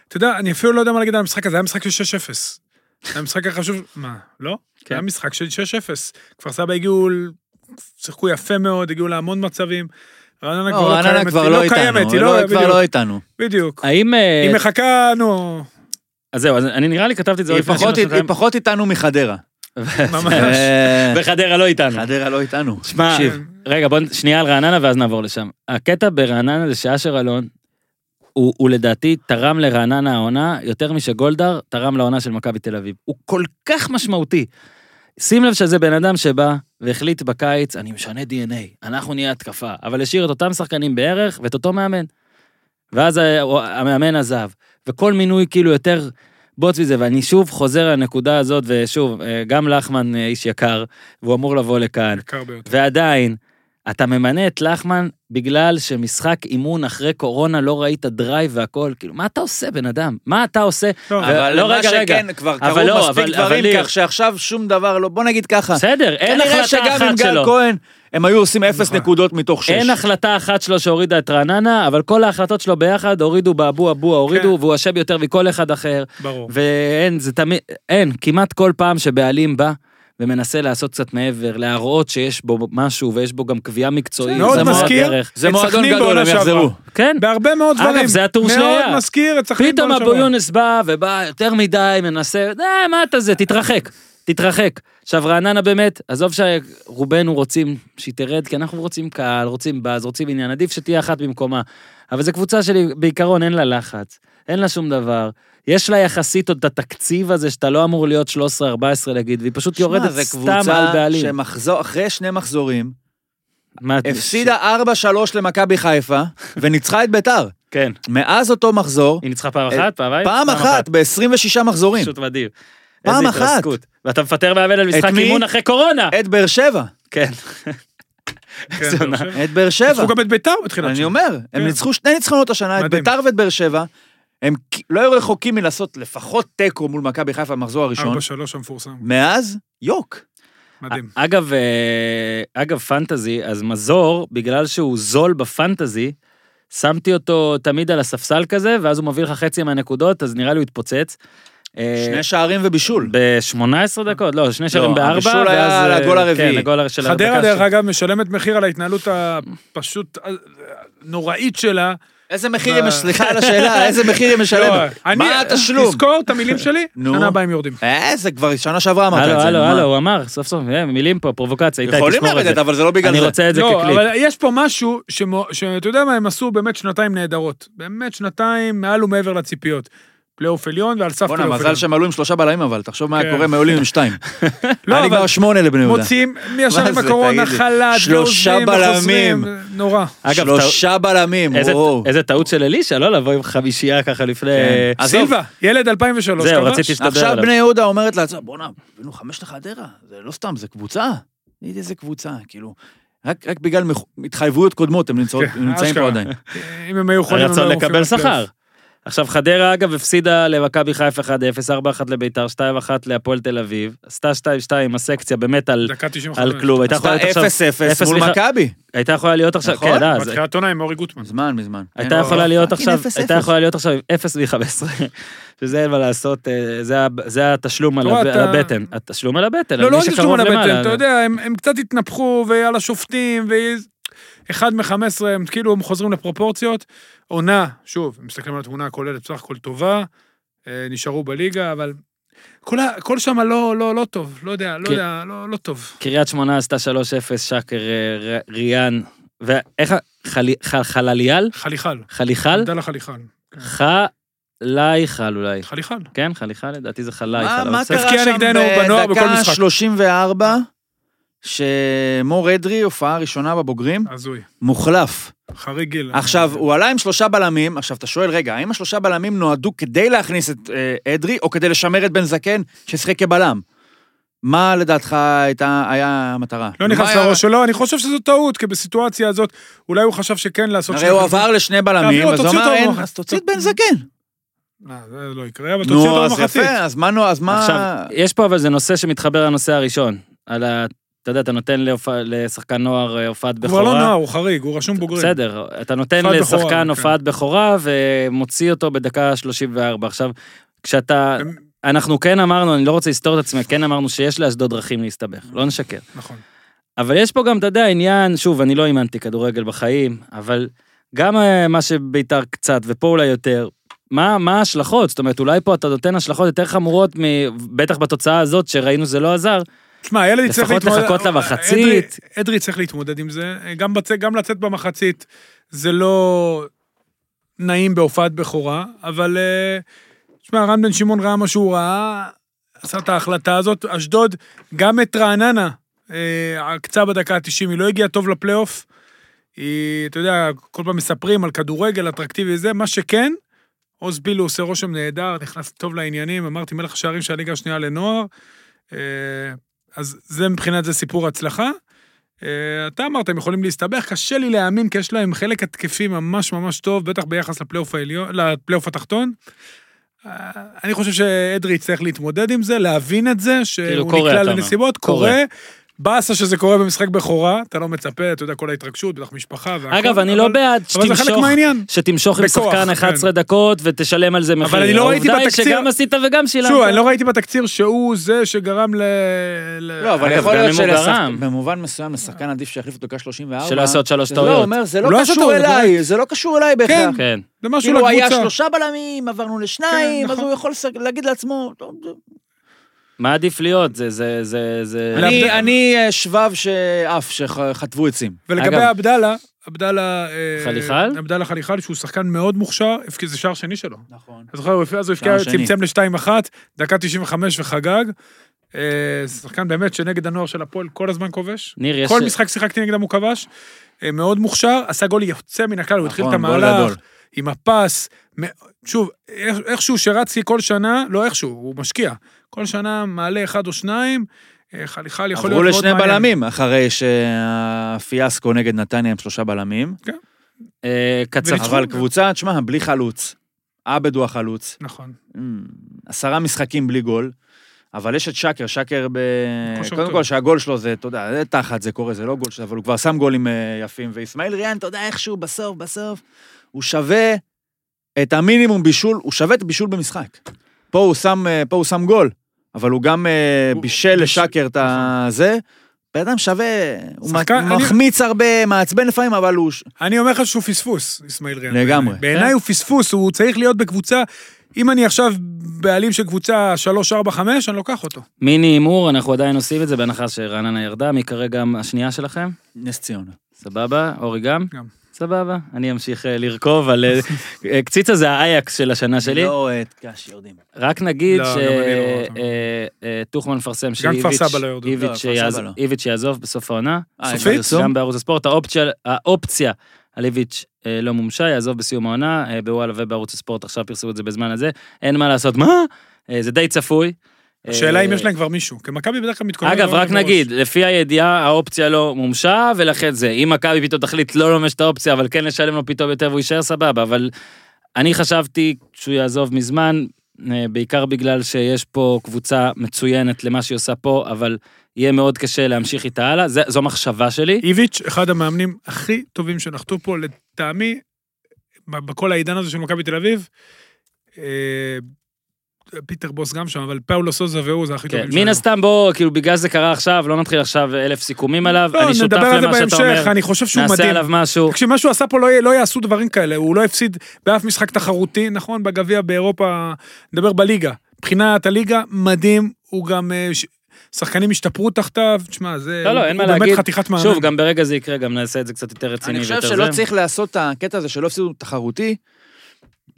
[SPEAKER 4] אתה יודע, אני אפילו לא יודע מה להגיד על המשחק הזה, היה משחק של 6-0. זה המשחק החשוב... מה, לא?
[SPEAKER 1] כן.
[SPEAKER 4] כן. היה משחק של 6-0. כפר סבא הגיעו, ל- שיחקו יפה מאוד, הגיעו להמון מצבים. רעננה
[SPEAKER 3] לא,
[SPEAKER 4] כבר לא
[SPEAKER 3] רעננה
[SPEAKER 4] קיימת,
[SPEAKER 3] כבר
[SPEAKER 4] היא
[SPEAKER 3] לא
[SPEAKER 4] לא
[SPEAKER 3] איתנו.
[SPEAKER 4] קיימת, היא
[SPEAKER 3] לא,
[SPEAKER 4] לא...
[SPEAKER 3] היא כבר
[SPEAKER 4] בדיוק,
[SPEAKER 3] לא איתנו.
[SPEAKER 4] בדיוק.
[SPEAKER 1] האם... אה,
[SPEAKER 4] היא מחכה, נו...
[SPEAKER 1] אז זהו, אז אני נראה לי כתבתי את זה
[SPEAKER 3] היא
[SPEAKER 1] לפני
[SPEAKER 3] פחות-
[SPEAKER 1] שנתיים.
[SPEAKER 3] היא פחות איתנו מחדרה.
[SPEAKER 1] [laughs]
[SPEAKER 4] ממש.
[SPEAKER 3] אה,
[SPEAKER 1] וחדרה לא איתנו.
[SPEAKER 3] חדרה לא איתנו.
[SPEAKER 1] שמע,
[SPEAKER 3] תקשיב.
[SPEAKER 1] רגע, בוא נ- שנייה על רעננה ואז נעבור לשם. הקטע ברעננה זה שאשר אלון, הוא, הוא לדעתי תרם לרעננה העונה יותר משגולדהר תרם לעונה של מכבי תל אביב. הוא כל כך משמעותי. שים לב שזה בן אדם שבא והחליט בקיץ, אני משנה DNA, אנחנו נהיה התקפה, אבל השאיר את אותם שחקנים בערך ואת אותו מאמן. ואז ה- הוא- המאמן עזב, וכל מינוי כאילו יותר בוץ מזה, ואני שוב חוזר לנקודה הזאת, ושוב, אה, גם לחמן אה, איש יקר, והוא אמור לבוא לכאן,
[SPEAKER 4] יקר ביותר.
[SPEAKER 1] ועדיין, אתה ממנה את לחמן בגלל שמשחק אימון אחרי קורונה לא ראית דרייב והכל, כאילו, מה אתה עושה, בן אדם? מה אתה עושה?
[SPEAKER 4] לא,
[SPEAKER 3] אבל
[SPEAKER 1] לא,
[SPEAKER 3] מה
[SPEAKER 1] רגע, רגע.
[SPEAKER 3] שכן, כבר
[SPEAKER 1] אבל
[SPEAKER 3] קרו
[SPEAKER 1] לא,
[SPEAKER 3] מספיק
[SPEAKER 1] אבל- אבל
[SPEAKER 3] דברים,
[SPEAKER 1] ניר-
[SPEAKER 3] כך שעכשיו שום דבר לא... בוא נגיד ככה.
[SPEAKER 1] בסדר, אין
[SPEAKER 3] כנראה
[SPEAKER 1] החלטה
[SPEAKER 3] שגם עם
[SPEAKER 1] אחת
[SPEAKER 3] גל
[SPEAKER 1] שלו.
[SPEAKER 3] כהן, הם היו עושים אפס
[SPEAKER 4] נכון.
[SPEAKER 3] נקודות מתוך שש.
[SPEAKER 1] אין החלטה אחת שלו שהורידה את רעננה, אבל כל ההחלטות שלו ביחד הורידו באבו אבו, הורידו,
[SPEAKER 3] כן.
[SPEAKER 1] והוא אשם יותר מכל אחד אחר.
[SPEAKER 4] ברור.
[SPEAKER 1] ואין, זה תמיד, אין, כמעט כל פעם שבעלים בא ומנסה לעשות קצת מעבר, להראות שיש בו משהו ויש בו גם קביעה מקצועית,
[SPEAKER 4] מאוד
[SPEAKER 1] זה מאוד
[SPEAKER 4] מזכיר.
[SPEAKER 1] דרך.
[SPEAKER 3] אה, זה
[SPEAKER 4] את
[SPEAKER 3] מועדון
[SPEAKER 4] סכנין
[SPEAKER 3] גדול,
[SPEAKER 4] בעונה
[SPEAKER 3] הם
[SPEAKER 4] שעברה.
[SPEAKER 3] יחזרו.
[SPEAKER 1] כן.
[SPEAKER 4] בהרבה מאוד
[SPEAKER 1] אגב,
[SPEAKER 4] דברים.
[SPEAKER 1] זה הטור שהיה.
[SPEAKER 4] מאוד מזכיר את סכנין
[SPEAKER 1] פתאום
[SPEAKER 4] בעונה
[SPEAKER 1] אבו
[SPEAKER 4] שעברה.
[SPEAKER 1] יונס בא ובא יותר מדי, מנסה, אה, מה אתה זה, תתרחק. תתרחק. עכשיו, רעננה באמת, עזוב שרובנו רוצים שהיא תרד, כי אנחנו רוצים קהל, רוצים באז, רוצים עניין, עדיף שתהיה אחת במקומה. אבל זו קבוצה שלי, בעיקרון אין לה לחץ, אין לה שום דבר. יש לה יחסית עוד את התקציב הזה שאתה לא אמור להיות 13-14 להגיד, והיא פשוט יורדת
[SPEAKER 3] שמע,
[SPEAKER 1] סתם על
[SPEAKER 3] זו
[SPEAKER 1] בעלים.
[SPEAKER 3] קבוצה שמחזור, אחרי שני מחזורים,
[SPEAKER 1] מה-
[SPEAKER 3] הפסידה 4-3 למכבי
[SPEAKER 1] [laughs]
[SPEAKER 3] חיפה, וניצחה את ביתר.
[SPEAKER 1] כן.
[SPEAKER 3] מאז אותו מחזור,
[SPEAKER 1] היא ניצחה פעם
[SPEAKER 3] אה,
[SPEAKER 1] אחת, פעמיים?
[SPEAKER 3] פעם אחת ב-26 מחזורים,
[SPEAKER 1] פשוט מדהים.
[SPEAKER 3] פעם
[SPEAKER 1] איזה
[SPEAKER 3] אחת.
[SPEAKER 1] התרסקות. ואתה מפטר מאמן על משחק
[SPEAKER 3] מי? אה,
[SPEAKER 1] אימון אחרי קורונה.
[SPEAKER 3] את באר שבע.
[SPEAKER 1] כן.
[SPEAKER 4] כן,
[SPEAKER 1] איזה עונה.
[SPEAKER 4] באר שבע.
[SPEAKER 3] את באר שבע.
[SPEAKER 4] ניצחו גם את ביתר בתחילת
[SPEAKER 3] אני
[SPEAKER 4] שנה.
[SPEAKER 3] אומר, הם
[SPEAKER 4] כן.
[SPEAKER 3] ניצחו שני ניצחונות השנה, את
[SPEAKER 4] מדהים.
[SPEAKER 3] ביתר ואת באר שבע. הם כ- לא היו רחוקים מלעשות לפחות תיקו מול מכבי חיפה במחזור הראשון.
[SPEAKER 4] 4-3 המפורסם,
[SPEAKER 3] מאז, יוק.
[SPEAKER 4] מדהים.
[SPEAKER 1] אגב, אה, אגב פנטזי, אז מזור, בגלל שהוא זול בפנטזי, שמתי אותו תמיד על הספסל כזה, ואז הוא מביא לך חצי מהנקודות, אז נראה לי הוא התפוצץ. אה,
[SPEAKER 3] שני שערים ובישול.
[SPEAKER 1] ב-18 דקות, לא, שני שערים בארבע,
[SPEAKER 3] הבישול היה
[SPEAKER 1] ואז, אה,
[SPEAKER 3] לגול הרביעי.
[SPEAKER 1] כן, הגול של
[SPEAKER 4] חדרה,
[SPEAKER 1] ההדבקה
[SPEAKER 4] דרך
[SPEAKER 1] של-
[SPEAKER 4] אגב, משלמת מחיר על ההתנהלות הפשוט אה, נוראית שלה.
[SPEAKER 3] איזה מחיר היא
[SPEAKER 4] ב-
[SPEAKER 3] מש... סליחה על
[SPEAKER 1] [laughs]
[SPEAKER 3] השאלה, איזה מחיר היא
[SPEAKER 1] לא,
[SPEAKER 3] משלמת?
[SPEAKER 4] לא, אני-
[SPEAKER 3] מה התשלום?
[SPEAKER 4] תזכור את המילים שלי,
[SPEAKER 3] [laughs] נו.
[SPEAKER 4] שנה הבאה הם יורדים.
[SPEAKER 3] איזה, כבר שנה שעברה אמרת את זה.
[SPEAKER 1] הלו,
[SPEAKER 3] נו,
[SPEAKER 1] הלו,
[SPEAKER 3] מה?
[SPEAKER 1] הלו, הוא אמר, סוף סוף, אה, מילים פה, פרובוקציה, איתי,
[SPEAKER 3] יכולים
[SPEAKER 1] תשמור את
[SPEAKER 3] לרדת,
[SPEAKER 1] זה.
[SPEAKER 3] אבל זה לא בגלל
[SPEAKER 1] אני
[SPEAKER 3] זה.
[SPEAKER 1] רוצה את זה
[SPEAKER 4] לא,
[SPEAKER 1] כקליפ.
[SPEAKER 4] אבל יש פה משהו שמו- שאתה יודע מה, הם עשו באמת שנתיים נהדרות. באמת שנתיים מעל ומעבר לציפיות. פלייאוף עליון ועל סף
[SPEAKER 3] בואנה,
[SPEAKER 4] פלייאוף
[SPEAKER 3] מזל
[SPEAKER 4] עליון.
[SPEAKER 3] שהם עלו עם שלושה בלמים, אבל תחשוב מה היה
[SPEAKER 4] כן.
[SPEAKER 3] קורה אם היו עולים עם
[SPEAKER 1] [laughs]
[SPEAKER 3] שתיים.
[SPEAKER 4] לא,
[SPEAKER 3] היה לי
[SPEAKER 4] אבל
[SPEAKER 3] כבר שמונה לבני יהודה.
[SPEAKER 4] מוציאים, מי ישב
[SPEAKER 3] מה
[SPEAKER 4] עם
[SPEAKER 3] זה,
[SPEAKER 4] הקורונה,
[SPEAKER 3] תגיד לי?
[SPEAKER 4] חל"ת,
[SPEAKER 3] שלושה
[SPEAKER 4] ועוזבים וחוזרים. נורא.
[SPEAKER 1] אגב,
[SPEAKER 3] שלושה בלמים,
[SPEAKER 1] איזה-
[SPEAKER 3] וואו.
[SPEAKER 1] איזה טעות של אלישע, לא לבוא עם חמישייה ככה לפני...
[SPEAKER 3] כן. אז עזוב.
[SPEAKER 4] סילבה, ילד 2003.
[SPEAKER 1] זהו,
[SPEAKER 4] כבש.
[SPEAKER 1] רציתי שתדבר
[SPEAKER 3] עכשיו
[SPEAKER 1] עליו.
[SPEAKER 3] בני יהודה אומרת לעצמה, בואנה, הבאנו חמש לחדרה, זה לא סתם, זה קבוצה. תגיד איזה קבוצה, כאילו. רק, רק בגלל מח- התחייבויות קודמות הם נמצאות-
[SPEAKER 4] כן,
[SPEAKER 3] הם נמצאים
[SPEAKER 4] אשכרה.
[SPEAKER 3] פה עדיין.
[SPEAKER 4] אם הם היו יכולים... הם לא
[SPEAKER 1] הרצון
[SPEAKER 4] היו הולכים
[SPEAKER 1] לקבל
[SPEAKER 4] לפלייאוף.
[SPEAKER 1] שכר. עכשיו חדרה אגב הפסידה למכבי חיפה 1-0, 4-1 לביתר, 2-1 להפועל תל אביב, עשתה 2-2 עם הסקציה באמת על,
[SPEAKER 4] דקה 95.
[SPEAKER 1] על כלום, הייתה יכולה להיות
[SPEAKER 3] עשתה
[SPEAKER 1] עכשיו,
[SPEAKER 3] 0-0
[SPEAKER 1] אפס
[SPEAKER 3] מול
[SPEAKER 1] בכלל.
[SPEAKER 3] מכבי.
[SPEAKER 1] הייתה יכולה להיות עכשיו,
[SPEAKER 3] נכון,
[SPEAKER 1] כן, אז
[SPEAKER 4] מתחילת עונה עם אורי גוטמן.
[SPEAKER 3] מזמן, מזמן.
[SPEAKER 1] הייתה
[SPEAKER 4] אה,
[SPEAKER 3] כן,
[SPEAKER 1] יכולה
[SPEAKER 3] לא,
[SPEAKER 1] להיות
[SPEAKER 3] פאקינג
[SPEAKER 1] עכשיו,
[SPEAKER 3] 0-0.
[SPEAKER 1] הייתה יכולה להיות עכשיו עם 0 מ-15, [laughs] שזה אין מה לעשות, אה, זה ה- זה התשלום על
[SPEAKER 4] לא,
[SPEAKER 1] הב- על
[SPEAKER 4] אתה-
[SPEAKER 1] הבטן, התשלום על הבטן,
[SPEAKER 4] לא,
[SPEAKER 1] על
[SPEAKER 4] לא
[SPEAKER 1] מי
[SPEAKER 4] רק
[SPEAKER 1] שקרוב
[SPEAKER 4] תשמעו על הבטן,
[SPEAKER 1] למעלה.
[SPEAKER 4] אתה יודע, הם- הם קצת התנפחו, ועל השופטים, ואחד מ-15, הם כאילו הם חוזרים לפרופורציות. עונה, שוב, אם מסתכלים על התמונה הכוללת, בסך הכל טובה, אה, נשארו בליגה, אבל... כל ה- הכל שם לא, לא, לא טוב, לא יודע, לא
[SPEAKER 1] כן.
[SPEAKER 4] יודע, לא, לא טוב.
[SPEAKER 1] קריית שמונה עשתה 3-0, שקר, אה, ר- ריאן, ואיך, ה- חלי- ח- חלליאל?
[SPEAKER 4] חליחל.
[SPEAKER 1] חליחל?
[SPEAKER 4] עבדאללה חליחל. כן.
[SPEAKER 1] חלייחל אולי.
[SPEAKER 4] חליחל.
[SPEAKER 1] כן, חליכה לדעתי זה חלייך.
[SPEAKER 3] מה
[SPEAKER 1] אבל
[SPEAKER 3] מה
[SPEAKER 1] בסדר.
[SPEAKER 3] קרה
[SPEAKER 4] הבקיע
[SPEAKER 3] שם
[SPEAKER 4] כן,
[SPEAKER 3] אה,
[SPEAKER 4] נגדנו בנוער בכל
[SPEAKER 3] בדקה
[SPEAKER 4] משחק.
[SPEAKER 3] 34, שמור אדרי, הופעה ראשונה בבוגרים,
[SPEAKER 4] הזוי.
[SPEAKER 3] מוחלף.
[SPEAKER 4] חריג גיל.
[SPEAKER 3] עכשיו, הוא עלה עם שלושה בלמים, עכשיו אתה שואל, רגע, האם השלושה בלמים נועדו כדי להכניס את אה, אדרי, או כדי לשמר את בן זקן, ששיחק כבלם? מה לדעתך הייתה, היה המטרה?
[SPEAKER 4] לא
[SPEAKER 3] מה
[SPEAKER 4] נכנס
[SPEAKER 3] היה-
[SPEAKER 1] אה.
[SPEAKER 4] לראש שלו, אני חושב שזו טעות, כי בסיטואציה הזאת, אולי הוא חשב שכן לעשות...
[SPEAKER 3] הרי
[SPEAKER 4] שני
[SPEAKER 3] הוא
[SPEAKER 4] חילופים.
[SPEAKER 3] עבר לשני בלמים,
[SPEAKER 4] תעביר
[SPEAKER 3] אז
[SPEAKER 4] אותו,
[SPEAKER 3] הוא
[SPEAKER 4] תוציא
[SPEAKER 3] אמר,
[SPEAKER 4] אותו
[SPEAKER 3] אין,
[SPEAKER 4] במחצית."
[SPEAKER 3] אז תוציא את בן זקן.
[SPEAKER 4] אה, זה לא יקרה, אבל תוציא
[SPEAKER 3] נו,
[SPEAKER 4] אותו
[SPEAKER 3] אז
[SPEAKER 4] במחצית.
[SPEAKER 3] יפה, אז מה נו, אז מה...
[SPEAKER 1] עכשיו, יש פה אבל זה נושא שמתחבר לנושא הראשון. על ה... אתה יודע, אתה נותן להופע- לשחקן נוער אה, הופעת
[SPEAKER 4] הוא כבר לא
[SPEAKER 1] בכורה.
[SPEAKER 4] נוער, הוא חריג, הוא רשום בוגרים.
[SPEAKER 1] בסדר, אתה נותן
[SPEAKER 4] הופעת בכורה,
[SPEAKER 1] לשחקן
[SPEAKER 4] כן.
[SPEAKER 1] הופעת בכורה ומוציא אותו בדקה 34. עכשיו, כשאתה...
[SPEAKER 4] הם-
[SPEAKER 1] אנחנו כן אמרנו, אני לא רוצה לסתור את עצמי, כן אמרנו שיש לאשדוד דרכים להסתבך, לא נשקר.
[SPEAKER 4] נכון.
[SPEAKER 1] אבל יש פה גם, אתה יודע, עניין, שוב, אני לא אימנתי כדורגל בחיים, אבל גם אה, מה שביתר קצת, ופה אולי יותר, מה, מה ההשלכות? זאת אומרת, אולי פה אתה נותן השלכות יותר חמורות, מ... בטח בתוצאה הזאת, שראינו שזה לא עזר.
[SPEAKER 4] תשמע, הילד יצטרך
[SPEAKER 1] לפחות
[SPEAKER 4] להתמודד... אה,
[SPEAKER 1] לחכות למחצית.
[SPEAKER 4] אדרי- אדרי צריך להתמודד עם זה, גם בצ- גם לצאת במחצית, זה לא נעים בהופעת בכורה, אבל... אה, תשמע, רן בן שמעון ראה מה שהוא ראה, עשה את ההחלטה הזאת. אשדוד, גם את רעננה, אה, עקצה בדקה ה-90, היא לא הגיעה טוב לפלייאוף. היא, אתה יודע, כל פעם מספרים על כדורגל אטרקטיבי וזה, מה שכן, עוז בילו עושה רושם נהדר, נכנס טוב לעניינים, אמרתי מלך השערים של הליגה השנייה לנוער. אה, אז זה מבחינת זה סיפור הצלחה. אה, אתה אמרת, הם יכולים להסתבך, קשה לי להאמין, כי יש להם חלק התקפי ממש ממש טוב, בטח ביחס לפלייאוף העליון, לפלייאוף התחתון. אה, אני חושב שאדרי יצטרך להתמודד עם זה, להבין את זה,
[SPEAKER 1] כאילו,
[SPEAKER 4] שהוא
[SPEAKER 1] קורה,
[SPEAKER 4] נקלע
[SPEAKER 1] אתה אומר.
[SPEAKER 4] לנסיבות,
[SPEAKER 1] קורה.
[SPEAKER 4] קורה. באסה שזה קורה במשחק בכורה, אתה לא מצפה, אתה יודע, כל ההתרגשות, בטח משפחה והכל.
[SPEAKER 1] אגב, אני לא
[SPEAKER 4] נכון, אבל-
[SPEAKER 1] בעד
[SPEAKER 4] אבל זה חלק
[SPEAKER 1] שתמשוך,
[SPEAKER 4] מהעניין.
[SPEAKER 1] שתמשוך עם
[SPEAKER 4] בכוח,
[SPEAKER 1] שחקן
[SPEAKER 4] כן.
[SPEAKER 1] 11 דקות ותשלם על זה מחיר.
[SPEAKER 4] אני לא ראיתי
[SPEAKER 1] העובדה
[SPEAKER 4] בתקציר-
[SPEAKER 1] היא שגם עשית וגם שילמת.
[SPEAKER 4] שוב, אני לא ראיתי בתקציר שהוא זה שגרם ל... ל- אה,
[SPEAKER 3] לא, אבל
[SPEAKER 1] אגב,
[SPEAKER 3] יכול
[SPEAKER 1] גם
[SPEAKER 3] להיות
[SPEAKER 1] אם הוא
[SPEAKER 3] שלשחק-
[SPEAKER 1] גרם.
[SPEAKER 3] במובן מסוים לשחקן עדיף שיחליף אותו דקה 34.
[SPEAKER 1] שלא יעשה עוד שלוש
[SPEAKER 3] זה
[SPEAKER 1] טעויות.
[SPEAKER 3] לא, אומר, זה
[SPEAKER 4] הוא לא
[SPEAKER 3] לא
[SPEAKER 4] עשה
[SPEAKER 3] קשור
[SPEAKER 4] טעות,
[SPEAKER 3] אליי, זה לא קשור אליי
[SPEAKER 4] כן,
[SPEAKER 3] בהכרח.
[SPEAKER 1] כן.
[SPEAKER 4] זה משהו
[SPEAKER 3] כאילו היה
[SPEAKER 4] לקבוצה.
[SPEAKER 3] שלושה בלמים, עברנו לשניים,
[SPEAKER 4] כן,
[SPEAKER 3] אז
[SPEAKER 4] נכון.
[SPEAKER 3] "לא, הוא יכול לס- להגיד לעצמו, "טוב, זה-
[SPEAKER 1] מה עדיף להיות? זה, זה, זה, זה...
[SPEAKER 4] אני-
[SPEAKER 3] אני- אני אה, שבב שעף, שחטבו עצים.
[SPEAKER 4] ולגבי
[SPEAKER 1] אגב-
[SPEAKER 4] עבדאללה, עבדאללה... אה,
[SPEAKER 1] חליחל?
[SPEAKER 4] עבדאללה חליחל, שהוא שחקן מאוד מוכשר, הבקיע- זה שער שני שלו.
[SPEAKER 3] נכון.
[SPEAKER 4] אתה זוכר, הוא הפ- אז הוא
[SPEAKER 3] שער
[SPEAKER 4] הבקיע,
[SPEAKER 3] שני.
[SPEAKER 4] צמצם ל-2-1, דקה 95 וחגג. אה, שחקן באמת שנגד הנוער של הפועל כל הזמן כובש.
[SPEAKER 1] ניר, יש...
[SPEAKER 4] כל
[SPEAKER 3] אה,
[SPEAKER 4] משחק שיחקתי נגדם הוא כבש. אה, מאוד מוכשר, עשה גול יוצא מן הכלל, הוא התחיל את
[SPEAKER 3] נכון, גול גדול.
[SPEAKER 4] המהלך עם הפס. מ- שוב, איך- איכשהו שרצי כל שנה, לא איכשהו, הוא משקיע. כל שנה מעלה אחד או שניים, אה, חליחל יכול להיות
[SPEAKER 3] עברו
[SPEAKER 4] מאוד
[SPEAKER 3] לשני
[SPEAKER 4] מעניין.
[SPEAKER 3] בלמים, אחרי שהפיאסקו נגד נתניה עם שלושה בלמים.
[SPEAKER 1] אה, קצב.
[SPEAKER 4] וניצחו.
[SPEAKER 3] אבל קבוצה, תשמע, בלי חלוץ. עבד הוא החלוץ.
[SPEAKER 4] נכון.
[SPEAKER 3] אמ, עשרה משחקים בלי גול. אבל יש את שקר, שקר ב...
[SPEAKER 4] כושר
[SPEAKER 3] קודם
[SPEAKER 4] טוב.
[SPEAKER 3] כל שהגול שלו זה, אתה יודע, זה תחת, זה קורה, זה לא גול שלו, אבל הוא כבר שם גולים אה, יפים. ואיסמעיל ריאן, אתה יודע, איכשהו, בסוף, בסוף, הוא שווה את המינימום בישול, הוא שווה את הבישול במשחק. פה הוא שם, אה, פה הוא שם גול, אבל הוא גם אה,
[SPEAKER 4] הוא-
[SPEAKER 3] בישל
[SPEAKER 4] ביש- נכון.
[SPEAKER 3] לשקר את ה... זה. בן אדם שווה, הוא
[SPEAKER 4] שחקן,
[SPEAKER 3] מח-
[SPEAKER 4] אני-
[SPEAKER 3] מחמיץ הרבה, מעצבן לפעמים, אבל הוא... ש-
[SPEAKER 4] אני אומר לך שהוא פספוס, אסמאעיל ריאן.
[SPEAKER 3] לגמרי.
[SPEAKER 4] בעיניי הוא פספוס, הוא צריך להיות בקבוצה, אם אני עכשיו בעלים של קבוצה 3-4-5, אני לוקח אותו.
[SPEAKER 3] אה,
[SPEAKER 1] מיני הימור, אנחנו עדיין עושים את זה, בהנחה שרעננה ירדה, מי כרגע השנייה שלכם?
[SPEAKER 3] נס ציונה.
[SPEAKER 1] סבבה, אורי גם?
[SPEAKER 4] גם.
[SPEAKER 1] סבבה, אני אמשיך אה, לרכוב על...
[SPEAKER 4] [laughs]
[SPEAKER 1] אה, אה, קציצה זה האייקס של השנה שלי.
[SPEAKER 3] לא רואה את קאש יורדים.
[SPEAKER 1] רק נגיד
[SPEAKER 4] לא,
[SPEAKER 1] ש-
[SPEAKER 4] גם אני לא רואה אותם.
[SPEAKER 1] אה, אה, טוחמן מפרסם
[SPEAKER 4] כפר
[SPEAKER 1] שאיביץ'
[SPEAKER 4] סבא לא ירדו.
[SPEAKER 1] איביץ'
[SPEAKER 3] לא, כפר סבא
[SPEAKER 1] שיעז-
[SPEAKER 3] לא.
[SPEAKER 1] איביץ' יעזוב בסוף העונה.
[SPEAKER 3] אה, יש
[SPEAKER 4] סופית?
[SPEAKER 3] פרסום?
[SPEAKER 1] גם בערוץ הספורט, האופציה, האופציה על איביץ' אה, לא מומשה, יעזוב בסיום העונה, אה, בוואלה ובערוץ הספורט, עכשיו פרסמו את זה בזמן הזה, אין מה לעשות, מה? אה, זה די צפוי.
[SPEAKER 4] השאלה
[SPEAKER 1] אה,
[SPEAKER 4] אם יש להם כבר מישהו, כי מכבי בדרך כלל מתכונן...
[SPEAKER 1] אגב,
[SPEAKER 4] לא
[SPEAKER 1] רק
[SPEAKER 4] מראש.
[SPEAKER 1] נגיד, לפי הידיעה, האופציה לא מומשה, ולכן זה, אם מכבי פתאום תחליט לא לממש את האופציה, אבל כן לשלם לו פתאום יותר והוא יישאר סבבה, אבל אני חשבתי שהוא יעזוב מזמן, אה, בעיקר בגלל שיש פה קבוצה מצוינת למה שהיא עושה פה, אבל יהיה מאוד קשה להמשיך איתה הלאה, זה- זו מחשבה שלי.
[SPEAKER 4] איביץ', אחד המאמנים הכי טובים שנחתו פה, לטעמי, ב- בכל העידן הזה של מכבי תל אביב. אה, פיטר בוס גם שם, אבל פאולו סוזה והוא זה הכי
[SPEAKER 1] כן,
[SPEAKER 4] טובים
[SPEAKER 1] מן הסתם בוא, כאילו בגלל שזה קרה עכשיו, לא נתחיל עכשיו אלף סיכומים עליו,
[SPEAKER 4] לא,
[SPEAKER 1] אני שותף
[SPEAKER 4] נדבר על זה
[SPEAKER 1] למה שאתה
[SPEAKER 4] בהמשך,
[SPEAKER 1] אומר,
[SPEAKER 4] אני חושב שהוא
[SPEAKER 1] נעשה
[SPEAKER 4] מדהים.
[SPEAKER 1] עליו משהו.
[SPEAKER 4] תקשיב, מה שהוא עשה פה, לא, יהיה- לא יעשו דברים כאלה, הוא לא הפסיד באף משחק תחרותי, נכון, בגביע באירופה, נדבר בליגה. מבחינת הליגה, מדהים, הוא גם... אה, ש... שחקנים השתפרו תחתיו, תשמע, זה...
[SPEAKER 1] לא, לא,
[SPEAKER 4] הוא-
[SPEAKER 1] אין מה
[SPEAKER 4] הוא
[SPEAKER 1] להגיד.
[SPEAKER 4] באמת חתיכת מענן.
[SPEAKER 1] שוב, גם ברגע זה יקרה, גם נעשה את זה קצת יותר רציני
[SPEAKER 3] אני
[SPEAKER 1] ויותר זה.
[SPEAKER 3] חושב שלא צריך לעשות את הקטע הזה שלא הפסידו תחרותי,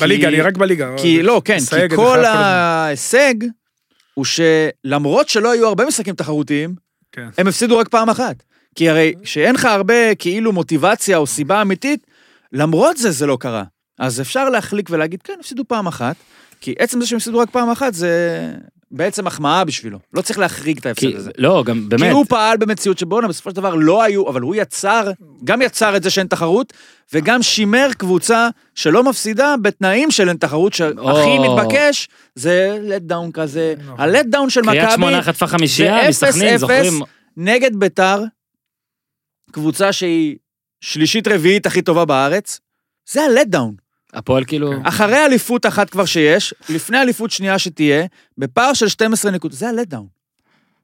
[SPEAKER 4] בליגה,
[SPEAKER 3] כי-
[SPEAKER 4] אני רק בליגה.
[SPEAKER 3] כי
[SPEAKER 4] אבל-
[SPEAKER 3] לא, כן,
[SPEAKER 4] מסייג את
[SPEAKER 3] כי
[SPEAKER 4] זה
[SPEAKER 3] כל
[SPEAKER 4] חייב הזמן.
[SPEAKER 3] ההישג הוא שלמרות שלא היו הרבה משחקים תחרותיים,
[SPEAKER 4] כן.
[SPEAKER 3] הם הפסידו רק פעם אחת. כי הרי שאין לך הרבה כאילו מוטיבציה או סיבה אמיתית, למרות זה זה לא קרה. אז אפשר להחליק ולהגיד, כן, הפסידו פעם אחת, כי עצם זה שהם הפסידו רק פעם אחת זה בעצם החמאה בשבילו. לא צריך להחריג את ההפסד
[SPEAKER 1] כי-
[SPEAKER 3] הזה.
[SPEAKER 1] לא, גם
[SPEAKER 3] כי
[SPEAKER 1] באמת.
[SPEAKER 3] הוא פעל במציאות שבואנה, בסופו של דבר לא היו, אבל הוא יצר, גם יצר את זה שאין תחרות, וגם שימר קבוצה שלא מפסידה בתנאים של אין תחרות, שהכי
[SPEAKER 1] או.
[SPEAKER 3] מתבקש זה לט דאון כזה.
[SPEAKER 4] נכון.
[SPEAKER 3] הלט דאון של
[SPEAKER 1] קריית
[SPEAKER 3] מכבי
[SPEAKER 1] שמונה חטפה
[SPEAKER 3] זה
[SPEAKER 1] חמישייה מסכנין,
[SPEAKER 3] 0-0.
[SPEAKER 1] זוכרים?
[SPEAKER 3] נגד ביתר, קבוצה שהיא שלישית רביעית הכי טובה בארץ, זה הלט דאון.
[SPEAKER 1] הפועל כאילו...
[SPEAKER 3] אחרי אליפות אחת כבר שיש, לפני אליפות שנייה שתהיה, בפער של 12 נקודות, זה הלט דאון.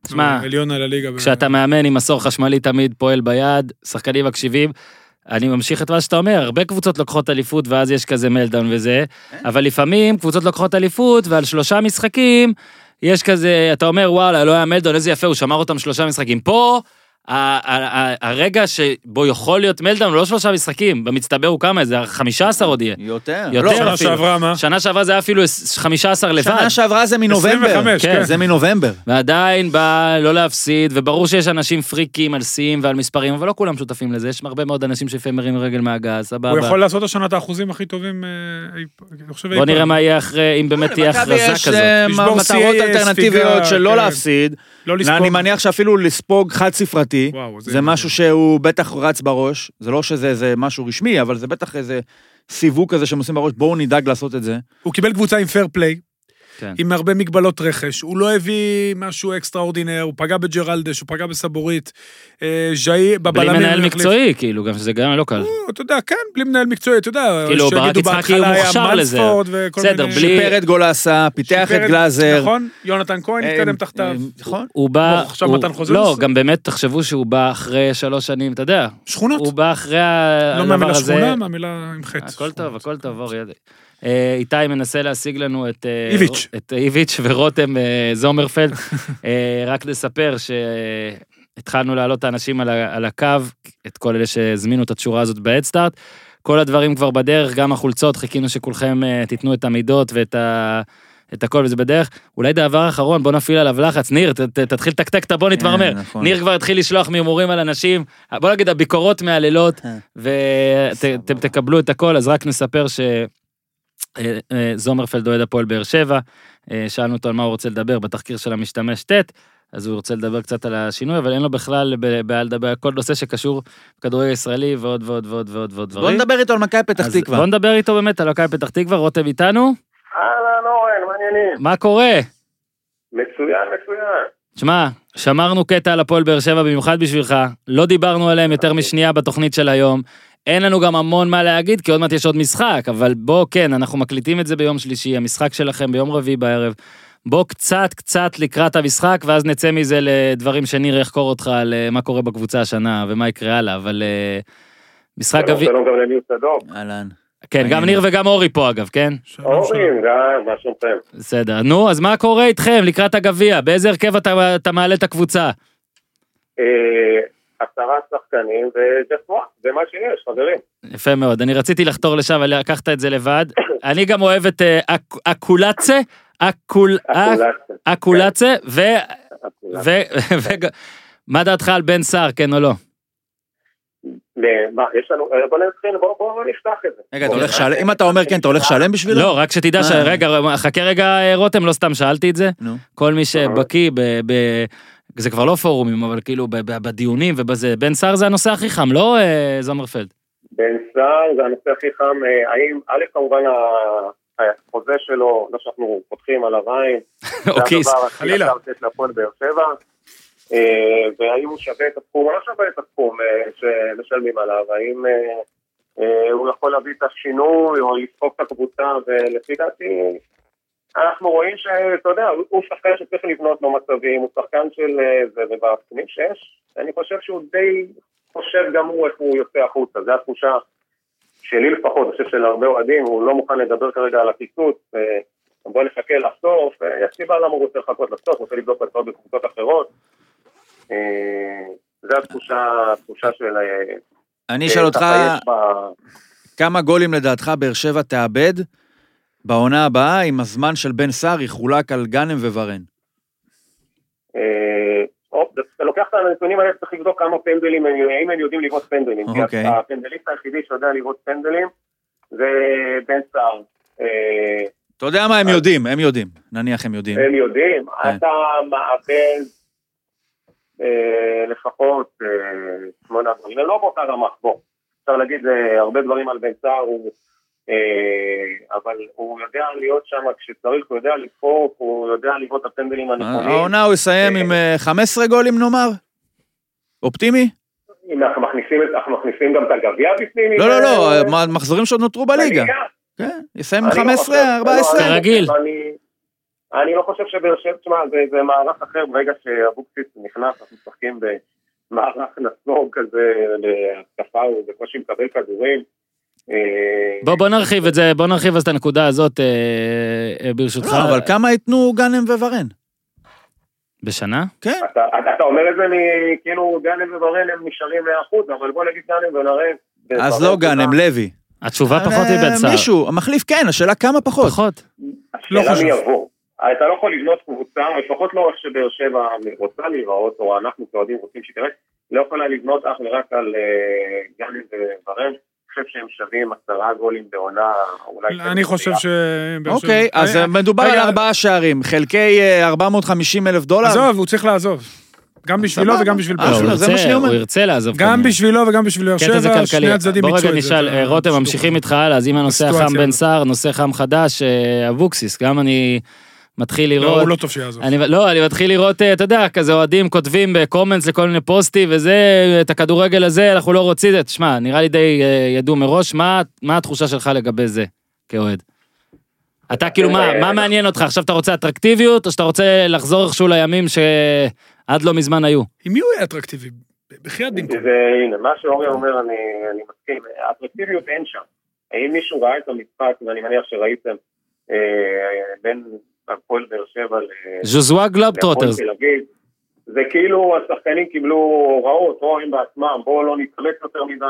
[SPEAKER 1] תשמע,
[SPEAKER 4] עליון על הליגה. ב-
[SPEAKER 1] כשאתה מאמן עם מסור חשמלי תמיד פועל ביד, שחקנים מקשיבים. אני ממשיך את מה שאתה אומר, הרבה קבוצות לוקחות אליפות ואז יש כזה מלדאון וזה,
[SPEAKER 3] כן.
[SPEAKER 1] אבל לפעמים קבוצות לוקחות אליפות ועל שלושה משחקים יש כזה, אתה אומר וואלה, לא היה מלדאון, איזה יפה, הוא שמר אותם שלושה משחקים. פה, ה- ה- ה- הרגע שבו יכול להיות מלדאון, לא שלושה משחקים, במצטבר הוא כמה, איזה 15 עוד יהיה.
[SPEAKER 3] יותר.
[SPEAKER 1] יותר
[SPEAKER 3] לא,
[SPEAKER 1] אפילו.
[SPEAKER 4] שנה שעברה, מה?
[SPEAKER 1] שנה שעברה זה היה אפילו 15 לבד.
[SPEAKER 3] שנה שעברה זה מנובמבר.
[SPEAKER 4] 25,
[SPEAKER 1] כן.
[SPEAKER 4] כן.
[SPEAKER 3] זה מנובמבר.
[SPEAKER 1] ועדיין בא לא להפסיד, וברור שיש אנשים פריקים על שיאים ועל מספרים, אבל לא כולם שותפים לזה, יש הרבה מאוד אנשים שלפעמים מרים רגל מהגז,
[SPEAKER 4] הוא
[SPEAKER 1] סבבה.
[SPEAKER 4] יכול לעשות השנה את האחוזים הכי טובים, אה, אי פ- אני חושב... אי
[SPEAKER 1] בוא
[SPEAKER 4] פעם.
[SPEAKER 1] נראה מה יהיה אחרי, אם באמת תהיה
[SPEAKER 3] כן, למכבי
[SPEAKER 1] הכרזה
[SPEAKER 3] יש,
[SPEAKER 1] כזאת.
[SPEAKER 3] אה,
[SPEAKER 4] לשבור
[SPEAKER 3] מטרות
[SPEAKER 4] שיאי
[SPEAKER 3] אלטרנטיביות
[SPEAKER 4] ספיגה,
[SPEAKER 3] של לא
[SPEAKER 4] כן.
[SPEAKER 3] להפסיד.
[SPEAKER 4] לא לספוג.
[SPEAKER 3] אני מניח שאפילו לספוג חד ספרתי.
[SPEAKER 4] וואו,
[SPEAKER 3] זה משהו שהוא בטח רץ בראש. זה לא שזה איזה משהו רשמי, אבל זה בטח איזה סיווג כזה שהם עושים בראש, בואו נדאג לעשות את זה.
[SPEAKER 4] הוא קיבל קבוצה עם פייר פליי,
[SPEAKER 1] כן.
[SPEAKER 4] עם הרבה מגבלות רכש, הוא לא הביא משהו אקסטראורדינר, הוא פגע בג'רלדש, הוא פגע בסבורית, אה, ז'אי,
[SPEAKER 1] בלי
[SPEAKER 4] בבלמים...
[SPEAKER 1] מנהל
[SPEAKER 4] הוא החליף.
[SPEAKER 1] מקצועי, כאילו, גם שזה גם לא קל.
[SPEAKER 4] הוא, אתה יודע, כן, בלי מנהל מקצועי, אתה יודע,
[SPEAKER 1] כאילו, ברק
[SPEAKER 4] שיגידו
[SPEAKER 1] יצחקי
[SPEAKER 4] בהתחלה
[SPEAKER 1] הוא
[SPEAKER 4] היה
[SPEAKER 1] מוכשר לזה.
[SPEAKER 4] מנספורד וכל
[SPEAKER 1] בסדר,
[SPEAKER 4] מיני-
[SPEAKER 1] בלי-
[SPEAKER 3] שיפר את גולסה, פיתח
[SPEAKER 4] שיפר
[SPEAKER 3] את גלאזר.
[SPEAKER 4] נכון, יונתן כהן
[SPEAKER 3] אה,
[SPEAKER 4] התקדם
[SPEAKER 3] אה,
[SPEAKER 4] תחתיו.
[SPEAKER 3] נכון.
[SPEAKER 1] הוא בא...
[SPEAKER 4] בוא, עכשיו
[SPEAKER 1] הוא-
[SPEAKER 4] מתן חוזז?
[SPEAKER 1] לא, גם באמת, תחשבו שהוא בא אחרי שלוש שנים, אתה יודע,
[SPEAKER 4] שכונות.
[SPEAKER 1] הוא בא אחרי
[SPEAKER 4] לא
[SPEAKER 1] אה, הדבר
[SPEAKER 4] מהמילה
[SPEAKER 1] הזה.
[SPEAKER 4] שכונה, מהמילה עם חטא.
[SPEAKER 1] הכל טוב, הכל טוב, אורי. אה, איתי מנסה להשיג לנו את... אה,
[SPEAKER 4] איביץ'.
[SPEAKER 1] את איביץ' ורותם אה,
[SPEAKER 3] [laughs]
[SPEAKER 1] זומרפלד. אה, רק לספר שהתחלנו להעלות את האנשים על ה- על הקו, את כל אלה שהזמינו את התשורה הזאת בהדסטארט. כל הדברים כבר בדרך, גם החולצות, חיכינו שכולכם אה, תיתנו את המידות ואת ה... את הכל וזה בדרך. אולי דבר האחרון, בוא נפעיל עליו לחץ. ניר, ת, ת, תתחיל לתקתק את הבוא נתמרמר.
[SPEAKER 3] כן, נכון.
[SPEAKER 1] ניר כבר התחיל לשלוח מהימורים על אנשים, בוא נגיד הביקורות מהלילות,
[SPEAKER 3] כן.
[SPEAKER 1] ואתם תקבלו את הכל, אז רק נספר ש... אה, אה, זומרפלד אוהד הפועל באר שבע, אה, שאלנו אותו על מה הוא רוצה לדבר בתחקיר של המשתמש ט', אז הוא רוצה לדבר קצת על השינוי, אבל אין לו בכלל ב- בעיה לדבר על כל נושא שקשור בכדורגל ישראלי ועוד ועוד ועוד ועוד ועוד
[SPEAKER 3] בוא
[SPEAKER 1] דברים.
[SPEAKER 3] נדבר איתו על מכבי פתח
[SPEAKER 1] אז
[SPEAKER 3] תקווה.
[SPEAKER 1] בוא נדבר איתו באמת על מכבי פתח תקווה, רותם איתנו?
[SPEAKER 6] אהלן אורן, מעניינים.
[SPEAKER 1] מה קורה?
[SPEAKER 6] מצוין, מצוין.
[SPEAKER 1] שמע, שמרנו קטע על הפועל באר שבע במיוחד בשבילך, לא דיברנו עליהם יותר משנייה בתוכנית של היום. אין לנו גם המון מה להגיד, כי עוד מעט יש עוד משחק, אבל בוא, כן, אנחנו מקליטים את זה ביום שלישי, המשחק שלכם ביום רביעי בערב. בוא קצת קצת לקראת המשחק, ואז נצא מזה לדברים שניר יחקור אותך על אה, מה קורה בקבוצה השנה ומה יקרה הלאה, אבל... אה, משחק
[SPEAKER 7] שלום,
[SPEAKER 1] גביע...
[SPEAKER 7] שלום גם לניר צדוק.
[SPEAKER 3] אהלן.
[SPEAKER 1] כן, גם ניר וגם אורי פה אגב, כן?
[SPEAKER 4] שלום, שלום.
[SPEAKER 7] אורים, גם, מה שלומכם?
[SPEAKER 1] בסדר. נו, אז מה קורה איתכם לקראת הגביע? באיזה הרכב אתה, אתה מעלה את הקבוצה?
[SPEAKER 7] אה, עשרה שחקנים וג'סט וואט, זה מה שיש, חברים.
[SPEAKER 1] יפה מאוד, אני רציתי לחתור לשם, אבל לקחת את זה לבד. אני גם אוהב את אה, אק- אקולצה, אקול- אק-
[SPEAKER 7] הקולציה,
[SPEAKER 1] אקולצה, ו...
[SPEAKER 7] הקולציה.
[SPEAKER 1] ו- וג- מה דעתך על בן סער, כן או לא?
[SPEAKER 7] ל- מה, יש לנו, אה, בוא נתחיל, בוא- בוא נפתח את זה.
[SPEAKER 3] רגע, אתה הולך שלם, אם אתה אומר כן, אתה הולך שלם בשבילו?
[SPEAKER 1] לא, רק שתדע ש...
[SPEAKER 3] אה.
[SPEAKER 1] רגע, חכה רגע, אה, רותם, לא סתם שאלתי את זה.
[SPEAKER 3] נו.
[SPEAKER 1] כל מי שבקיא ב... ב- זה כבר לא פורומים, אבל כאילו ב- ב- בדיונים ובזה, בן סער זה הנושא הכי חם, לא אה, זומרפלד?
[SPEAKER 7] בן סער זה הנושא הכי חם, אה, האם, א', כמובן ה- החוזה שלו, לא שאנחנו פותחים עליו עין,
[SPEAKER 1] או כיס.
[SPEAKER 7] זה הדבר הכי
[SPEAKER 4] חלילה.
[SPEAKER 7] יקר שיש להפועל באר שבע, אה, והאם הוא שווה את הסכום או לא שווה את הסכום אה, שמשלמים עליו, האם אה, אה, הוא יכול להביא את השינוי או לסחוק את הקבוצה, ולפי דעתי אנחנו רואים שאתה יודע, הוא- הוא שחקן שצריך לבנות לו מצבים, הוא שחקן של אה, זה, ובתחומים שיש, אני חושב שהוא די חושב גם הוא איך הוא יוצא החוצה, זו התחושה שלי לפחות, אני חושב שלהרבה אוהדים, הוא לא מוכן לדבר כרגע על הקיצוץ, אה, בוא נחכה לסוף, אה, יש סיבה למה הוא רוצה לחכות לסוף, הוא רוצה לבדוק הצעות בקבוצות אחרות. אה, זו התחושה, התחושה של... אה,
[SPEAKER 3] אני אשאל אותך,
[SPEAKER 7] ככה יש ב-
[SPEAKER 3] כמה גולים לדעתך באר שבע תאבד בעונה הבאה, אם הזמן של בן סער יחולק על גאנם וורן?
[SPEAKER 7] אה, אופ, אתה לוקח את הנתונים האלה, צריך לבדוק כמה פנדלים, הם- האם הם יודעים לבעוט פנדלים. כי
[SPEAKER 3] אוקיי.
[SPEAKER 7] הפנדליסט היחידי שיודע לבעוט פנדלים זה בן סער. אה,
[SPEAKER 3] אתה יודע מה, הם יודעים, הם יודעים. נניח הם יודעים. כן.
[SPEAKER 7] הם יודעים, אתה מאבד אה, לפחות אה, שמונה דברים, זה לא באותה רמה, בוא. אפשר להגיד אה, הרבה דברים על בן סער, הוא, אה, אבל הוא יודע להיות שם כשצריך, הוא יודע לדפוק, הוא יודע לבעוט את הפנדלים הנכונים.
[SPEAKER 3] העונה הוא יסיים עם אה, 15 גולים נאמר? אופטימי?
[SPEAKER 7] אם אנחנו מכניסים, את- אנחנו מכניסים גם את הגביע בפנים.
[SPEAKER 3] לא, לא, לא,
[SPEAKER 7] אה,
[SPEAKER 3] מה- מחזורים שעוד נותרו בליגה. כן, יסיים עם
[SPEAKER 7] אני לא
[SPEAKER 3] 15,
[SPEAKER 7] חושב-
[SPEAKER 3] 14.
[SPEAKER 7] לא, אני-
[SPEAKER 1] כרגיל.
[SPEAKER 7] אני- אני לא חושב שבאר שבע, תשמע, זה- זה מערך אחר, ברגע שאבוקסיס נכנס, אנחנו משחקים במערך נסוג כזה, להתקפה, הוא בקושי מקבל כדורים. אה,
[SPEAKER 1] בוא בוא נרחיב את זה, בוא נרחיב אז את הנקודה הזאת, אה, אה, ברשותך.
[SPEAKER 3] לא, אבל כמה ייתנו גאנם וורן?
[SPEAKER 1] בשנה?
[SPEAKER 3] כן,
[SPEAKER 7] אתה אה, אתה אומר את זה מ- כאילו גאנם וברן הם נשארים 100%, אבל בוא נגיד גאנם ונראה.
[SPEAKER 3] אז לא גאנם, לוי.
[SPEAKER 1] התשובה פחות
[SPEAKER 3] אה,
[SPEAKER 1] מבן סער.
[SPEAKER 3] מישהו, המחליף כן, השאלה כמה פחות.
[SPEAKER 1] פחות.
[SPEAKER 7] השאלה
[SPEAKER 4] לא חושב.
[SPEAKER 7] מי יבוא. אתה לא יכול לבנות קבוצה, לפחות לא איך שבאר שבע רוצה להיראות, או אנחנו כאוהדים רוצים שתראה, לא יכולה לבנות אך ורק על אה, גלי וברן. אני חושב שהם שווים עשרה גולים בעונה, אולי...
[SPEAKER 4] לא, אני חושב ש... באר שבע-
[SPEAKER 3] אוקיי, אז
[SPEAKER 4] אה,
[SPEAKER 3] מדובר
[SPEAKER 4] רגע,
[SPEAKER 3] על ארבעה שערים, חלקי אה, 450 אלף דולר.
[SPEAKER 4] עזוב, הוא צריך לעזוב. גם בשבילו
[SPEAKER 3] סבבה.
[SPEAKER 4] וגם בשביל
[SPEAKER 3] אה,
[SPEAKER 4] באר
[SPEAKER 1] לא,
[SPEAKER 3] זה
[SPEAKER 1] הוא
[SPEAKER 4] שבע.
[SPEAKER 3] לא, זה מה
[SPEAKER 1] ירצה-
[SPEAKER 3] שאני אומר.
[SPEAKER 1] הוא ירצה לעזוב.
[SPEAKER 4] גם
[SPEAKER 1] כנראה.
[SPEAKER 4] בשבילו וגם בשביל באר
[SPEAKER 1] קטע זה
[SPEAKER 4] שבע,
[SPEAKER 1] כלכלי.
[SPEAKER 4] שני הצדדים
[SPEAKER 1] בוא
[SPEAKER 4] מיצו את זה.
[SPEAKER 1] רגע נשאל,
[SPEAKER 4] אתה-
[SPEAKER 1] אה, רותם,
[SPEAKER 4] שידור.
[SPEAKER 1] ממשיכים איתך הלאה, אז אם הנושא החם
[SPEAKER 4] הסיטואציה
[SPEAKER 1] בן
[SPEAKER 4] הזאת.
[SPEAKER 1] סער, נושא חם חדש, אה, אבוקסיס, גם אני מתחיל
[SPEAKER 4] לא,
[SPEAKER 1] לראות.
[SPEAKER 4] הוא לא טוב שיעזוב.
[SPEAKER 1] אני, לא, אני מתחיל לראות, אה, אתה יודע, כזה אוהדים כותבים בקומנס לכל מיני פוסטים וזה, את הכדורגל הזה, אנחנו לא רוצים, זה. תשמע, נראה לי די אה, ידעו מראש, מה, מה התחושה שלך לגבי זה, כאוהד? אתה כאילו, מה, מה מעניין אותך? עכשיו אתה רוצה אטרקטיביות, או שאתה רוצה לחזור איכשהו לימים שעד לא מזמן היו?
[SPEAKER 4] עם מי הוא יהיה אטרקטיבי? בחייאת במקום.
[SPEAKER 7] והנה, מה שאורי אומר, אני, אני מסכים, האטרקטיביות אין שם. האם מישהו ראה את המשחק, ואני מניח שראיתם, אה, בין הפועל באר שבע ל-
[SPEAKER 1] ז'וזואה גלאבטרוטרס.
[SPEAKER 7] להפועל תל אביב. זה כאילו השחקנים קיבלו הוראות, או הם בעצמם, בואו לא נתחלק יותר מדי.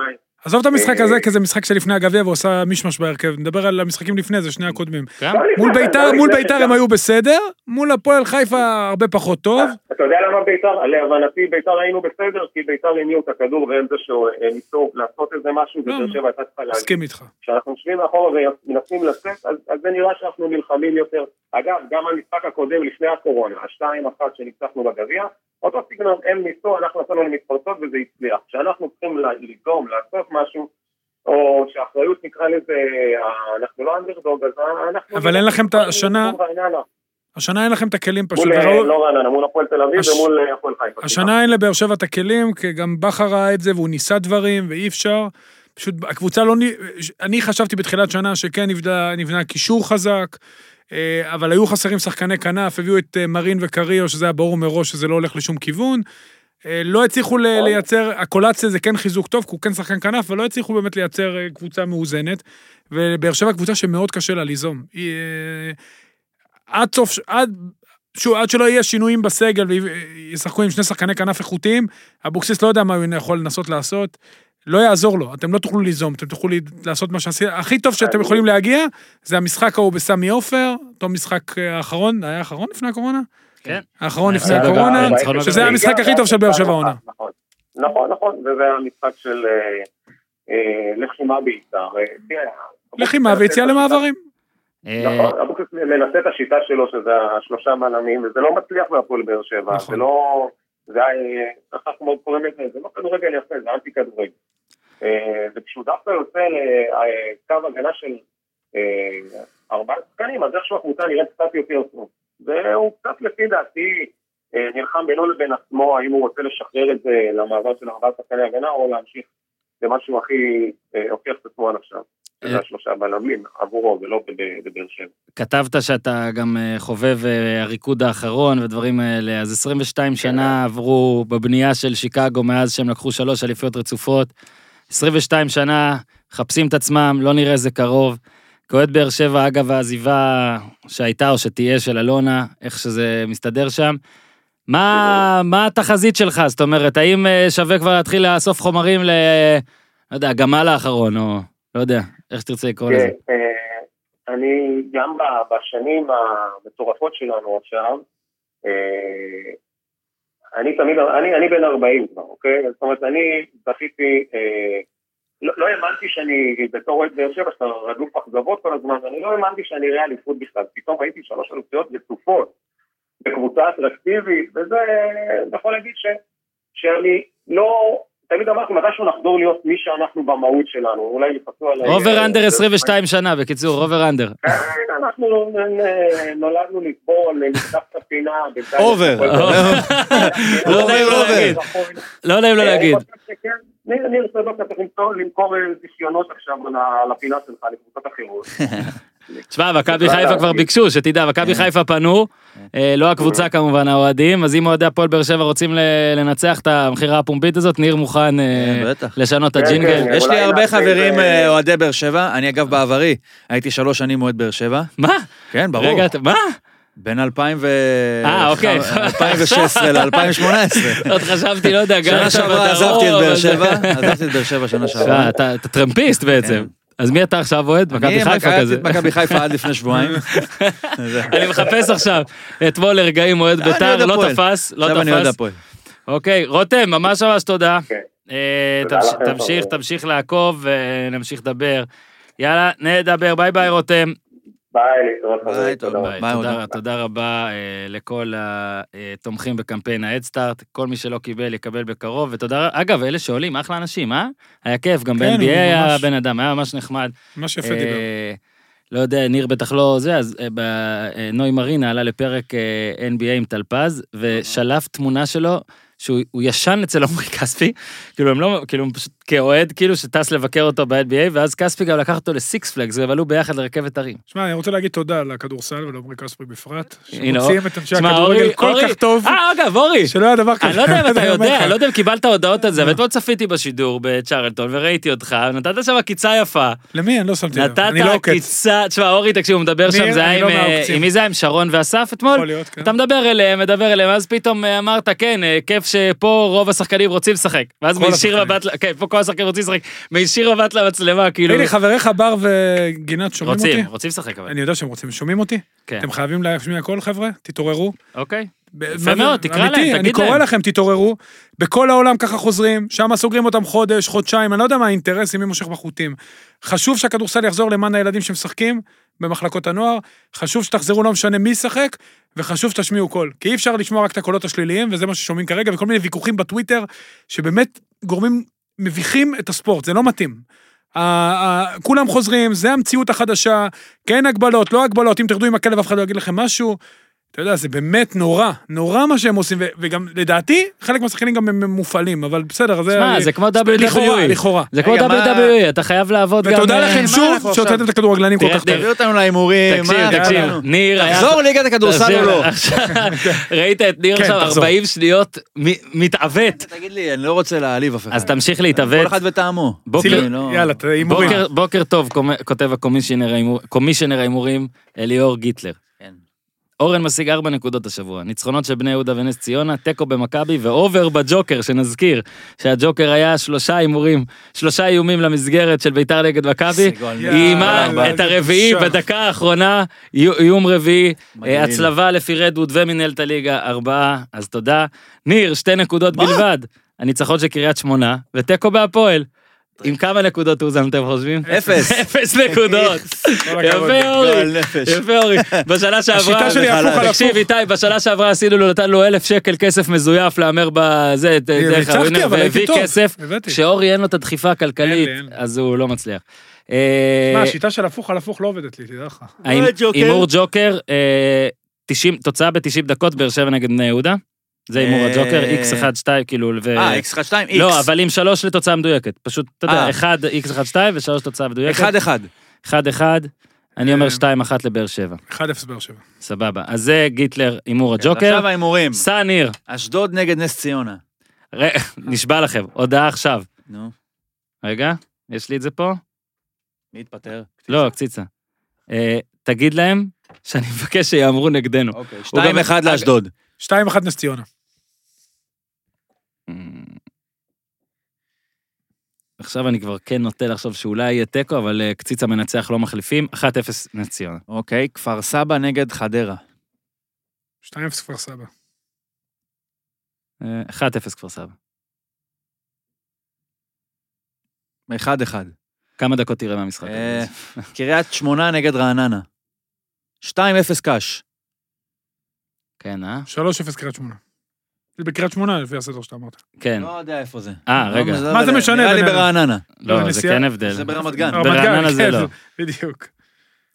[SPEAKER 4] עזוב את המשחק
[SPEAKER 7] אה,
[SPEAKER 4] הזה, כי זה משחק שלפני הגביע ועושה מישמש בהרכב. נדבר על המשחקים לפני זה, שני הקודמים.
[SPEAKER 1] גם?
[SPEAKER 7] לא
[SPEAKER 4] מול
[SPEAKER 7] לפני,
[SPEAKER 4] ביתר,
[SPEAKER 7] לא
[SPEAKER 4] מול
[SPEAKER 7] לפני
[SPEAKER 4] ביתר
[SPEAKER 7] גם.
[SPEAKER 4] הם היו בסדר, מול הפועל חיפה הרבה פחות טוב.
[SPEAKER 7] אתה יודע למה ביתר, להבנתי ביתר היינו בסדר, כי ביתר הניעו את הכדור והם זה שניסו לעשות איזה משהו,
[SPEAKER 4] לא,
[SPEAKER 7] ובאר שבע הייתה צריכה להגיד.
[SPEAKER 4] מסכים איתך.
[SPEAKER 7] כשאנחנו יושבים מאחורה ומנסים לצאת, אז, אז זה נראה שאנחנו נלחמים יותר. אגב, גם המשחק הקודם לפני הקורונה, השתיים אחת שניצחנו בגביע, אותו סגנון, הם ניסו, אנחנו עשינו להם מתפרצות וזה הצליח. כשאנחנו צריכים ל- ליזום, לעשות משהו, או שהאחריות נקרא לזה, אה, אנחנו לא אנדרדוג, אז אנחנו...
[SPEAKER 4] אבל אין לכם את השנה-
[SPEAKER 7] מול רעננה.
[SPEAKER 4] השנה אין לכם את הכלים פשוט.
[SPEAKER 7] מול, אה,
[SPEAKER 4] וראו-
[SPEAKER 7] לא רעננה, מול הפועל תל אביב
[SPEAKER 4] הש-
[SPEAKER 7] ומול אה, הפועל חיפה. סליחה.
[SPEAKER 4] השנה אין לבאר שבע את הכלים, כי גם בכר ראה את זה והוא ניסה דברים ואי אפשר. פשוט הקבוצה לא... נ- ש- אני חשבתי בתחילת שנה שכן נבנה, נבנה קישור חזק, אה, אבל היו חסרים שחקני כנף, הביאו את אה, מרין וקריו, שזה היה ברור מראש שזה לא הולך לשום כיוון. אה, לא הצליחו ל- לייצר, הקולציה זה כן חיזוק טוב, כי הוא כן שחקן כנף, אבל לא הצליחו באמת לייצר אה, קבוצה מאוזנת. ובאר שבע קבוצה שמאוד קשה לה ליזום. היא, אה, עד סוף, עד, שוב, עד שלא יהיה שינויים בסגל וישחקו עם שני שחקני כנף איכותיים, אבוקסיס לא יודע מה הוא יכול לנסות לעשות. לא יעזור לו, אתם לא תוכלו ליזום, אתם תוכלו ל- לעשות מה שעשיתם. הכי טוב שאתם
[SPEAKER 7] אני-
[SPEAKER 4] יכולים להגיע, זה המשחק ההוא בסמי עופר, אותו משחק אה, האחרון, היה האחרון לפני הקורונה?
[SPEAKER 1] כן.
[SPEAKER 4] האחרון לפני
[SPEAKER 1] בסדר,
[SPEAKER 4] הקורונה,
[SPEAKER 1] אה, ניצחון
[SPEAKER 4] שזה היה
[SPEAKER 1] בגביע.
[SPEAKER 4] המשחק הכי טוב של באר שבע העונה.
[SPEAKER 7] נכון, נכון, נכון, וזה היה משחק של אה, אה, לחימה בעיקר. אה, תראה,
[SPEAKER 4] לחימה ויציאה למעברים.
[SPEAKER 1] אה,
[SPEAKER 7] נכון, אבוקסיס מנסה את השיטה שלו, שזה השלושה בלמים, וזה לא מצליח בהפועל באר שבע.
[SPEAKER 4] נכון.
[SPEAKER 7] זה לא... זה היה... אחר כך מאוד קוראים לזה, זה לא כדורגל יפה, זה אנטי כדורגל. אה, וכשהוא דווקא יוצא לקו הגנה של אה, ארבעה שחקנים, אז איכשהו הקבוצה נראית קצת יותר טוב. והוא קצת לפי דעתי אה, נלחם בינו לבין עצמו, האם הוא רוצה לשחרר את זה למעבר של ארבעה שחקני הגנה, או להמשיך למשהו הכי אה, הוכיח את עצמו עד עכשיו.
[SPEAKER 1] אה.
[SPEAKER 7] זה השלושה בלמים עבורו, ולא בב- בבאר שבע.
[SPEAKER 1] כתבת שאתה גם אה, חובב אה, הריקוד האחרון ודברים האלה, אז 22 שנה עברו בבנייה של שיקגו מאז שהם לקחו שלוש אליפויות רצופות. 22 שנה, מחפשים את עצמם, לא נראה זה קרוב. כועד באר שבע, אגב, העזיבה שהייתה או שתהיה של אלונה, איך שזה מסתדר שם. מה, מה התחזית שלך? זאת אומרת, האם אה, שווה כבר להתחיל לאסוף חומרים ל... לא יודע, הגמל האחרון, או לא יודע, איך שתרצה לקרוא לזה.
[SPEAKER 7] כן, אה, אני גם ב- בשנים המטורפות שלנו עכשיו, אה, אני תמיד, אני, אני בן 40 כבר, אוקיי? זאת אומרת, אני זכיתי, אה, לא, לא האמנתי שאני, בתור אוהד באר שבע, שאתה רדוף אכזבות כל הזמן, אני לא האמנתי שאני אראה אליפות בכלל. פתאום ראיתי שלוש אלופיות רצופות בקבוצה אטרקטיבית, וזה, אני יכול להגיד ש, שאני לא... תמיד אמרתי, מתישהו נחזור להיות מי שאנחנו במהות שלנו, אולי יפסו עליי...
[SPEAKER 1] אובר אנדר
[SPEAKER 7] אה,
[SPEAKER 1] 22 שנה,
[SPEAKER 3] אה,
[SPEAKER 1] בקיצור, אובר אנדר.
[SPEAKER 7] כן, אנחנו אה, נולדנו לטבול, נפתח את הפינה. בינתיים-
[SPEAKER 3] אובר.
[SPEAKER 1] לא נעים לא
[SPEAKER 7] אובר.
[SPEAKER 1] להגיד. לא יודע אם לא
[SPEAKER 7] אה,
[SPEAKER 1] להגיד.
[SPEAKER 7] אני חושב שכן. ניר ניר צדוק, אתה צריך למצוא- למכור אה, זיכיונות עכשיו על- על הפינה שלך, לקבוצות אחרות.
[SPEAKER 3] אה,
[SPEAKER 1] תשמע, מכבי
[SPEAKER 7] לא
[SPEAKER 1] חיפה
[SPEAKER 7] להגיד.
[SPEAKER 1] כבר ביקשו, שתדע, מכבי חיפה פנו, אה, לא הקבוצה כמובן, האוהדים, אז אם אוהדי הפועל באר שבע רוצים ל- לנצח את המכירה הפומבית הזאת, ניר מוכן אה,
[SPEAKER 3] כן, בטח.
[SPEAKER 1] לשנות את
[SPEAKER 7] כן,
[SPEAKER 1] הג'ינגל.
[SPEAKER 7] כן.
[SPEAKER 3] יש לי
[SPEAKER 7] אולי
[SPEAKER 3] הרבה
[SPEAKER 7] נעשה
[SPEAKER 3] חברים
[SPEAKER 7] איזה-
[SPEAKER 3] אה, אוהדי באר שבע, אני אגב בעברי, הייתי שלוש שנים אוהד באר שבע.
[SPEAKER 1] מה?
[SPEAKER 3] כן, ברור.
[SPEAKER 1] רגע, אתה-
[SPEAKER 3] [laughs]
[SPEAKER 1] מה?
[SPEAKER 3] בין 2000 ו...
[SPEAKER 1] אה, אוקיי. [laughs]
[SPEAKER 3] 2016 ל-2018.
[SPEAKER 1] עוד חשבתי, לא יודע, גרת
[SPEAKER 3] שנה שעברה
[SPEAKER 1] בדרום,
[SPEAKER 3] עזבתי את באר
[SPEAKER 1] אבל- [laughs]
[SPEAKER 3] שבע, עזבתי את באר שבע שנה שעברה.
[SPEAKER 1] אה, אתה אתה טרמפיסט בעצם.
[SPEAKER 3] כן.
[SPEAKER 1] אז מי אתה עכשיו אוהד? מכבי
[SPEAKER 3] אני
[SPEAKER 1] חיפה
[SPEAKER 3] מכבי-
[SPEAKER 1] כזה.
[SPEAKER 3] מכבי חיפה עד לפני שבועיים. זה-
[SPEAKER 1] [laughs] אני מחפש עכשיו. אתמול לרגעים אוהד
[SPEAKER 3] אני אוהד
[SPEAKER 1] בית"ר, לא
[SPEAKER 3] הפועל.
[SPEAKER 1] תפס, לא תפס.
[SPEAKER 3] עכשיו אני אוהד הפועל.
[SPEAKER 1] אוקיי, רותם, ממש ממש תודה.
[SPEAKER 7] כן.
[SPEAKER 1] אה,
[SPEAKER 7] תודה
[SPEAKER 1] תמש-
[SPEAKER 7] לכם,
[SPEAKER 1] תמשיך,
[SPEAKER 7] חברים.
[SPEAKER 1] תמשיך לעקוב ונמשיך לדבר. יאללה, נדבר, ביי ביי רותם.
[SPEAKER 7] ביי, להתראות.
[SPEAKER 3] ביי,
[SPEAKER 7] חברים,
[SPEAKER 3] טוב,
[SPEAKER 7] תודה.
[SPEAKER 1] ביי,
[SPEAKER 3] ביי,
[SPEAKER 1] תודה-
[SPEAKER 3] רותם.
[SPEAKER 1] תודה רבה אה, לכל התומכים בקמפיין ההדסטארט. כל מי שלא קיבל, יקבל בקרוב. ותודה, אגב, אלה שעולים, אחלה אנשים, אה? היה כיף, גם
[SPEAKER 4] כן, הוא
[SPEAKER 1] ב-NBA היה
[SPEAKER 4] ממש-
[SPEAKER 1] בן אדם, היה ממש נחמד.
[SPEAKER 4] ממש יפה דיבר.
[SPEAKER 1] אה, לא יודע, ניר בטח לא זה, אז אה, ב- אה, נוי מרינה עלה לפרק אה, NBA עם טלפז, ושלף תמונה שלו, שהוא הוא ישן אצל עמרי כספי, כאילו הם לא, כאילו הם פשוט כאוהד, כאילו, שטס לבקר אותו ב-NBA, ואז כספי גם לקח אותו לסיקס פלגס, והם עלו ביחד לרכבת הרים.
[SPEAKER 4] שמע, אני רוצה להגיד תודה לכדורסל ולעמרי כספי בפרט,
[SPEAKER 1] הנה,
[SPEAKER 4] שמוציאים את אנשי
[SPEAKER 1] תשמע, אורי-
[SPEAKER 4] הכדורגל כל
[SPEAKER 1] אורי-
[SPEAKER 4] כך טוב,
[SPEAKER 1] אה, אגב, אורי,
[SPEAKER 4] שלא היה דבר כזה.
[SPEAKER 1] אני לא יודע אם אתה
[SPEAKER 4] [laughs] אני אומר
[SPEAKER 1] יודע,
[SPEAKER 4] לך. לא.
[SPEAKER 1] אני לא יודע אם קיבלת הודעות על זה, אבל אתמול צפיתי בשידור בצ'רלטון וראיתי אותך, נתת שם עקיצה יפה.
[SPEAKER 4] למי? אני לא שמתי לב.
[SPEAKER 1] נתת
[SPEAKER 4] אני לא עוקץ.
[SPEAKER 1] עקיצה, תשמע, אורי, תקשיב, הוא מדבר שם,
[SPEAKER 4] ניר,
[SPEAKER 1] זה היה
[SPEAKER 4] אני
[SPEAKER 1] עם,
[SPEAKER 4] לא
[SPEAKER 1] אה,
[SPEAKER 4] מהעוקצים.
[SPEAKER 1] עם מי זה היה? עם שרון ואסף
[SPEAKER 4] יכול
[SPEAKER 1] אתמול?
[SPEAKER 4] להיות, כן.
[SPEAKER 1] אתה מדבר אליהם, מדבר אליהם, אז פתאום אה, אמרת, כן, אה, כיף שפה רוב השחקנים רוצים לשחק. ואז
[SPEAKER 4] כל
[SPEAKER 1] מישיר
[SPEAKER 4] השחקנים.
[SPEAKER 1] מבט, ל- כן, פה כל השחקנים רוצים לשחק, מישיר מבט למצלמה, כאילו,
[SPEAKER 4] הנה, חבריך בר וגינת שומעים אותי?
[SPEAKER 1] רוצים, רוצים לשחק אבל,
[SPEAKER 4] אני יודע שהם רוצים, שומעים אותי?
[SPEAKER 1] כן.
[SPEAKER 4] אתם חייבים להשמיע הכל, חבר'ה? תתעוררו.
[SPEAKER 1] אוקיי?
[SPEAKER 4] ב-
[SPEAKER 1] יפה
[SPEAKER 4] מה זה-
[SPEAKER 1] מאוד, תקרא
[SPEAKER 4] אמיתי,
[SPEAKER 1] להם, תגיד
[SPEAKER 4] אני קורא
[SPEAKER 1] להם.
[SPEAKER 4] לכם, תתעוררו. בכל העולם ככה חוזרים, שם סוגרים אותם חודש, חודשיים, אני לא יודע מה האינטרסים, מי מושך בחוטים. חשוב שהכדורסל יחזור למען הילדים שמשחקים במחלקות הנוער, חשוב שתחזרו, לא משנה מי ישחק, וחשוב שתשמיעו קול. כי אי אפשר לשמוע רק את הקולות השליליים, וזה מה ששומעים כרגע, וכל מיני ויכוחים בטוויטר, שבאמת גורמים, מביכים את הספורט, זה לא מתאים. ה- ה- כולם חוזרים, זה המציאות החדשה, כן הגבלות, לא הגבלות, אם תרדו עם הכלב אף אחד לא יגיד לכם משהו. אתה יודע, זה באמת נורא, נורא מה שהם עושים, ו- וגם לדעתי, חלק מהשחקנים גם הם מופעלים, אבל בסדר, זה...
[SPEAKER 1] שמע, זה כמו
[SPEAKER 4] אה, לכאורה,
[SPEAKER 1] WWE,
[SPEAKER 4] לכאורה.
[SPEAKER 1] זה כמו
[SPEAKER 3] רגע, מה-
[SPEAKER 1] WWE, אתה חייב לעבוד גם,
[SPEAKER 4] ותודה
[SPEAKER 1] אה,
[SPEAKER 4] לכם
[SPEAKER 1] מה
[SPEAKER 4] שוב
[SPEAKER 1] אנחנו
[SPEAKER 4] שהוצאתם את הכדורגלנים כל
[SPEAKER 1] תראה,
[SPEAKER 4] כך טוב.
[SPEAKER 1] תראה,
[SPEAKER 3] תביא אותנו להימורים,
[SPEAKER 1] תקשיב,
[SPEAKER 3] מה,
[SPEAKER 1] תקשיב,
[SPEAKER 3] יאללה.
[SPEAKER 1] ניר היה...
[SPEAKER 3] תחזור ליגת הכדורסל או לא?
[SPEAKER 1] עכשיו, [laughs] ראית את ניר
[SPEAKER 4] כן,
[SPEAKER 1] עכשיו
[SPEAKER 4] תחזור.
[SPEAKER 1] 40 שניות מ- מתעוות,
[SPEAKER 3] תגיד לי, אני לא רוצה להעליב אף אחד.
[SPEAKER 1] אז תמשיך
[SPEAKER 3] כל
[SPEAKER 1] להתעוות.
[SPEAKER 3] אחד וטעמו.
[SPEAKER 1] בוקר-
[SPEAKER 3] אני
[SPEAKER 1] צילי,
[SPEAKER 3] לא-
[SPEAKER 4] יאללה, ת- הימורים.
[SPEAKER 1] בוקר, בוקר טוב, קומ- כותב הקומישיונר ההימור- קומישיונר ההימורים אליאור גיטלר.
[SPEAKER 3] כן.
[SPEAKER 1] אורן משיג ארבע נקודות השבוע, ניצחונות של בני יהודה ונס ציונה, תיקו במכבי ואובר בג'וקר, שנזכיר שהג'וקר היה שלושה הימורים, שלושה איומים למסגרת של ביתר נגד מכבי,
[SPEAKER 3] סגול,
[SPEAKER 1] היא
[SPEAKER 4] יאללה,
[SPEAKER 1] איימה
[SPEAKER 4] ארבע.
[SPEAKER 1] את הרביעי
[SPEAKER 4] בושה.
[SPEAKER 1] בדקה האחרונה, איו- איום רביעי,
[SPEAKER 3] מגעיל.
[SPEAKER 1] אה, הצלבה לפי רדווד ומנהלת הליגה, ארבעה, אז תודה. ניר, שתי נקודות בלבד, הניצחון של קריית שמונה, ותיקו בהפועל. עם כמה נקודות אוזן אתם חושבים? [laughs]
[SPEAKER 3] אפס.
[SPEAKER 1] אפס נקודות.
[SPEAKER 4] כל הכבוד.
[SPEAKER 1] יפה אורי,
[SPEAKER 3] גועל נפש.
[SPEAKER 1] יפה אורי. בשנה שעברה...
[SPEAKER 4] השיטה שלי הפוך על
[SPEAKER 1] תקשיב
[SPEAKER 4] הפוך.
[SPEAKER 1] איתי, בשנה שעברה עשינו לו, נתן לו אלף שקל כסף מזויף להמר בזה, את- דרך
[SPEAKER 4] ניצחתי,
[SPEAKER 1] הווינר,
[SPEAKER 4] אבל הייתי
[SPEAKER 1] והביא
[SPEAKER 4] טוב.
[SPEAKER 1] כסף.
[SPEAKER 4] הבאתי.
[SPEAKER 1] כשאורי אין לו את הדחיפה הכלכלית,
[SPEAKER 4] אין לי, אין לי.
[SPEAKER 1] אז הוא לא מצליח. אה,
[SPEAKER 4] מה, השיטה לא של הפוך על הפוך לא עובדת לי, תדע לך.
[SPEAKER 1] האם- הימור ג'וקר, אה, 90 תוצאה ב-90 דקות, באר שבע נגד בני יהודה. זה הימור
[SPEAKER 3] אה,
[SPEAKER 1] הג'וקר, x 1 2 כאילו, ו...
[SPEAKER 3] אה, איקס אחד שתיים, איקס.
[SPEAKER 1] לא, אבל עם שלוש לתוצאה מדויקת. פשוט, אתה יודע,
[SPEAKER 3] אה.
[SPEAKER 1] 1, x 1 2 ושלוש תוצאה מדויקת.
[SPEAKER 3] אחד אחד.
[SPEAKER 1] 1-1, אני אומר
[SPEAKER 4] אה.
[SPEAKER 1] 2-1 לבאר שבע.
[SPEAKER 4] 1-0 באר שבע.
[SPEAKER 1] סבבה. אז זה גיטלר, הימור הג'וקר.
[SPEAKER 3] עכשיו ההימורים.
[SPEAKER 1] סע ניר,
[SPEAKER 3] אשדוד נגד נס ציונה.
[SPEAKER 1] ר- [laughs] נשבע לכם, הודעה עכשיו.
[SPEAKER 3] נו,
[SPEAKER 1] רגע, יש לי את זה פה?
[SPEAKER 3] מי התפטר?
[SPEAKER 1] לא, קציצה. אה, תגיד להם שאני מבקש שיאמרו נגדנו.
[SPEAKER 3] אוקיי,
[SPEAKER 1] הוא גם-
[SPEAKER 3] שתיים אחד לאשדוד.
[SPEAKER 4] 2-1 נס ציונה.
[SPEAKER 3] אוקיי.
[SPEAKER 1] Mm. עכשיו אני כבר כן נוטה לחשוב שאולי יהיה תיקו, אבל אה, קציצה מנצח לא מחליפים, 1-0 נס ציונה.
[SPEAKER 3] אוקיי, כפר סבא נגד חדרה.
[SPEAKER 4] 2-0 כפר סבא.
[SPEAKER 1] אה, 1-0 כפר סבא.
[SPEAKER 3] אחד אחד.
[SPEAKER 1] כמה דקות תראה מהמשחק הזה?
[SPEAKER 3] אה, קריית שמונה נגד רעננה. שתיים אפס קאש.
[SPEAKER 1] כן, אה?
[SPEAKER 4] 3-0 קריית שמונה. זה בקריית שמונה לפי הסדר שאתה אמרת.
[SPEAKER 1] כן.
[SPEAKER 3] לא יודע איפה זה.
[SPEAKER 1] אה, רגע.
[SPEAKER 3] לא
[SPEAKER 4] מה זה
[SPEAKER 3] יודע.
[SPEAKER 4] משנה
[SPEAKER 3] נראה לי
[SPEAKER 4] בינינו?
[SPEAKER 3] ברעננה.
[SPEAKER 1] לא, זה
[SPEAKER 4] בנסיעה-
[SPEAKER 1] כן הבדל.
[SPEAKER 3] זה ברמת גן.
[SPEAKER 4] רמת גן,
[SPEAKER 1] ברעננה זה
[SPEAKER 4] כן,
[SPEAKER 1] לא.
[SPEAKER 4] בדיוק.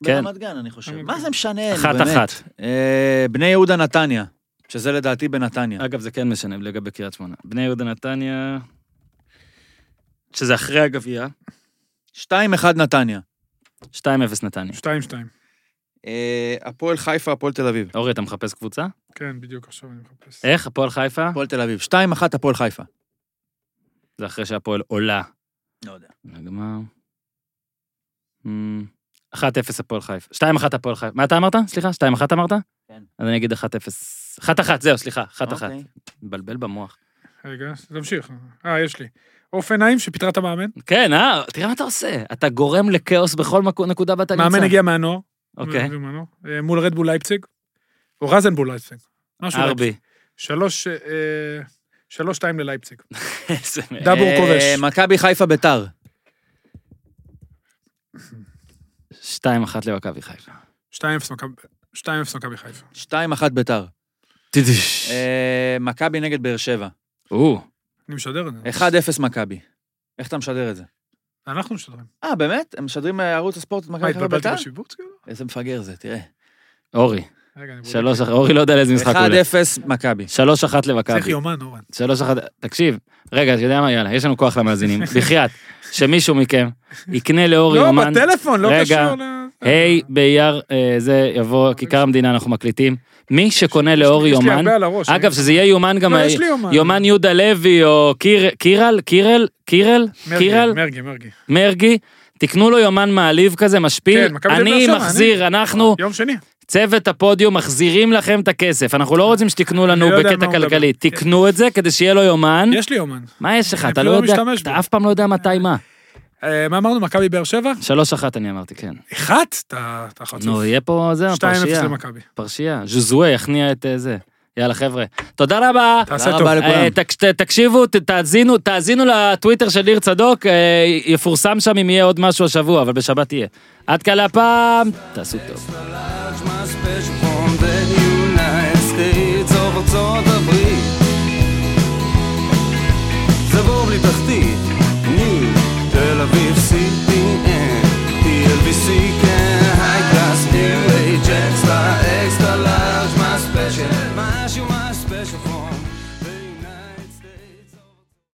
[SPEAKER 1] כן.
[SPEAKER 3] ברמת גן, אני חושב. מה זה משנה? נו,
[SPEAKER 1] אחת
[SPEAKER 3] באמת.
[SPEAKER 1] אחת.
[SPEAKER 3] אה, בני יהודה נתניה, שזה לדעתי בנתניה.
[SPEAKER 1] אגב, זה כן משנה לגבי קריית שמונה. בני יהודה נתניה, שזה אחרי הגביע,
[SPEAKER 3] 2-1 נתניה.
[SPEAKER 1] 2-0 נתניה.
[SPEAKER 4] 2-2.
[SPEAKER 3] אה, הפועל חיפה, הפועל תל אביב.
[SPEAKER 1] אורי, אתה מחפש קבוצה?
[SPEAKER 4] כן, בדיוק עכשיו אני מחפש.
[SPEAKER 1] איך? הפועל חיפה?
[SPEAKER 3] הפועל תל אביב. 2-1 הפועל חיפה.
[SPEAKER 1] זה אחרי שהפועל עולה.
[SPEAKER 3] לא יודע.
[SPEAKER 1] נגמר. אמ, 1-0 הפועל חיפה. 2-1 הפועל חיפה. מה אתה אמרת? סליחה, 2-1 אמרת?
[SPEAKER 3] כן.
[SPEAKER 1] אז אני אגיד 1-0. 1-1, זהו, סליחה, 1-1.
[SPEAKER 3] אוקיי.
[SPEAKER 1] מבלבל במוח.
[SPEAKER 4] רגע, תמשיך. אה, יש לי. אופנהיים שפיטרה את המאמן.
[SPEAKER 1] כן, אה? תראה מה אתה עושה. אתה גורם לכאוס בכל מקו- נקודה בת הנמצא.
[SPEAKER 4] מאמן הגיע מהנוער.
[SPEAKER 1] אוקיי.
[SPEAKER 4] מאמן מהנוער. אה, מול רדבול לייפציג. או רזנבול לייפציג. משהו לייפציג.
[SPEAKER 1] ארבי.
[SPEAKER 4] שלוש... אה, שלוש שתיים ללייפציג.
[SPEAKER 1] אה, איזה [laughs] מ-
[SPEAKER 4] דאבור
[SPEAKER 3] אה,
[SPEAKER 4] כובש.
[SPEAKER 3] מכבי חיפה ביתר.
[SPEAKER 1] 2-1 למכבי חיפה.
[SPEAKER 4] שתיים אפס מכבי- שתיים אפס מכבי חיפה.
[SPEAKER 3] 2-1 ביתר.
[SPEAKER 1] טידיש.
[SPEAKER 3] אה, מכבי נגד באר שבע.
[SPEAKER 1] או,
[SPEAKER 4] אני משדר את זה.
[SPEAKER 3] 1-0 מכבי. איך אתה משדר את זה?
[SPEAKER 4] אנחנו משדרים.
[SPEAKER 3] אה, באמת? הם משדרים אה, ערוץ הספורט את
[SPEAKER 4] מה,
[SPEAKER 3] מכבי חיפה
[SPEAKER 4] התבלבלתי
[SPEAKER 3] ביתר?
[SPEAKER 4] בשיבוץ? כאילו?
[SPEAKER 3] איזה מפגר זה, תראה.
[SPEAKER 1] אורי.
[SPEAKER 4] רגע, אני בודק.
[SPEAKER 1] שלוש אחת, אורי לא יודע לאיזה משחק הוא עולה.
[SPEAKER 3] 1-0 מכבי.
[SPEAKER 1] שלוש אחת
[SPEAKER 4] צריך
[SPEAKER 1] למכבי.
[SPEAKER 4] יומן, אורן.
[SPEAKER 1] שלוש אחת, תקשיב, רגע, אתה יודע מה, יאללה, יש לנו כוח
[SPEAKER 4] [laughs]
[SPEAKER 1] למאזינים. בחייאת, שמישהו מכם יקנה לאורי
[SPEAKER 4] לא,
[SPEAKER 1] אומן,
[SPEAKER 4] בטלפון, לא
[SPEAKER 1] רגע.
[SPEAKER 4] קשור ל...
[SPEAKER 1] היי באייר, אה, זה יבוא, כיכר המדינה, אנחנו מקליטים. מי שקונה לאורי
[SPEAKER 4] יש לי
[SPEAKER 1] אומן,
[SPEAKER 4] הרבה על הראש.
[SPEAKER 1] אגב,
[SPEAKER 4] אני-
[SPEAKER 1] שזה יהיה יומן גם,
[SPEAKER 4] לא,
[SPEAKER 1] ה-
[SPEAKER 4] יש לי יומן.
[SPEAKER 1] יומן יהודה לוי, או קיר- קירל, קירל, קירל,
[SPEAKER 4] מרגי,
[SPEAKER 1] קירל,
[SPEAKER 4] מרגי, מרגי.
[SPEAKER 1] מרגי, תקנו לו יומן מעליב כזה, משפיל,
[SPEAKER 4] כן, מכבי תל אביב
[SPEAKER 1] אני
[SPEAKER 4] באר שבע,
[SPEAKER 1] מחזיר, אנחנו,
[SPEAKER 4] יום שני.
[SPEAKER 1] Hmm? צוות הפודיום, מחזירים לכם את הכסף, אנחנו לא רוצים שתקנו לנו
[SPEAKER 4] אני לא יודע על
[SPEAKER 1] בקטע
[SPEAKER 4] מה הוא
[SPEAKER 1] כלכלי,
[SPEAKER 4] מדבר.
[SPEAKER 1] תקנו את זה כדי שיהיה לו יומן.
[SPEAKER 4] יש לי יומן.
[SPEAKER 1] מה יש לך?
[SPEAKER 4] אני
[SPEAKER 1] אתה לא
[SPEAKER 4] אפילו לא
[SPEAKER 1] יודע,
[SPEAKER 4] משתמש בו.
[SPEAKER 1] אתה אף פעם לא יודע מתי מה.
[SPEAKER 4] אה, מה אמרנו, מכבי באר שבע?
[SPEAKER 1] שלוש אחת אני אמרתי, כן.
[SPEAKER 4] אחת? אתה אתה חצוף.
[SPEAKER 1] נו, יהיה פה, זהו,
[SPEAKER 4] 2-0
[SPEAKER 1] פרשייה.
[SPEAKER 4] למכבי.
[SPEAKER 1] פרשייה. ז'וזואה יכניע את אה, זה. יאללה, חבר'ה. תודה רבה.
[SPEAKER 4] תעשה
[SPEAKER 3] תודה
[SPEAKER 4] טוב.
[SPEAKER 3] רבה לכולם.
[SPEAKER 1] אה, תק- ת- תקשיבו, ת- תאזינו, תאזינו לטוויטר של ניר צדוק, אה, יפורסם שם אם יהיה עוד משהו השבוע, אבל בשבת יהיה. עד כאן הפעם, תעשו טוב.
[SPEAKER 2] large, my special form, the United States of ארצות הברית. זה בור בלי תחתית, ניו, תל אביב, CPN, TLVC, כן, היי קלאס, ניו, אייג'קס,